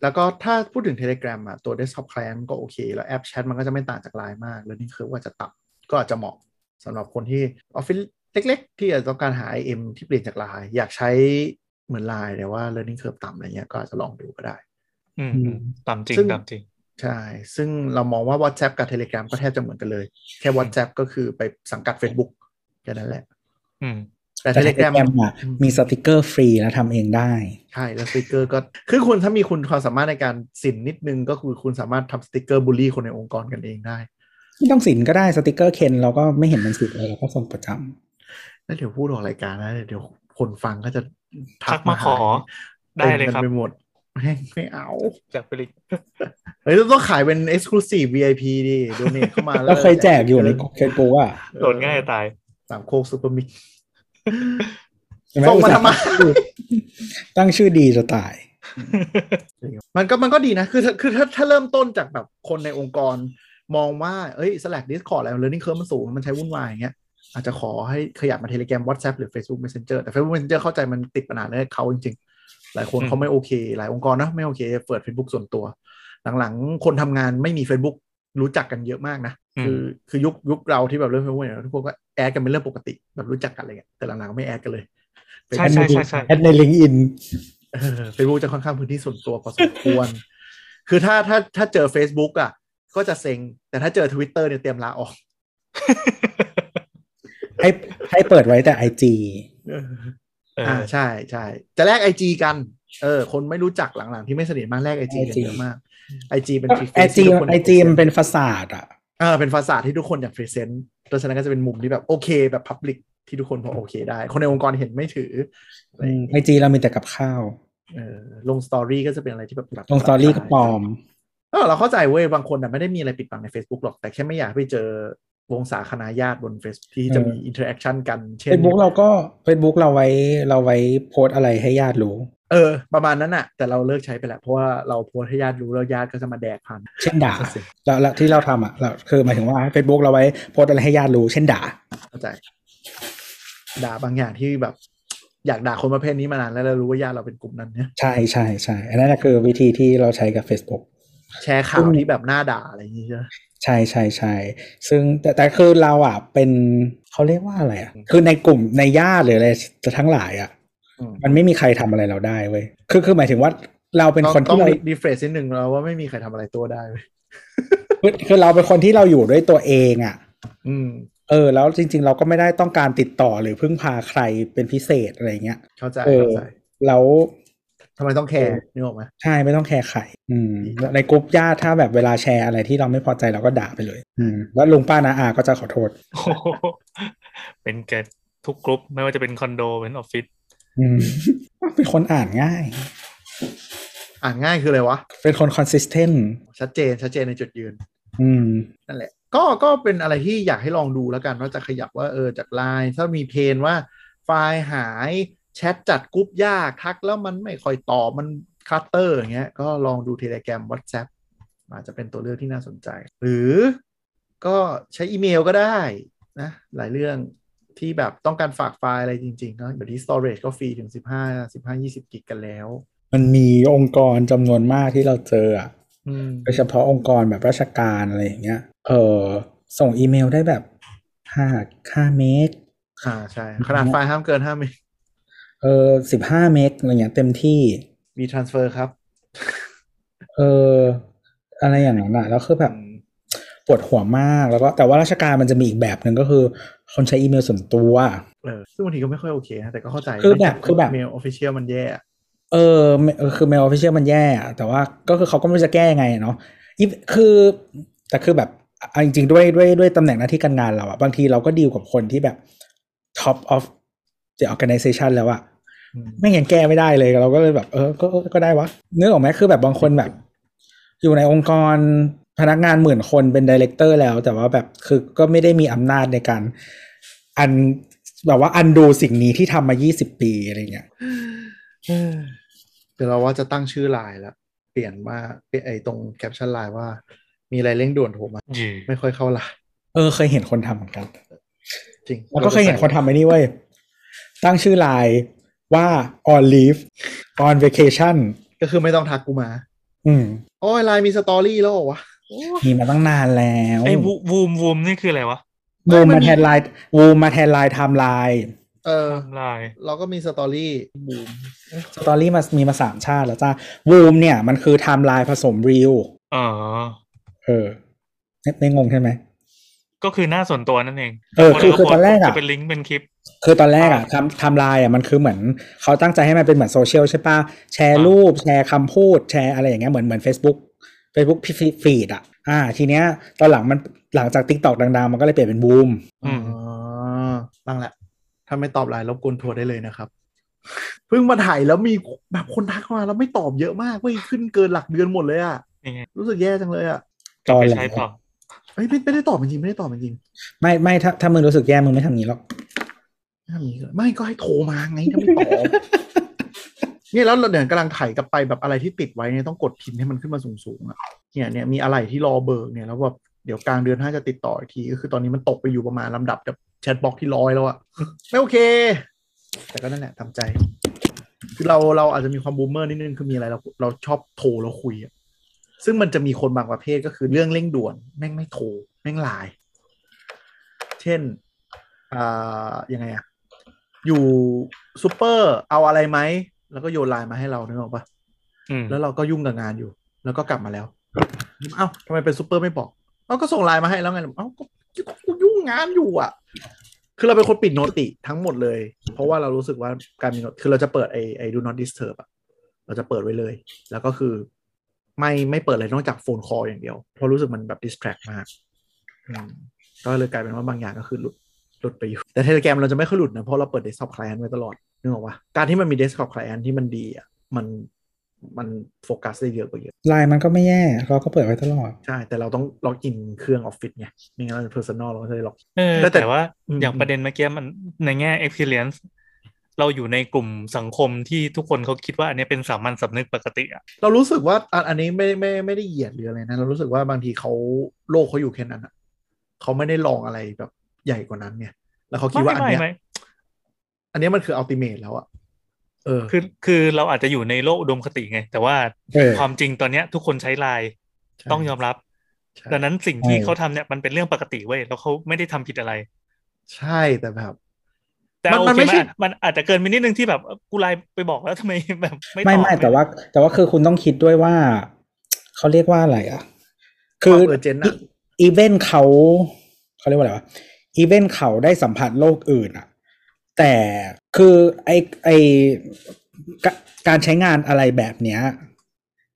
S3: แล้วก็ถ้าพูดถึง Telegram อ่ะ ตัว Desktop Client ก็โอเค แล้วแอปแชทมันก็จะไม่ต่างจากไลน์มาก แล้วนี่คือว่าจะตับก็อาจจะเหมาะสำหรับคนที่ออฟฟิศเล็กๆ ที่อาจจะต้องการหา IM ที่เปลี่ยนจากไลน์อยากใช้เหมือนไลน์แต่ว่า learning curve ต่ำอะไรเงี้ยก็อาจจะลองดูก็ได้
S1: อืมอืมตามจริง
S3: ซึ่ง
S1: ตามจริง
S3: ใช่ ซึ่งเรามองว่า WhatsApp กับ Telegram ก็แทบจะเหมือนกันเลย แค่ WhatsApp ก็คือไปสังกัด Facebook แค่นั้นแหละ
S1: อืม
S3: แต่
S2: แต่
S3: Telegram
S2: แกมอ่ะ
S3: อืม
S2: มีสติกเกอร์ฟรีแล้วทำเองได้
S3: ใช่แล้วสติกเกอร์ก็คือคุณถ้ามีคุณความสามารถในการสินนิดนึงก็คือคุณสามารถทำสติกเกอร์บูลลี่คนในองค์กรกันเองได้
S2: ไม่ต้องสินก็ได้สติกเกอร์เคนเราก็ไม่เห็นมันสินเลยเราก็ส่งประจำ
S3: แล้วเดี๋ยวพูดออกรายการนะเดี๋ยวคนฟังก็จะ
S1: ทักมาขอ
S3: หา
S1: ได้เลย
S3: ต็ม
S1: ค
S3: กั
S1: รั
S3: น
S1: บ
S3: ไปหมดแม่งไม่เอา
S1: จากไปเลย
S3: เฮ้ยเราต้องขายเป็น Exclusive VIP ดิโดเนทเข้ามาแล้ว
S2: เราเคยแจกอยู่ในเฟซบุ๊กอ่ะ
S1: โหลดง่ายจะตาย
S3: สามโคกซูเปอร์มิก
S2: เห็นไห
S3: ส่งมาทำไม
S2: ตั้งชื่อดีจะตาย
S3: มันก็มันก็ดีนะ คือถ้าคือถ้าถ้าเริ่มต้นจากแบบคนในองค์กร มองว่า เอ้ย Slack Discord อะไร learning curve มันสูง มันใช้วุ่นวายอย่างเงี้ย อาจจะขอให้ขยับมา Telegram WhatsApp หรือ Facebook Messenger แต่ Facebook Messenger เข้าใจมันติดปัญหาเรื่องเขาจริงๆ หลายคน
S1: อืม
S3: เขาไม่โอเค หลายองค์กรนะไม่โอเค เปิด Facebook ส่วนตัว หลังๆ คนทำงานไม่มี Facebook รู้จักกันเยอะมากนะ
S1: อืม
S3: คือคือยุคยุคเราที่แบบเริ่มเฟซบุ๊กเนี่ยทุกคนก็แอดกันเป็นเรื่องปกติแบบรู้จักกันอะไรเงี้ย แต่หลังๆก็ไม่แอดกันเลย
S1: ใช่ใช่ใช่ใช่
S2: แอดในลิงก์อิน
S3: เฟซบุ๊กจะค่อนข้างพื้นที่ส่วนตัวพอสมควร คือถ้าถ้าถ้าเจอ Facebook อ่ะ ก็จะเซ็ง แต่ถ้าเจอ Twitter เนี่ยเตรียมลาออก
S2: ให้ให้เปิดไว้แต่ไอจี
S1: เออ
S3: อ่า
S1: อ
S3: ใช่ใช่ จะแลกไอจกัน เออ คนไม่รู้จักหลังๆ ที่ไม่สนิทมากแลกไอจกันเยอะมากไอจเป็น
S2: ไอ
S3: preface
S2: จี
S3: ที่ทุกคน
S2: ไอจีมันเป็นฟาสาดอ่ะ
S3: เออเป็นภาษาที่ทุกคนอยากพรีเซนต์เพราะฉะนั้นก็จะเป็นมุมที่แบบโอเคแบบ Public ที่ทุกคนพอโอเคได้ คนในองค์กรเห็นไม่ถืออะไรอย่าง
S2: ไอ
S3: เงี้ย
S2: จีเรามีแต่กับข้าว
S3: เออลงสตอรี่ก็จะเป็นอะไรที่แบบหลัก
S2: ลงสตอรี่ก็ปลอม
S3: เออเราเข้าใจเว้ย บางคนน่ะไม่ได้มีอะไรปิดบังใน Facebook หรอก แต่แค่ไม่อยากไปเจอวงสาคณะญาติบน Facebook ที่จะมีอินเทอร์แอคชั่นกัน เช่
S2: เฟ
S3: น
S2: ซบุ๊กเราก็เฟซบุ๊กเราไว้เราไว้โพสต์อะไรให้ญาติรู้
S3: เออ ประมาณนั้นน่ะ แต่เราเลิกใช้ไปแล้วเพราะว่าเราโพสต์ให้ญาติรู้แล้วญาติก็จะมาแดกผ่าน
S2: เช่นด่าเราเราที่เราทำอ่ะเราคือหมายถึงว่าเฟซบุ๊กเราไว้โพสต์อะไรให้ญาติรู้เช่นด่า
S3: เข้าใจ ด่าบางอย่างที่แบบ อยากด่าคนประเภทนี้มานานแล้วเรารู้ว่าญาติเราเป็นกลุ่มนั้นเนี่ย
S2: ใช่ใช่ใช่อันนั้นน่ะคือวิธีที่เราใช้กับ Facebook
S3: แชร์ข่าวที่แบบหน้าด่าอะไรอย่างเงี้ยใช่ไหม
S2: ใช่ใช่ใช่ซึ่งแต่แต่คือเราอ่ะเป็นเขาเรียกว่าอะไรอ่ะ คือในกลุ่มในญาติหรืออะไรจะทั้งหลายอ่ะ
S3: อืม
S2: มันไม่มีใครทำอะไรเราได้เว้ย คือคือหมายถึงว่าเราเป็นคน
S3: ต้อ
S2: ที่
S3: ง
S2: เรา
S3: ดีเฟรชนิดหนึ่งเราว่าไม่มีใครทำอะไรตัวได้เว้ย
S2: คือคือเราเป็นคนที่เราอยู่ด้วยตัวเองอ่ะ
S3: อืม
S2: เออ แล้วจริง ๆ เราก็ไม่ได้ต้องการติดต่อหรือพึ่งพาใครเป็นพิเศษอะไรเงี้ย
S3: เข้าใจ
S2: เออ
S3: เข้าใจ
S2: แล้ว
S3: ทำไมต้องแคร์นึกออกไหม
S2: ใช่ไม่ต้องแคร์ใครอืมแล้วในกลุ่มญาติถ้าแบบเวลาแชร์อะไรที่เราไม่พอใจเราก็ด่าไปเลย อืมแล้วลุงป้านาอาก็จะขอโทษ
S1: โอ้โหเป็นแกบทุกกรุ๊ปไม่ว่าจะเป็นคอนโดเป็นออฟฟิศ
S2: อืม [LAUGHS] เป็นคนอ่านง่าย
S3: อ่านง่ายคืออะไรวะ
S2: เป็นคน consistent
S3: ชัดเจนชัดเจนในจุดยืน
S2: อืม
S3: นั่นแหละ ก็ก็เป็นอะไรที่อยากให้ลองดูแล้วกัน ว่าจะขยับว่าเออจากไลน์ถ้ามีเพนว่าไฟล์หายแชทจัดกรุ๊ปยากทักแล้วมันไม่ค่อยตอบมันคลัตเตอร์อย่างเงี้ยก็ลองดูเทเล gram WhatsApp อาจจะเป็นตัวเลือกที่น่าสนใจ หรือก็ใช้อีเมลก็ได้นะ หลายเรื่องที่แบบต้องการฝากไฟล์อะไรจริงๆก็เดี๋ยวนี้ storage ก็ฟรีถึง 15 15 20กิกกันแล้ว
S2: มันมีองค์กรจำนวนมากที่เราเจออะ
S3: อืม
S2: โดยเฉพาะองค์กรแบบราชการอะไรอย่างเงี้ย เออส่งอีเมลได้แบบห้าห้าเมก
S3: อ่าใช่ขนาดไฟล์ห้ามเกินห้าเมก
S2: เออสิบห้าเมกอะไรเงี้ยเต็มที่
S3: มี transfer ครับ
S2: เอออะไรอย่างนั้นอ่ะแล้วคือแบบ
S1: อืม
S2: ปวดหัวมากแล้วก็แต่ว่าราชการมันจะมีอีกแบบหนึ่งก็คือ คนใช้อีเมลส่วนตัว
S3: เออซึ่งบางทีก็ไม่ค่อยโอเคนะแต่ก็เข้าใจ
S2: คือแบบคือแบบ
S3: เมลออฟฟิเชียลมันแย่อะ
S2: เออเมเออคือ mail official มันแย่อะแต่ว่าก็คือเขาก็ไม่รู้จะแก้ยังไงอะเนาะอีคือ แต่คือแบบเอาจริงๆด้วยด้วยด้วยตำแหน่งหน้าที่การงานเราอะบางทีเราก็ดีลกับคนที่แบบ top of the organization แล้วอะ
S1: อืม
S2: ไม่งยังแก้ไม่ได้เลยเราก็เลยแบบเออก็ก็ก็ได้วะนึกออกไหมคือแบบบางคนแบบ อยู่ในองค์กรพนักงานหมื่นคนเป็นดีเลกเตอร์แล้ว แต่ว่าแบบคือก็ไม่ได้มีอำนาจในการ อันแบบว่าอันดูสิ่งนี้ที่ทำมา 20 ปีอะไรเงี้ย
S3: เดี๋ยวเราว่าจะตั้งชื่อไลน์แล้ว เปลี่ยนว่าเปลี่ยนไอ้ตรงแคปชั่นไลน์ว่า มีอะไรเร่งด่วนโทรมา
S1: ยือ
S3: ไม่ค่อยเข้าไลน์
S2: เออเคยเห็นคนทำเหมือนกัน
S3: จริง
S2: แล้วก็เคยเห็นคนทำไอ้นี่เว้ย ตั้งชื่อไลน์ว่า on leave on vacation
S3: ก็คือไม่ต้องทักกูมา
S2: อืม
S3: อ๋อไลน์มีสตอรี่แล้วเหรอวะ
S2: มีมาตั้งนานแล้ว
S1: ไอ้วูวูมวูมนี่คืออะไรวะ
S2: วูม
S3: ไม่มั
S2: มาน
S3: มี
S2: แทนไลน์วูมมาแทนไลน์ไทม์ไลน์
S3: เออ
S1: ทำลาย
S3: เราก็มีสตอรี่บูม
S2: สตอรี่มามีมาสามชาติแล้วจ้าวูมเนี่ย มันคือไทม์ไลน์ผสมรีว
S1: อ๋อ
S2: เออไม่ไม่งงใช่ไหม
S1: ก็คือหน้าส่วนตัวนั่นเอง
S2: เออคือคือตอนแรกอะ
S1: จะเป็นลิงก์เป็นคลิป
S2: คือตอนแรกอะทำไทำลายอะมันคือเหมือนเขาตั้งใจให้มันเป็นเหมือนโซเชียลใช่ปะแชร์รูป แชร์คำพูดแชร์อะไรอย่างเงี้ยเหมือนเหมือน Facebook Facebook ฟีดอะอ่า ทีเนี้ยตอนหลังมันหลังจาก t ิ k t o k ดังๆ มันก็เลยเปลี่ยนเป็นบูม
S1: อืม
S3: อ๋อบ้างแหละ ถ้าไม่ตอบไลน์รบกวนทัวร์ได้เลยนะครับ [LAUGHS] เพิ่งมาถ่ายแล้วมีแบบคนทักมาแล้วไม่ตอบเยอะมากเว้ยขึ้นเกินหลักเดือนหมดเลยอะ
S1: นี่ไง
S3: รู้สึกแย่จังเลยอะ
S2: ตอน
S1: ไป
S2: หลัง
S1: ใช้ต่อ
S3: เฮ้ยไม่ไม่ได้ตอบจริงไม่ได้ตอบจริง
S2: ไม่ไม่ถ้าถ้ามึงรู้สึกแย่มึงไม่ทำงี้หรอก
S3: ไม่ทำอย่างนี้เลยไม่ก็ให้โทรมาไงถ้าไม่ตอบ เนี่ยแล้วเราเดี๋ยวกำลังไถ่ายกลับไปแบบอะไรที่ติดไว้เนี่ยต้องกดพิมพ์ให้มันขึ้นมาสูงๆอะเนี่ยเนี่ยมีอะไรที่รอเบิกเนี่ยแล้วแบบเดี๋ยวกลางเดือนถ้าจะติดต่ออีกทีก็คือตอนนี้มันตกไปอยู่ประมาณลำดับแบบแชทบล็อกที่ร้อยแล้วอะ [LAUGHS] ไม่โอเค แต่ก็นั่นแหละทำใจ คือเราเราอาจจะมีความบูมเมอร์นิดนึงคือมีอะไรเราเราชอบโทรแล้วคุยอะซึ่งมันจะมีคนบางประเภทก็คือเรื่องเร่งด่วนแม่งไม่โทรแม่งไลน์เช่นอ่ายังไงอะอยู่ซูเปอร์เอาอะไรไหม แล้วก็โยนไลน์มาให้เรานึกออกปะ
S1: อืม
S3: แล้วเราก็ยุ่งกับงานอยู่ แล้วก็กลับมาแล้ว เอ้าทำไมเป็นซูเปอร์ไม่บอกเราก็ส่งไลน์มาให้แล้วไง เอ้าก็กูยุ่งงานอยู่อ่ะ คือเราเป็นคนปิดโนติทั้งหมดเลย เพราะว่าเรารู้สึกว่าการมีโนติคือเราจะเปิดไอไอ do not disturb อะเราจะเปิดไว้เลย แล้วก็คือ ไม่ไม่เปิดอะไรนอกจากโฟนคอ l อย่างเดียว เพราะรู้สึกมันแบบ distract มากอืมก็เลยกลายเป็นว่าบางอย่างก็คือหลุดหลุดไปอยู่ แต่เทเลแกรมเราจะไม่ค่อยหลุดนะ เพราะเราเปิด desktop client ไว้ตลอดนึกออกปะการที่มันมี desktop client ที่มันดีอ่ะมันมันโฟกัสได้เยอะกว่าเยอะ
S2: ไลน์มันก็ไม่แย่เราก็เปิดไว้ตลอด
S3: ใช่ แต่เราต้องล็อกอินเครื่องออฟฟิศไงไม่งั้นเราเพอร์ซันอลเราก็จะได้ล็อก
S1: เออ
S3: แล้วแต่
S1: แต่ว่า
S3: อืม
S1: อย่างประเด็นเมื่อกี้มันในแง่ experience เราอยู่ในกลุ่มสังคมที่ทุกคนเขาคิดว่าอันนี้เป็นสามัญสำนึกปกติอ่ะ
S3: เรารู้สึกว่าอันอันนี้ไม่ไม่ไม่ได้เหยียดหรืออะไรนะ เรารู้สึกว่าบางทีเขาโลกเขาอยู่แค่นั้นอะเขาไม่ได้ลองอะไรแบบใหญ่กว่านั้นไงแล้วเขาคิดว่าอัน
S1: ไม่
S3: เนี้ย
S1: ไม่
S3: อันเนี้ยมันคืออัลติเมทแล้วอะเออ
S1: คือคือเราอาจจะอยู่ในโลกอุดมคติไง แต่ว่า
S2: เออ
S1: ความจริงตอนเนี้ยทุกคนใช้ไลน์
S3: ใช่
S1: ต้องยอมรับ
S3: ใช่
S1: ดังนั้นสิ่งที่
S2: ใช่
S1: เขาทำเนี่ยมันเป็นเรื่องปกติเว้ยแล้วเขาไม่ได้ทำผิดอะไร
S3: ใช่แต่แบบ
S1: แต่
S3: มัน
S1: โอ
S3: มัน
S1: เค
S3: ไม่ใช่
S1: มันมันอาจจะเกินไปนิดนึงที่แบบเอ้อกูไลน์ไปบอกแล้วทำไมแบบไม่
S2: ไม่
S1: ตอบ
S2: ไม่แต่ว่า แต่ว่าคือคุณต้องคิดด้วยว่า เขาเรียกว่าอะไรอ่ะ คือ
S3: ความ urgent อะ
S2: อีเวนต์เขาเขาเรียกว่าอะไรวะอีเวนต์เขาได้สัมผัสโลกอื่นอ่ะ แต่คือไอไอกะการใช้งานอะไรแบบเนี้ย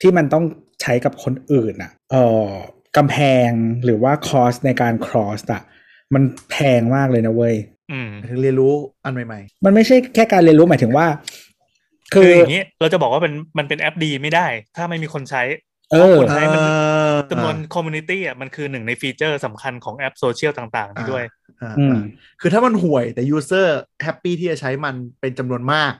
S2: ที่มันต้องใช้กับคนอื่นอ่ะเออกำแพงหรือว่าคอสในการครอสอ่ะ มันแพงมากเลยนะเว้ย
S1: อืม
S3: ถึงเรียนรู้อันใหม่
S2: มันไม่ใช่แค่การเรียนรู้หมายถึงว่า คื
S1: คือ
S2: อ
S1: อย่างนี้เราจะบอกว่าเป็นมันเป็นแอปดีไม่ได้ ถ้าไม่มีคนใช้
S2: เออ
S1: ค
S3: ๆ
S1: น ใช้มัน
S3: เออ
S1: จำนวนคอมมูนิตี้อ่ะมันคือหนึ่งในฟีเจอร์สำคัญของแอปโซเชียลต่างๆนี่ด้วย
S3: อ่า
S2: อืม
S3: อ่า คือถ้ามันห่วยแต่ยูเซอร์แฮปปี้ที่จะใช้มันเป็นจำนวนมาก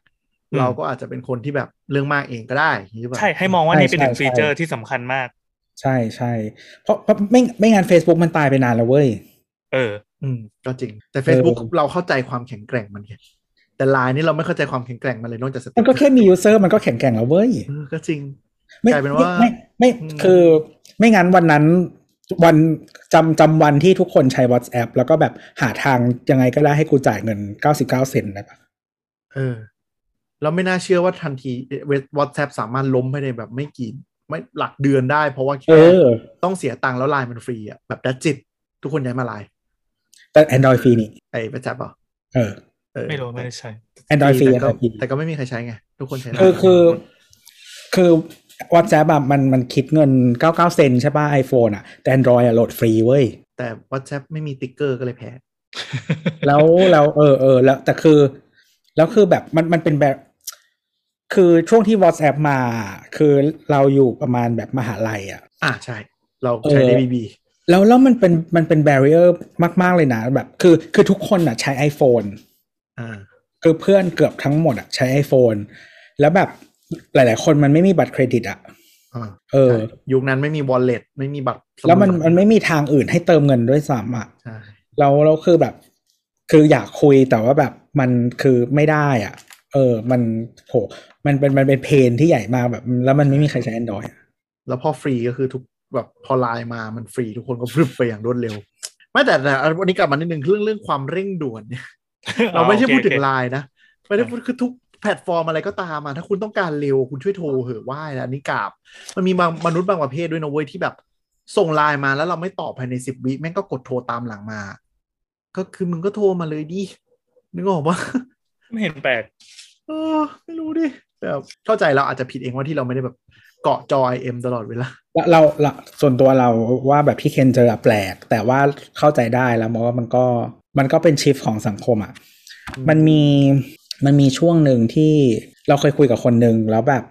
S1: อืม
S3: เราก็อาจจะเป็นคนที่แบบเรื่องมากเองก็ได้อย่างนี้หรือเปล่า
S1: ใช่ให้มองว่า
S2: ใช่
S1: นี่เป็นหนึ่ง
S2: ใช่
S1: ฟีเจอร์ที่สำคัญมาก
S2: ใช่ใช่เพราะเพราะไม่ไม่งั้น Facebook มันตายไปนานแล้วเว้ย
S1: เออ
S3: อืมก็จริง แต่ Facebook
S2: เออ
S3: เราเข้าใจความแข็งแกร่งมันไงแต่ไลน์นี่เราไม่เข้าใจความแข็งแกร่งมันเลยนอกจากสติ
S2: มันก็แค่มียูเซอร์มันก็แข็งแกร่งแล้วเว้ย
S3: เออก็จริง
S2: ไม่
S3: กลายเป็นว่า
S2: ไม่ไม่
S3: อืม
S2: คือไม่งั้นวันนั้นวันจำจำวันที่ทุกคนใช้ WhatsApp แล้วก็แบบหาทางยังไงก็ได้ให้กูจ่ายเงิน 99 เซนต์ได้ปะ
S3: เออ เราไม่น่าเชื่อว่าทันทีวอทแซปสามารถล้มไปในแบบไม่กี่ ไม่หลักเดือนได้ เพราะว่า
S2: เอ
S3: แค่
S2: อ
S3: ต้องเสียตังค์แล้วไลน์มันฟรีอ่ะแบบดัจจิต ทุกคนย้ายมาไลน์
S2: แต่ Android ฟรีนี่
S3: ไอ้ประจับเปล่า
S2: เออ
S3: เออ
S1: ไม่รู้ไม่ได้ใช้
S2: Android ฟรี
S3: แต่
S2: อะ
S3: ก็
S2: ครับ
S3: แต่ก็ไม่มีใครใช้ไง ทุกคนใช้ไลน์
S2: คือคือ คือ WhatsApp อะมันมันคิดเงิน 99 เซนต์ใช่ป่ะ iPhone อ่ะ แต่ Android อ่ะโหลดฟรีเว้ย
S3: แต่ WhatsApp ไม่มีติ๊กเกอร์ก็เลยแพ้
S2: แล้วแล้วเออเออแล้วแต่คือ แล้วคือแบบมันมันเป็นแบบ คือช่วงที่ WhatsApp มา คือเราอยู่ประมาณแบบมหาลัยอ่ะ
S3: อ่าใช่ เราใช้ใน
S2: เออ
S3: บีบี
S2: แล้วแล้วมันเป็นมันเป็นแบเรียร์มาก ๆ เลยนะ แบบ คือคือทุกคนอ่ะใช้ iPhone
S3: อ่า
S2: คือเพื่อนเกือบทั้งหมดอ่ะใช้ iPhone แล้วแบบหลาย ๆ คนมันไม่มีบัตรเครดิตอ่ะ
S3: อ่า
S2: เออ
S3: ใช่ยุคนั้นไม่มี wallet ไม่มีบัตรสด
S2: แล้วมันมันไม่มีทางอื่นให้เติมเงินด้วยซ้ำอ่ะ
S3: ใช่
S2: เราเราคือแบบ คืออยากคุยแต่ว่าแบบมันคือไม่ได้อ่ะ เออ มันโหมันเป็นมันเป็นเพนที่ใหญ่มากแบบ แล้วมันไม่มีใครใช้ Android อะ
S3: แล้วพอฟรีก็คือทุกแบบพอไลน์มามันฟรีทุกคนก็ฟรึบไปอย่างรวดเร็ว ไม่แต่แต่วันนี้กลับมานิดนึงเรื่องเรื่องความเร่งด่วนเนี่ยเราไม่ใช่พูดถึงไลน์นะไม่ได้พูดคือทุกแพลตฟอร์มอะไรก็ตามอ่ะถ้าคุณต้องการเร็วคุณช่วยโทรเหอะไหว้แล้วอันนี้กราบ มันมีบางมนุษย์บางประเภทด้วยนะเว้ยที่แบบ ส่งไลน์มาแล้วเราไม่ตอบภายในสิบวิแม่งก็กดโทรตามหลังมา ก็คือมึงก็โทรมาเลยดินึกออกปะ [LAUGHS]
S1: ไม่เห็นแปลก
S3: เออไม่รู้ดิแบบเข้าใจเราอาจจะผิดเองว่าที่เราไม่ได้แบบเกาะจอยเอ็มตลอดเวลา
S2: แล้วเราเราส่วนตัวเราว่าแบบพี่เคนเจออะแปลก แต่ว่าเข้าใจได้แล้วมันก็มันก็มันก็เป็นชิฟของสังคมอ่ะ
S3: อืม
S2: มันมีมันมีช่วงหนึ่งที่เราเคยคุยกับคนหนึ่งแล้วแบบ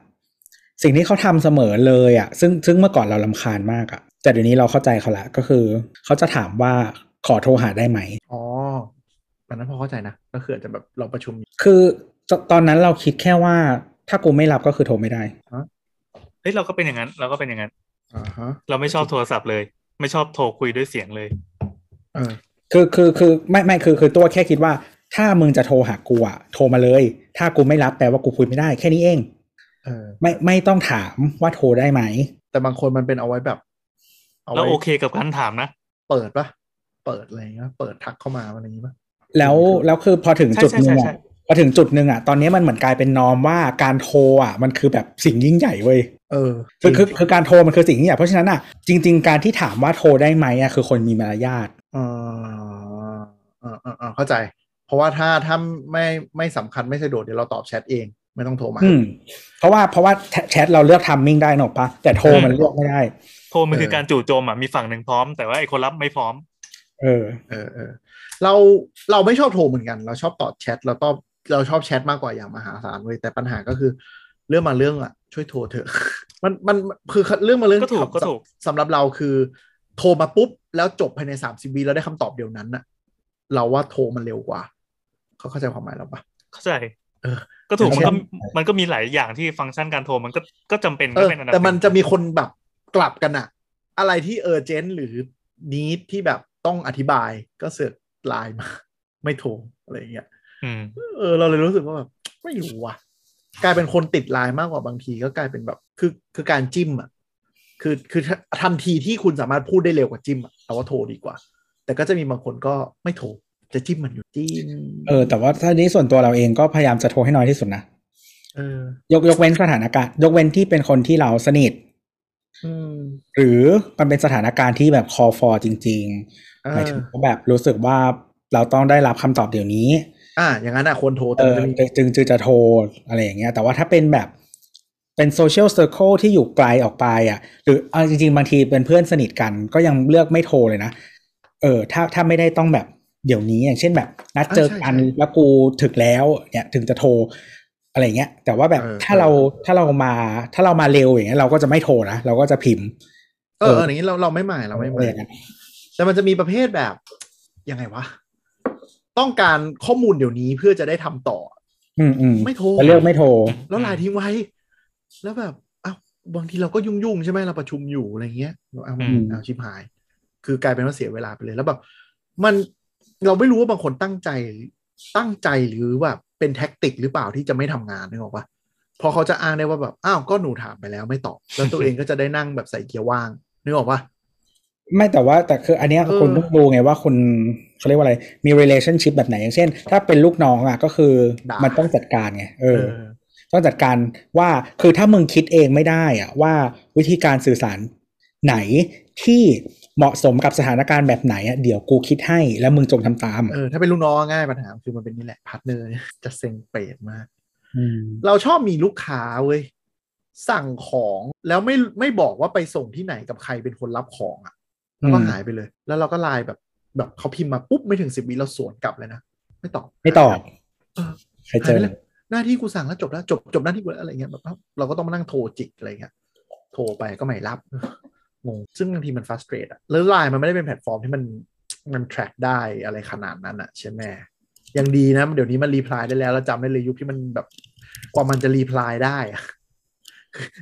S2: สิ่งที่เขาทำเสมอเลยอ่ะ ซึ่งซึ่งเมื่อก่อนเราลำคาญมากอ่ะ แต่เดี๋ยวนี้เราเข้าใจเขาละก็คือ เขาจะถามว่าขอโทรหาได้ไหม
S3: อ๋ออันนั้นพอเข้าใจนะ ก็คืออาจจะแบบเราประชุม
S2: คือตตอนนั้นเราคิดแค่ว่า ถ้ากูไม่รับก็คือโทรไม่ได้
S1: เฮ้ยเราก็เป็นอย่างนั้น เราก็เป็นอย่างนั้น
S3: อ่าฮะ
S1: เราไม่ชอบโทรศัพท์เลย ไม่ชอบโทรคุยด้วยเสียงเลย
S3: เออ
S2: คือคือคือไม่ไม่คือคือตัวแค่คิดว่า ถ้ามึงจะโทรหากูอ่ะโทรมาเลย ถ้ากูไม่รับแปลว่ากูคุยไม่ได้แค่นี้เอง
S3: เออ
S2: ไม่ไม่ต้องถามว่าโทรได้ไหม
S3: แต่บางคนมันเป็นเอาไว้แบบ เอา
S1: แล้ว
S3: ไว้
S1: โอเคกับการถามนะ
S3: เปิดปะเปิดอะไรอย่างเงี้ยเปิดทักเข้ามาอะไรอย่างงี้ปะ
S2: แล้วแล้วคือพอถึง
S1: ใช่
S2: จุดหนึง
S1: ใช่ใช่
S2: อ่ะ
S1: ใช่
S2: พอถึงจุดหนึ่งอ่ะตอนนี้มันเหมือนกลายเป็นนอมว่าการโทรอ่ะมันคือแบบสิ่งยิ่งใหญ่เว้ย
S3: เออ
S2: คือคือ
S3: จริง
S2: คือการโทรมันคือสิ่งยิ่งใหญ่เพราะฉะนั้นอ่ะจริง ๆ การที่ถามว่าโทรได้ไหมอ่ะคือคนมีมารยาท
S3: อ่าอ่าอ่าอ่าเข้าใจ เพราะว่าถ้าถ้าไม่ไม่สำคัญไม่สะดวกเดี๋ยวเราตอบแชทเอง ไม่ต้องโทรมา
S2: อืมเพราะว่าเพราะว่าแชแชทเราเลือกทัมมิ่งได้หนกปะแต่โทร
S1: อืม
S2: มันเลือกไม่ได้
S1: โทรมันคือ
S3: เออ
S1: การจู่โจมอ่ะมีฝั่งหนึ่งพร้อม แต่ว่าไอ้คนรับไม่พร้อม
S2: เออ
S3: เออเออเราเราไม่ชอบโทรเหมือนกัน เราชอบตอบแชทเราตอบเราชอบแชทมากกว่าอย่างมหาศาลเว้ยแต่ปัญหาก็คือเรื่องมาเรื่องอ่ะ ช่วยโทรเถอะ [LAUGHS] มันมันคือเรื่องมาเรื่อง
S1: ก็ถูก
S3: สำ
S1: ก็ถูก
S3: สำหรับเราคือ โทรมาปุ๊บ แล้วจบภายในสามสิบวิแล้วได้คำตอบเดียวนั้นน่ะ เราว่าโทรมันเร็วกว่า เขาเข้าใจความหมายเราปะ
S1: เข้าใจ
S3: เออ
S1: ก็ถูก
S2: อ
S1: มัน
S2: ย่างเช่
S1: ก็
S2: น
S1: มันก็มีหลายอย่างที่ฟังก์ชันการโทรมันก็ก็จำเป็น
S3: เอ
S1: ก็
S3: อ
S1: เป็นอันดับ
S3: แต่มัน
S1: หง
S3: จะมีคนแบบกลับกันอะอะไรที่เออเจนหรือนีดที่แบบต้องอธิบายก็เสือกไลน์มา [LAUGHS] ไม่โทรอะไรอย่างเงี้ย
S1: อืม
S3: เออเราเลยรู้สึกว่าแบบไม่รู้ว่ะ กลายเป็นคนติดไลน์มากกว่าบางทีก็กลายเป็นแบบคือคือการจิ้มอ่ะคือคือทันทีที่คุณสามารถพูดได้เร็วกว่าจิ้มอะเราว่าโทรดีกว่า แต่ก็จะมีบางคนก็ไม่โทรจะจิ้มมันอยู่จิ้ม
S2: เออ แต่ว่าถ้านี้ส่วนตัวเราเองก็พยายามจะโทรให้น้อยที่สุดนะ
S3: เออย
S2: กยกเว้นสถานการณ์ ยกเว้นที่เป็นคนที่เราสนิท
S3: อืม
S2: หรือมันเป็นสถานการณ์ที่แบบ call for จริง
S3: เอ
S2: ๆหมาย
S3: อ
S2: ถึงว่าแบบรู้สึกว่าเราต้องได้รับคำตอบเดี๋ยวนี้
S3: อ่าอย่างนั้นอ่ะควรโทร
S2: เอ
S3: แต่มัน
S2: อ
S3: จะมี
S2: จึงจึงจึงจะโทรอะไรอย่างเงี้ย แต่ว่าถ้าเป็นแบบเป็นโซเชียลเซอร์เคิลที่อยู่ไกลออกไปอ่ะ หรือเอาจริง ๆ บางทีเป็นเพื่อนสนิทกันก็ยังเลือกไม่โทรเลยนะ เออ ถ้าถ้าไม่ได้ต้องแบบเดี๋ยวนี้อย่างเช่นแบบ นัดเจอกันแล้วกูถึกแล้วเนี่ยถึงจะโทรอะไรอย่างเงี้ย แต่ว่าแบบถ้าเราถ้าเรามาถ้าเรามาเร็วอย่างเงี้ยเราก็จะไม่โทรนะเราก็จะพิมพ์
S3: เออเอออย่างนี้เราเราไม่หมายเราไม่หมาย แต่มันจะมีประเภทแบบยังไงวะ ต้องการข้อมูลเดี๋ยวนี้เพื่อจะได้ทำต่อ
S2: อืมอืม
S3: ไม่โทร
S2: จะเลือกไม่โทร
S3: แล้วไลน์ทิ้งไว้ แล้วแบบอ้าวบางทีเราก็ยุ่งๆใช่ไหมเราประชุมอยู่อะไรเงี้ยเราเอา
S2: อืม
S3: เอาชิบหาย คือกลายเป็นว่าเสียเวลาไปเลยแล้วแบบมันเราไม่รู้ว่าบางคนตั้งใจตั้งใจหรือแบบเป็นแท็กติกหรือเปล่าที่จะไม่ทำงานนึกออกปะพอเขาจะอ้างได้ว่าแบบอ้าวก็หนูถามไปแล้วไม่ตอบแล้วตัวเองก็จะได้นั่งแบบใส่เกียร์ว่างนึกออกปะ
S2: ไม่แต่ว่าแต่คืออันเนี้ย
S3: เออ
S2: คุณต้องดูไงว่าคุณเขาเรียกว่าอะไรมี relationship แบบไหนอย่างเช่น ถ้าเป็นลูกน้องอ่ะก็คือมันต้องจัดการไงเออ ต้องจัดการว่าคือถ้ามึงคิดเองไม่ได้อะว่าวิธีการสื่อสารไหนที่เหมาะสมกับสถานการณ์แบบไหนอะเดี๋ยวกูคิดให้แล้วมึงจงทำตาม
S3: เออถ้าเป็นลูกน้องง่ายปัญหาคือมันเป็นนี่แหละพาร์ทเนอร์จะเซ็งเปรตมาก
S2: ม
S3: เราชอบมีลูกค้าเว้ยสั่งของแล้วไม่ไม่บอกว่าไปส่งที่ไหนกับใครเป็นคนรับของอะ่ะแล้วก็หายไปเลย แล้วเราก็ไลน์แบบแบบเขาพิมพ์มาปุ๊บไม่ถึงสิบวิเราสวนกลับเลยนะไม่ตอบ
S2: ไม่ตอบ
S3: เออ
S2: ใครเจอ
S3: หายไปลยหน้าที่กูสั่งแล้วจบแล้วจบจบหน้าที่กูแล้วอะไรเงี้ยแบบเอ้าเราก็ต้องมานั่งโทรจิกอะไรเงี้ยโทรไปก็ไม่รับ งงซึ่งบางทีมัน frustrate อะแล้วไลน์มันไม่ได้เป็นแพลตฟอร์มที่มันมัน track ได้อะไรขนาดนั้นอะใช่ไหมยังดีนะ เดี๋ยวนี้มันรีプライได้แล้วเราจำได้เลยยุคที่มันแบบกว่ามันจะรีプライได้อะ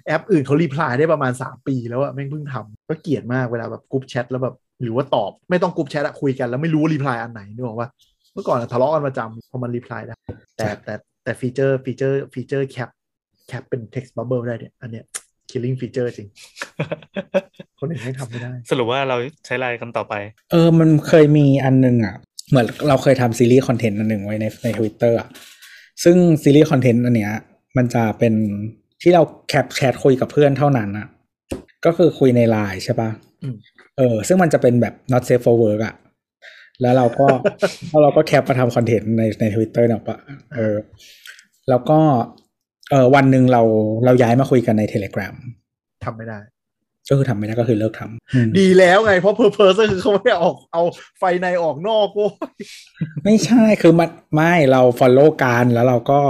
S3: แอปอื่นเขารีプライได้ประมาณ 3 ปีแล้วอะแม่งเพิ่งทำก็เกลียดมากเวลาแบบกรุ๊ปแชทแล้วแบบหรือว่าตอบไม่ต้องกรุ๊ปแชทอะคุยกันแล้วไม่รู้รีプライอันไหนนึกออกว่าเมื่อก่อนอะทะเลาะกันประจำพอมันรีプライได้ แต่แต่แต่ฟีเจอร์ฟีเจอร์ฟีเจอร์แคปแคปเป็น text bubble ได้เนี่ย อันเนี้ย killing feature จริง คนอื่นไม่ทำไม่ได้
S1: สรุปว่าเราใช้ไลน์กันต่อไป
S2: เออ มันเคยมีอันหนึงอ่ะ เหมือนเราเคยทำซีรีส์คอนเทนต์อันหนึ่งไว้ในในทวิตเตอร์อ่ะ ซึ่งซีรีส์คอนเทนต์อันเนี้ย มันจะเป็นที่เราแคปแชทคุยกับเพื่อนเท่านั้นอ่ะ ก็คือคุยในไลน์ใช่ปะ
S3: อืม
S2: เออ ซึ่งมันจะเป็นแบบ not safe for work อ่ะ แล้วเราก็
S3: [LAUGHS]
S2: แล้วเราก็แคปมาทำคอนเทนต์ในในทวิตเตอร์เนาะปะเออ แล้วก็ เออวันหนึ่งเราเราย้ายมาคุยกันใน Telegram
S3: ทำไม่ได้
S2: ก็คือทำไม่ได้ก็คือเลิกทำอืม
S3: ดีแล้วไง เพราะเพอร์เพอร์ก็คือเขาไม่ได้ออกเอาไฟในออกนอกโว้ย
S2: ไม่ใช่ คือมันไม่เรา follow กันแล้วเราก็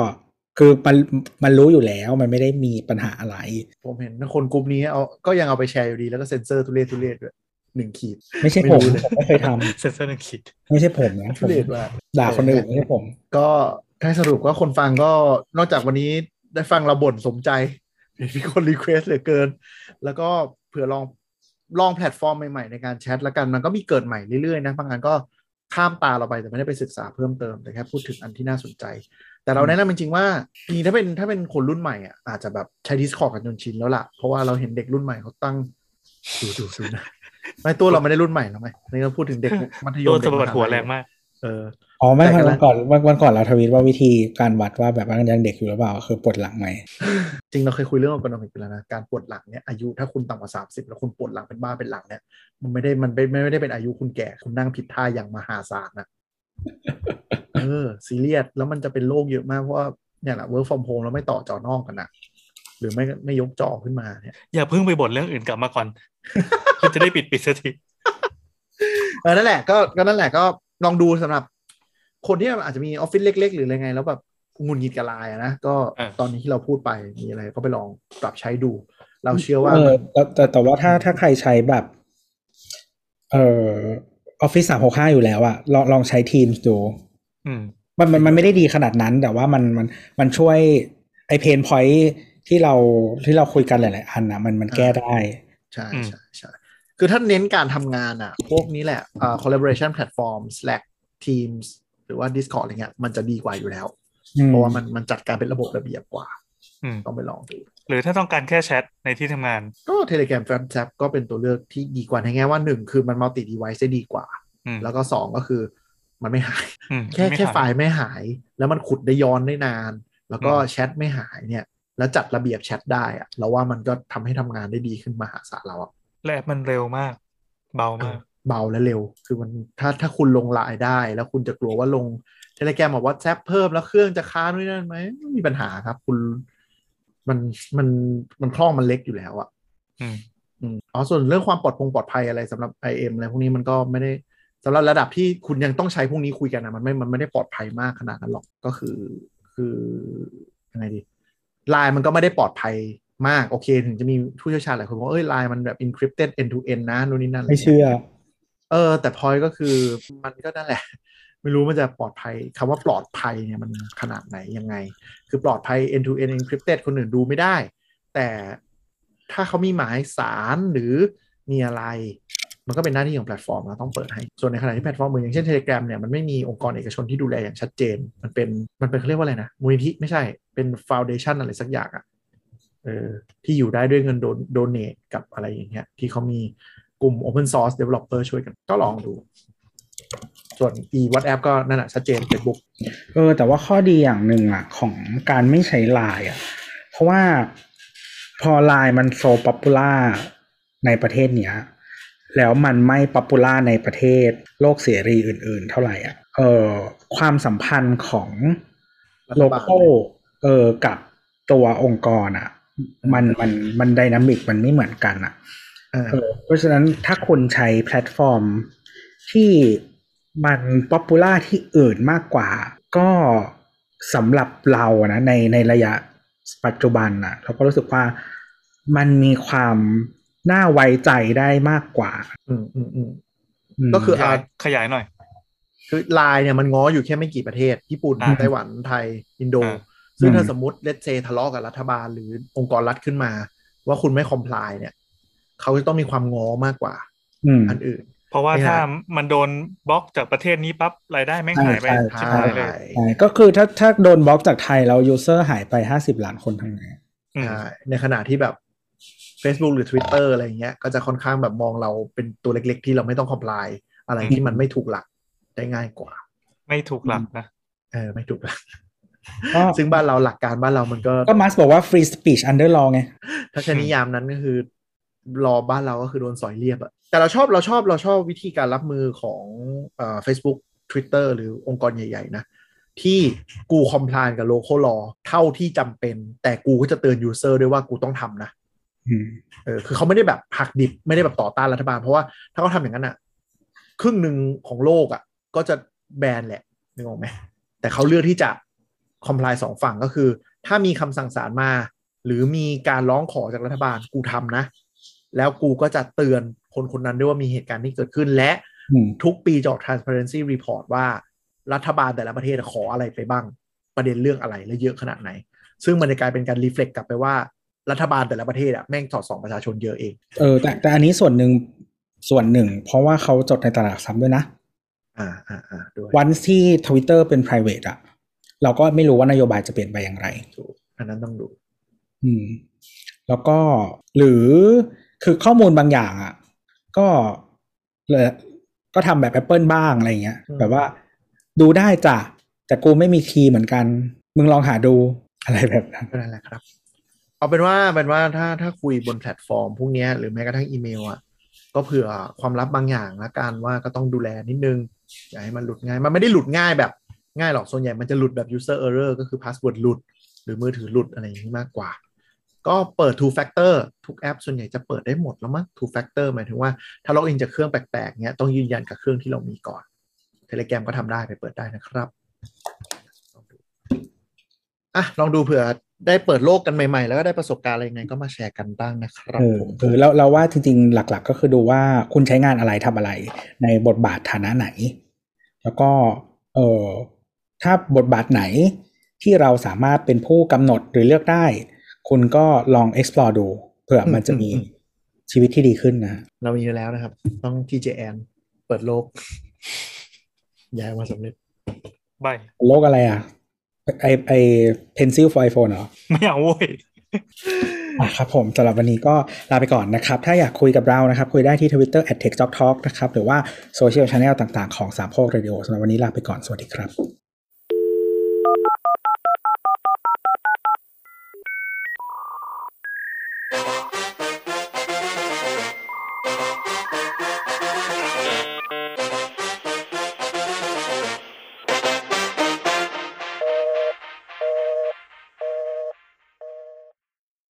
S2: คือมันมันรู้อยู่แล้วมันไม่ได้มีปัญหาอะไร
S3: ผมเห็นคนกลุ่มนี้เอาก็ยังเอาไปแชร์อยู่ดีแล้วก็เซ็นเซอร์ทุเรศทุเรศด้วยหนึ่งขีด
S2: ไม่ใช่ผม
S3: ไม่รู้เลย
S2: ผมไม่เคยท
S1: เซนเซอร์หนึ่งขีด
S2: ำไม่ใช่ผมนะผ
S3: ทุ
S2: ม
S3: เรศมาก
S2: ด่าคนอื่นไม่ใช่ผม
S3: ก็ถ้าสรุปว่าคนฟังก็นอกจากวันนี้ได้ฟังเราบ่นสมใจ [LAUGHS] มีคนรีเควสเหลือเกิน แล้วก็เผื่อลองลองแพลตฟอร์มใหม่ ๆ ในการแชทละกันมันก็มีเกิดใหม่เรื่อย ๆ นะบางอันก็ข้ามตาเราไปแต่ไม่ได้ไปศึกษาเพิ่มเติมแต่แค่พูดถึงอันที่น่าสนใจ แต่เราแนะนำจริงๆว่าจริงๆถ้าเป็นถ้าเป็นคนรุ่นใหม่อ่ะอาจจะแบบใช้ Discord กันจนชินแล้วล่ะ เพราะว่าเราเห็นเด็กรุ่นใหม่เขาตั้งดูดูดูนะไม่ตัวเราไม่ได้รุ่นใหม่หรอกไหมอันนี่เราพูดถึงเด็กมัธย
S1: ตั
S3: ม
S1: วสะ
S3: เด็ก
S1: บั
S3: มหาลั
S1: ด
S3: ย
S1: หัวแรงมาก
S3: เออ
S2: อ๋อไม่
S3: แต่
S2: วัน
S3: ก็
S2: ก่อนวันวันก่อนเราทวีตว่าวิธีการวัดว่าแบบว่ายังเด็กอยู่หรือเปล่าคือปวดหลังไหม
S3: จริงเราเคยคุยเรื่อง economic ไปแล้วนะการปวดหลังเนี่ยอายุถ้าคุณต่ำกว่า 30 แล้วคุณปวดหลังเป็นบ้าเป็นหลังเนี่ยมันไม่ได้มันไม่ไม่ไม่ได้เป็นอายุคุณแก่ คุณนั่งผิดท่าอย่างมหาศาลนะ [LAUGHS] เออซีเรียสแล้วมันจะเป็นโรคเยอะมาก เพราะว่าเนี่ยแหละ work from home แล้วไม่ต่อจอนอกกันนะหรือไม่ไม่ยกจอขึ้นมาเนี่ย
S1: อย่าเพิ่งไปบ่นเรื่องอื่นกลับมาก่อน เราจะได้ปิดปิดสักที
S3: เออนั่นแหละก็ก็นั่นแหละก็ลองดูสำหรับ คนที่อาจจะมีออฟฟิศเล็ก ๆ หรืออะไรไง แล้วแบบหงุนงิดกับไลน์อะนะก็ตอนนี้ที่เราพูดไปมีอะไรก็ไปลองปรับใช้ดู เราเชื่อว่า
S2: เอ
S3: มั
S2: อน แต่แต่แต่ว่าถ้าถ้าใครใช้แบบ เอ่อออฟฟิศสามหกห้าอยู่แล้วอะลองลองใช้ทีมดู
S1: อืม
S2: มันมันมันไม่ได้ดีขนาดนั้น แต่ว่ามันมันมันช่วยไอเพนพอยที่เราที่เราคุยกันหลาย ๆ อันนะมันมันแก้ได้
S3: ใช่
S1: อืม
S3: ใช่ใช่คือถ้าเน้นการทำงานอ่ะ พวกนี้แหละอ่า collaboration platform Slack Teams หรือว่า Discord อะไรเงี้ยมันจะดีกว่าอยู่แล้ว
S2: อืม
S3: เพราะว่ามันมันจัดการเป็นระบบระเบียบกว่า
S1: อืม
S3: ต้องไปลองดู
S1: หรือถ้าต้องการแค่แชทในที่ทำงาน
S3: ก็ Telegram f a t s a p ก็เป็นตัวเลือกที่ดีกว่าในแง่ว่าหนึ่งคือมัน multi device ได้ดีกว่า
S1: อืม
S3: แล้วก็สองก็คือมันไม่หาย
S1: อืม
S3: แค่
S1: ไม่
S3: แค่
S1: ขาด
S3: ไฟล์ไม่หาย แล้วมันขุดได้ย้อนได้นาน แล้วก็
S1: อืม
S3: แชทไม่หายเนี่ย แล้วจัดระเบียบแชทได้อะเราว่ามันก็ทำให้ทำงานได้ดีขึ้นมหาศาลแล้วอะ
S1: และแอปมันเร็วมาก เบามาก
S3: เบาและเร็ว คือมันถ้าถ้าคุณลงไลน์ได้ แล้วคุณจะกลัวว่าลงเทเลแกรมบอกว่าแซปเพิ่มแล้วเครื่องจะค้างด้วยนั่นไหมไม่มีปัญหาครับ คุณมันมันมันคล่องมันเล็กอยู่แล้วอะ
S1: อืม
S3: อืมอ๋อส่วนเรื่องความปลอดพงปลอดภัยอะไรสำหรับ IM อะไรพวกนี้มันก็ไม่ได้สำหรับระดับที่คุณยังต้องใช้พวกนี้คุยกันนะมันไม่มันไม่ได้ปลอดภัยมากขนาดนั้นหรอกก็คือ คือยังไงดีไลน์มันก็ไม่ได้ปลอดภัยมากโอเค ถึงจะมีผู้เชี่ยวชาญหลายคนบอกว่าเอ้ยไลน์มันแบบ encrypted end to end นะนู่นนี่นั่น
S2: ไม่เชื่อ
S3: เออแต่พอยก็คือมันก็นั่นแหละ [LAUGHS] ไม่รู้มันจะปลอดภัยคำว่าปลอดภัยเนี่ยมันขนาดไหนยังไง คือปลอดภัย end to end encrypted คนอื่นดูไม่ได้ แต่ถ้าเขามีหมายสารหรือมีอะไร มันก็เป็นหน้าที่ของแพลตฟอร์มเราต้องเปิดให้ ส่วนในขณะที่แพลตฟอร์มอื่นอย่างเช่น Telegram เนี่ยมันไม่มีองค์กรเอกชนที่ดูแลอย่างชัดเจน มันเป็นมันเป็นเขาเรียกว่าอะไรนะมูลนิธิไม่ใช่เป็นฟาวเดชันอะไรสักอย่างอะเออที่อยู่ได้ด้วยเงินโดนโดเนทกับอะไรอย่างเงี้ยที่เขามีกลุ่ม Open Source Developer ช่วยกันก็ลองดู ส่วน e WhatsApp ก็นั่นแหะชัดเจน Facebook
S2: เออแต่ว่าข้อดีอย่างหนึ่งอ่ะ ของการไม่ใช้ไลน์อ่ะ เพราะว่าพอไลน์มันโซป๊อปปูล่าในประเทศเนี้ย แล้วมันไม่ป๊อปปูล่าในประเทศโลกเสรีอื่น ๆ เท่าไหร่อ่ะเออความสัมพันธ์ของ
S3: รัฐ
S2: โล
S3: บาล
S2: โก้เออกับตัวองค์กรอ่ะ มันมันมันไดนามิกมันไม่เหมือนกันอ่ะ
S3: อ่า
S2: เออเพราะฉะนั้นถ้าคนใช้แพลตฟอร์มที่มันป๊อปปูล่าที่อื่นมากกว่า ก็สำหรับเราอะนะในในระยะปัจจุบันนะเราก็รู้สึกว่ามันมีความน่าไว้ใจได้มากกว่า
S3: อืมอืมอืม
S2: ม
S3: ก็คือ
S1: ขยายขยายหน่อย
S3: คือไลน์เนี่ยมันง้ออยู่แค่ไม่กี่ประเทศ ญี่ปุ่น
S1: อ่า
S3: ไต้หวัน ไทย อินโด
S1: อ่า
S3: ซึ่งถ้าสมมติเลตเซทะเลาะกับรัฐบาลหรือองค์กรรัฐขึ้นมา ว่าคุณไม่คอมพลายเนี่ย เขาจะต้องมีความง้อมากกว่า
S2: อืม
S3: อันอื่น
S1: เพราะว่า
S3: ไม่หาย
S1: ถ้ามันโดนบล็อกจากประเทศนี้ปั๊บรายได้แม่งหายไป
S2: ใช่ใช่
S1: ชิบ
S3: ใช่
S1: หายเลย
S2: ใช่ก็คือถ้าถ้าโดนบล็อกจากไทยแล้วยูเซอร์หายไปห้าสิบล้านคนทางไหน
S1: อืม
S3: ใช่ในขณะที่แบบ Facebook หรือ Twitter อะไรอย่างเงี้ย ก็จะค่อนข้างแบบมองเราเป็นตัวเล็กๆ ที่เราไม่ต้องคอมพลายอะไรที่มันไม่ถูกหลักได้ง่ายกว่า
S1: ไม่ถูกหลักนะ
S3: เออไม่ถูกหลัก
S2: ก็
S3: ซึ่งบ้านเราหลักการบ้านเรามันก็
S2: ก็มาร์กบอกว่า free speech under law ไง
S3: ถ้าใช้นิยามนั้นก็คือ รอบ้านเราก็คือโดนสอยเรียบอะแต่เราชอบเราชอบเราชอบวิธีการรับมือของเอ่อ Facebook Twitter หรือองค์กรใหญ่ ๆ นะ ที่กูคอมพลานกับโลโคลอเท่าที่จำเป็น แต่กูก็จะเตือนยูเซอร์ด้วยว่ากูต้องทำนะ
S2: อืม
S3: เออคือเขาไม่ได้แบบหักดิบไม่ได้แบบต่อต้านรัฐบาล เพราะว่าถ้าเขาทำอย่างนั้นอะครึ่งหนึ่งของโลกอะก็จะแบนแหละนึกออกไหมแต่เขาเลือกที่จะคอมพลายสองฝั่งก็คือ ถ้ามีคำสั่งศาลมา หรือมีการร้องขอจากรัฐบาลกูทำนะ แล้วกูก็จะเตือนคนคนนั้นด้วยว่ามีเหตุการณ์ที่เกิดขึ้น และ
S2: อืม
S3: ทุกปีจะออก transparency report ว่ารัฐบาลแต่ละประเทศขออะไรไปบ้าง ประเด็นเรื่องอะไรและเยอะขนาดไหน ซึ่งมันจะกลายเป็นการ reflect กลับไปว่ารัฐบาลแต่ละประเทศอะแม่งสอดส่องประชาชนเยอะเอง
S2: เออแต่แต่อันนี้ส่วนหนึ่งส่วนหนึ่ง เพราะว่าเขาจดในตลาดหลักทรัพย์ด้วยนะ
S3: อ่าอ่าอ่าด้วย
S2: วันที่ Twitter เป็น private อะเราก็ไม่รู้ว่านโยบายจะเปลี่ยนไปอย่างไร
S3: ถูกอันนั้นต้องดู
S2: อืม แล้วก็หรือคือข้อมูลบางอย่างอะก็เลยก็ทำแบบ Apple บ้างอะไรเงี้ย
S3: อืม
S2: แบบว่า ดูได้จ้ะ แต่กูไม่มีคีย์เหมือนกัน มึงลองหาดูอะไรแบบนั้น
S3: ก็นั่นแหละครับ เอาเป็นว่าเป็นว่าถ้าถ้าคุยบนแพลตฟอร์มพวกเนี้ยหรือแม้กระทั่งอีเมลอ่ะก็เผื่อความลับบางอย่างละกันว่าก็ต้องดูแลนิดนึง อย่าให้มันหลุดง่าย มันไม่ได้หลุดง่ายแบบง่ายหรอกส่วนใหญ่มันจะหลุดแบบ user error ก็คือ password หลุด หรือมือถือหลุดอะไรอย่างนี้มากกว่า ก็เปิด two factor ทุกแอปส่วนใหญ่จะเปิดได้หมดแล้วมั้ง two factor หมายถึงว่าถ้าล็อกอินจากเครื่องแปลกๆเนี้ยต้องยืนยันกับเครื่องที่เรามีก่อน Telegram ก็ทำได้ไปเปิดได้นะครับ อ่ะลองดูเผื่อได้เปิดโลกกันใหม่ๆ แล้วก็ได้ประสบการณ์อะไรยังไงก็มาแชร์กันบ้างนะครับ
S2: เออ
S3: ผม
S2: คือเราเราว่าจริงๆ หลักๆ ก็คือดูว่าคุณใช้งานอะไรทำอะไร ในบทบาทฐานะไหน แล้วก็เออถ้าบทบาทไหนที่เราสามารถเป็นผู้กำหนดหรือเลือกได้ คุณก็ลอง explore ดูเผื่อมันจะมีชีวิตที่ดีขึ้นนะ
S3: เรามีอยู่แล้วนะครับ ต้อง TJN เปิดโลก [LAUGHS] ย้ายมาสำเร็จ
S1: ใบ
S2: โลกอะไรอ่ะ ไอไอ pencil for iPhone เหรอ
S1: ไม่เอาเว้ย
S2: อ่ะครับผมสำหรับวันนี้ก็ลาไปก่อนนะครับ ถ้าอยากคุยกับเรานะครับ คุยได้ที่ Twitter at techjobtalk นะครับ หรือว่าโซเชียลช n แนลต่างๆของสามโคกเรดิโอสำหรับวันนี้ลาไปก่อน สวัสดีครับ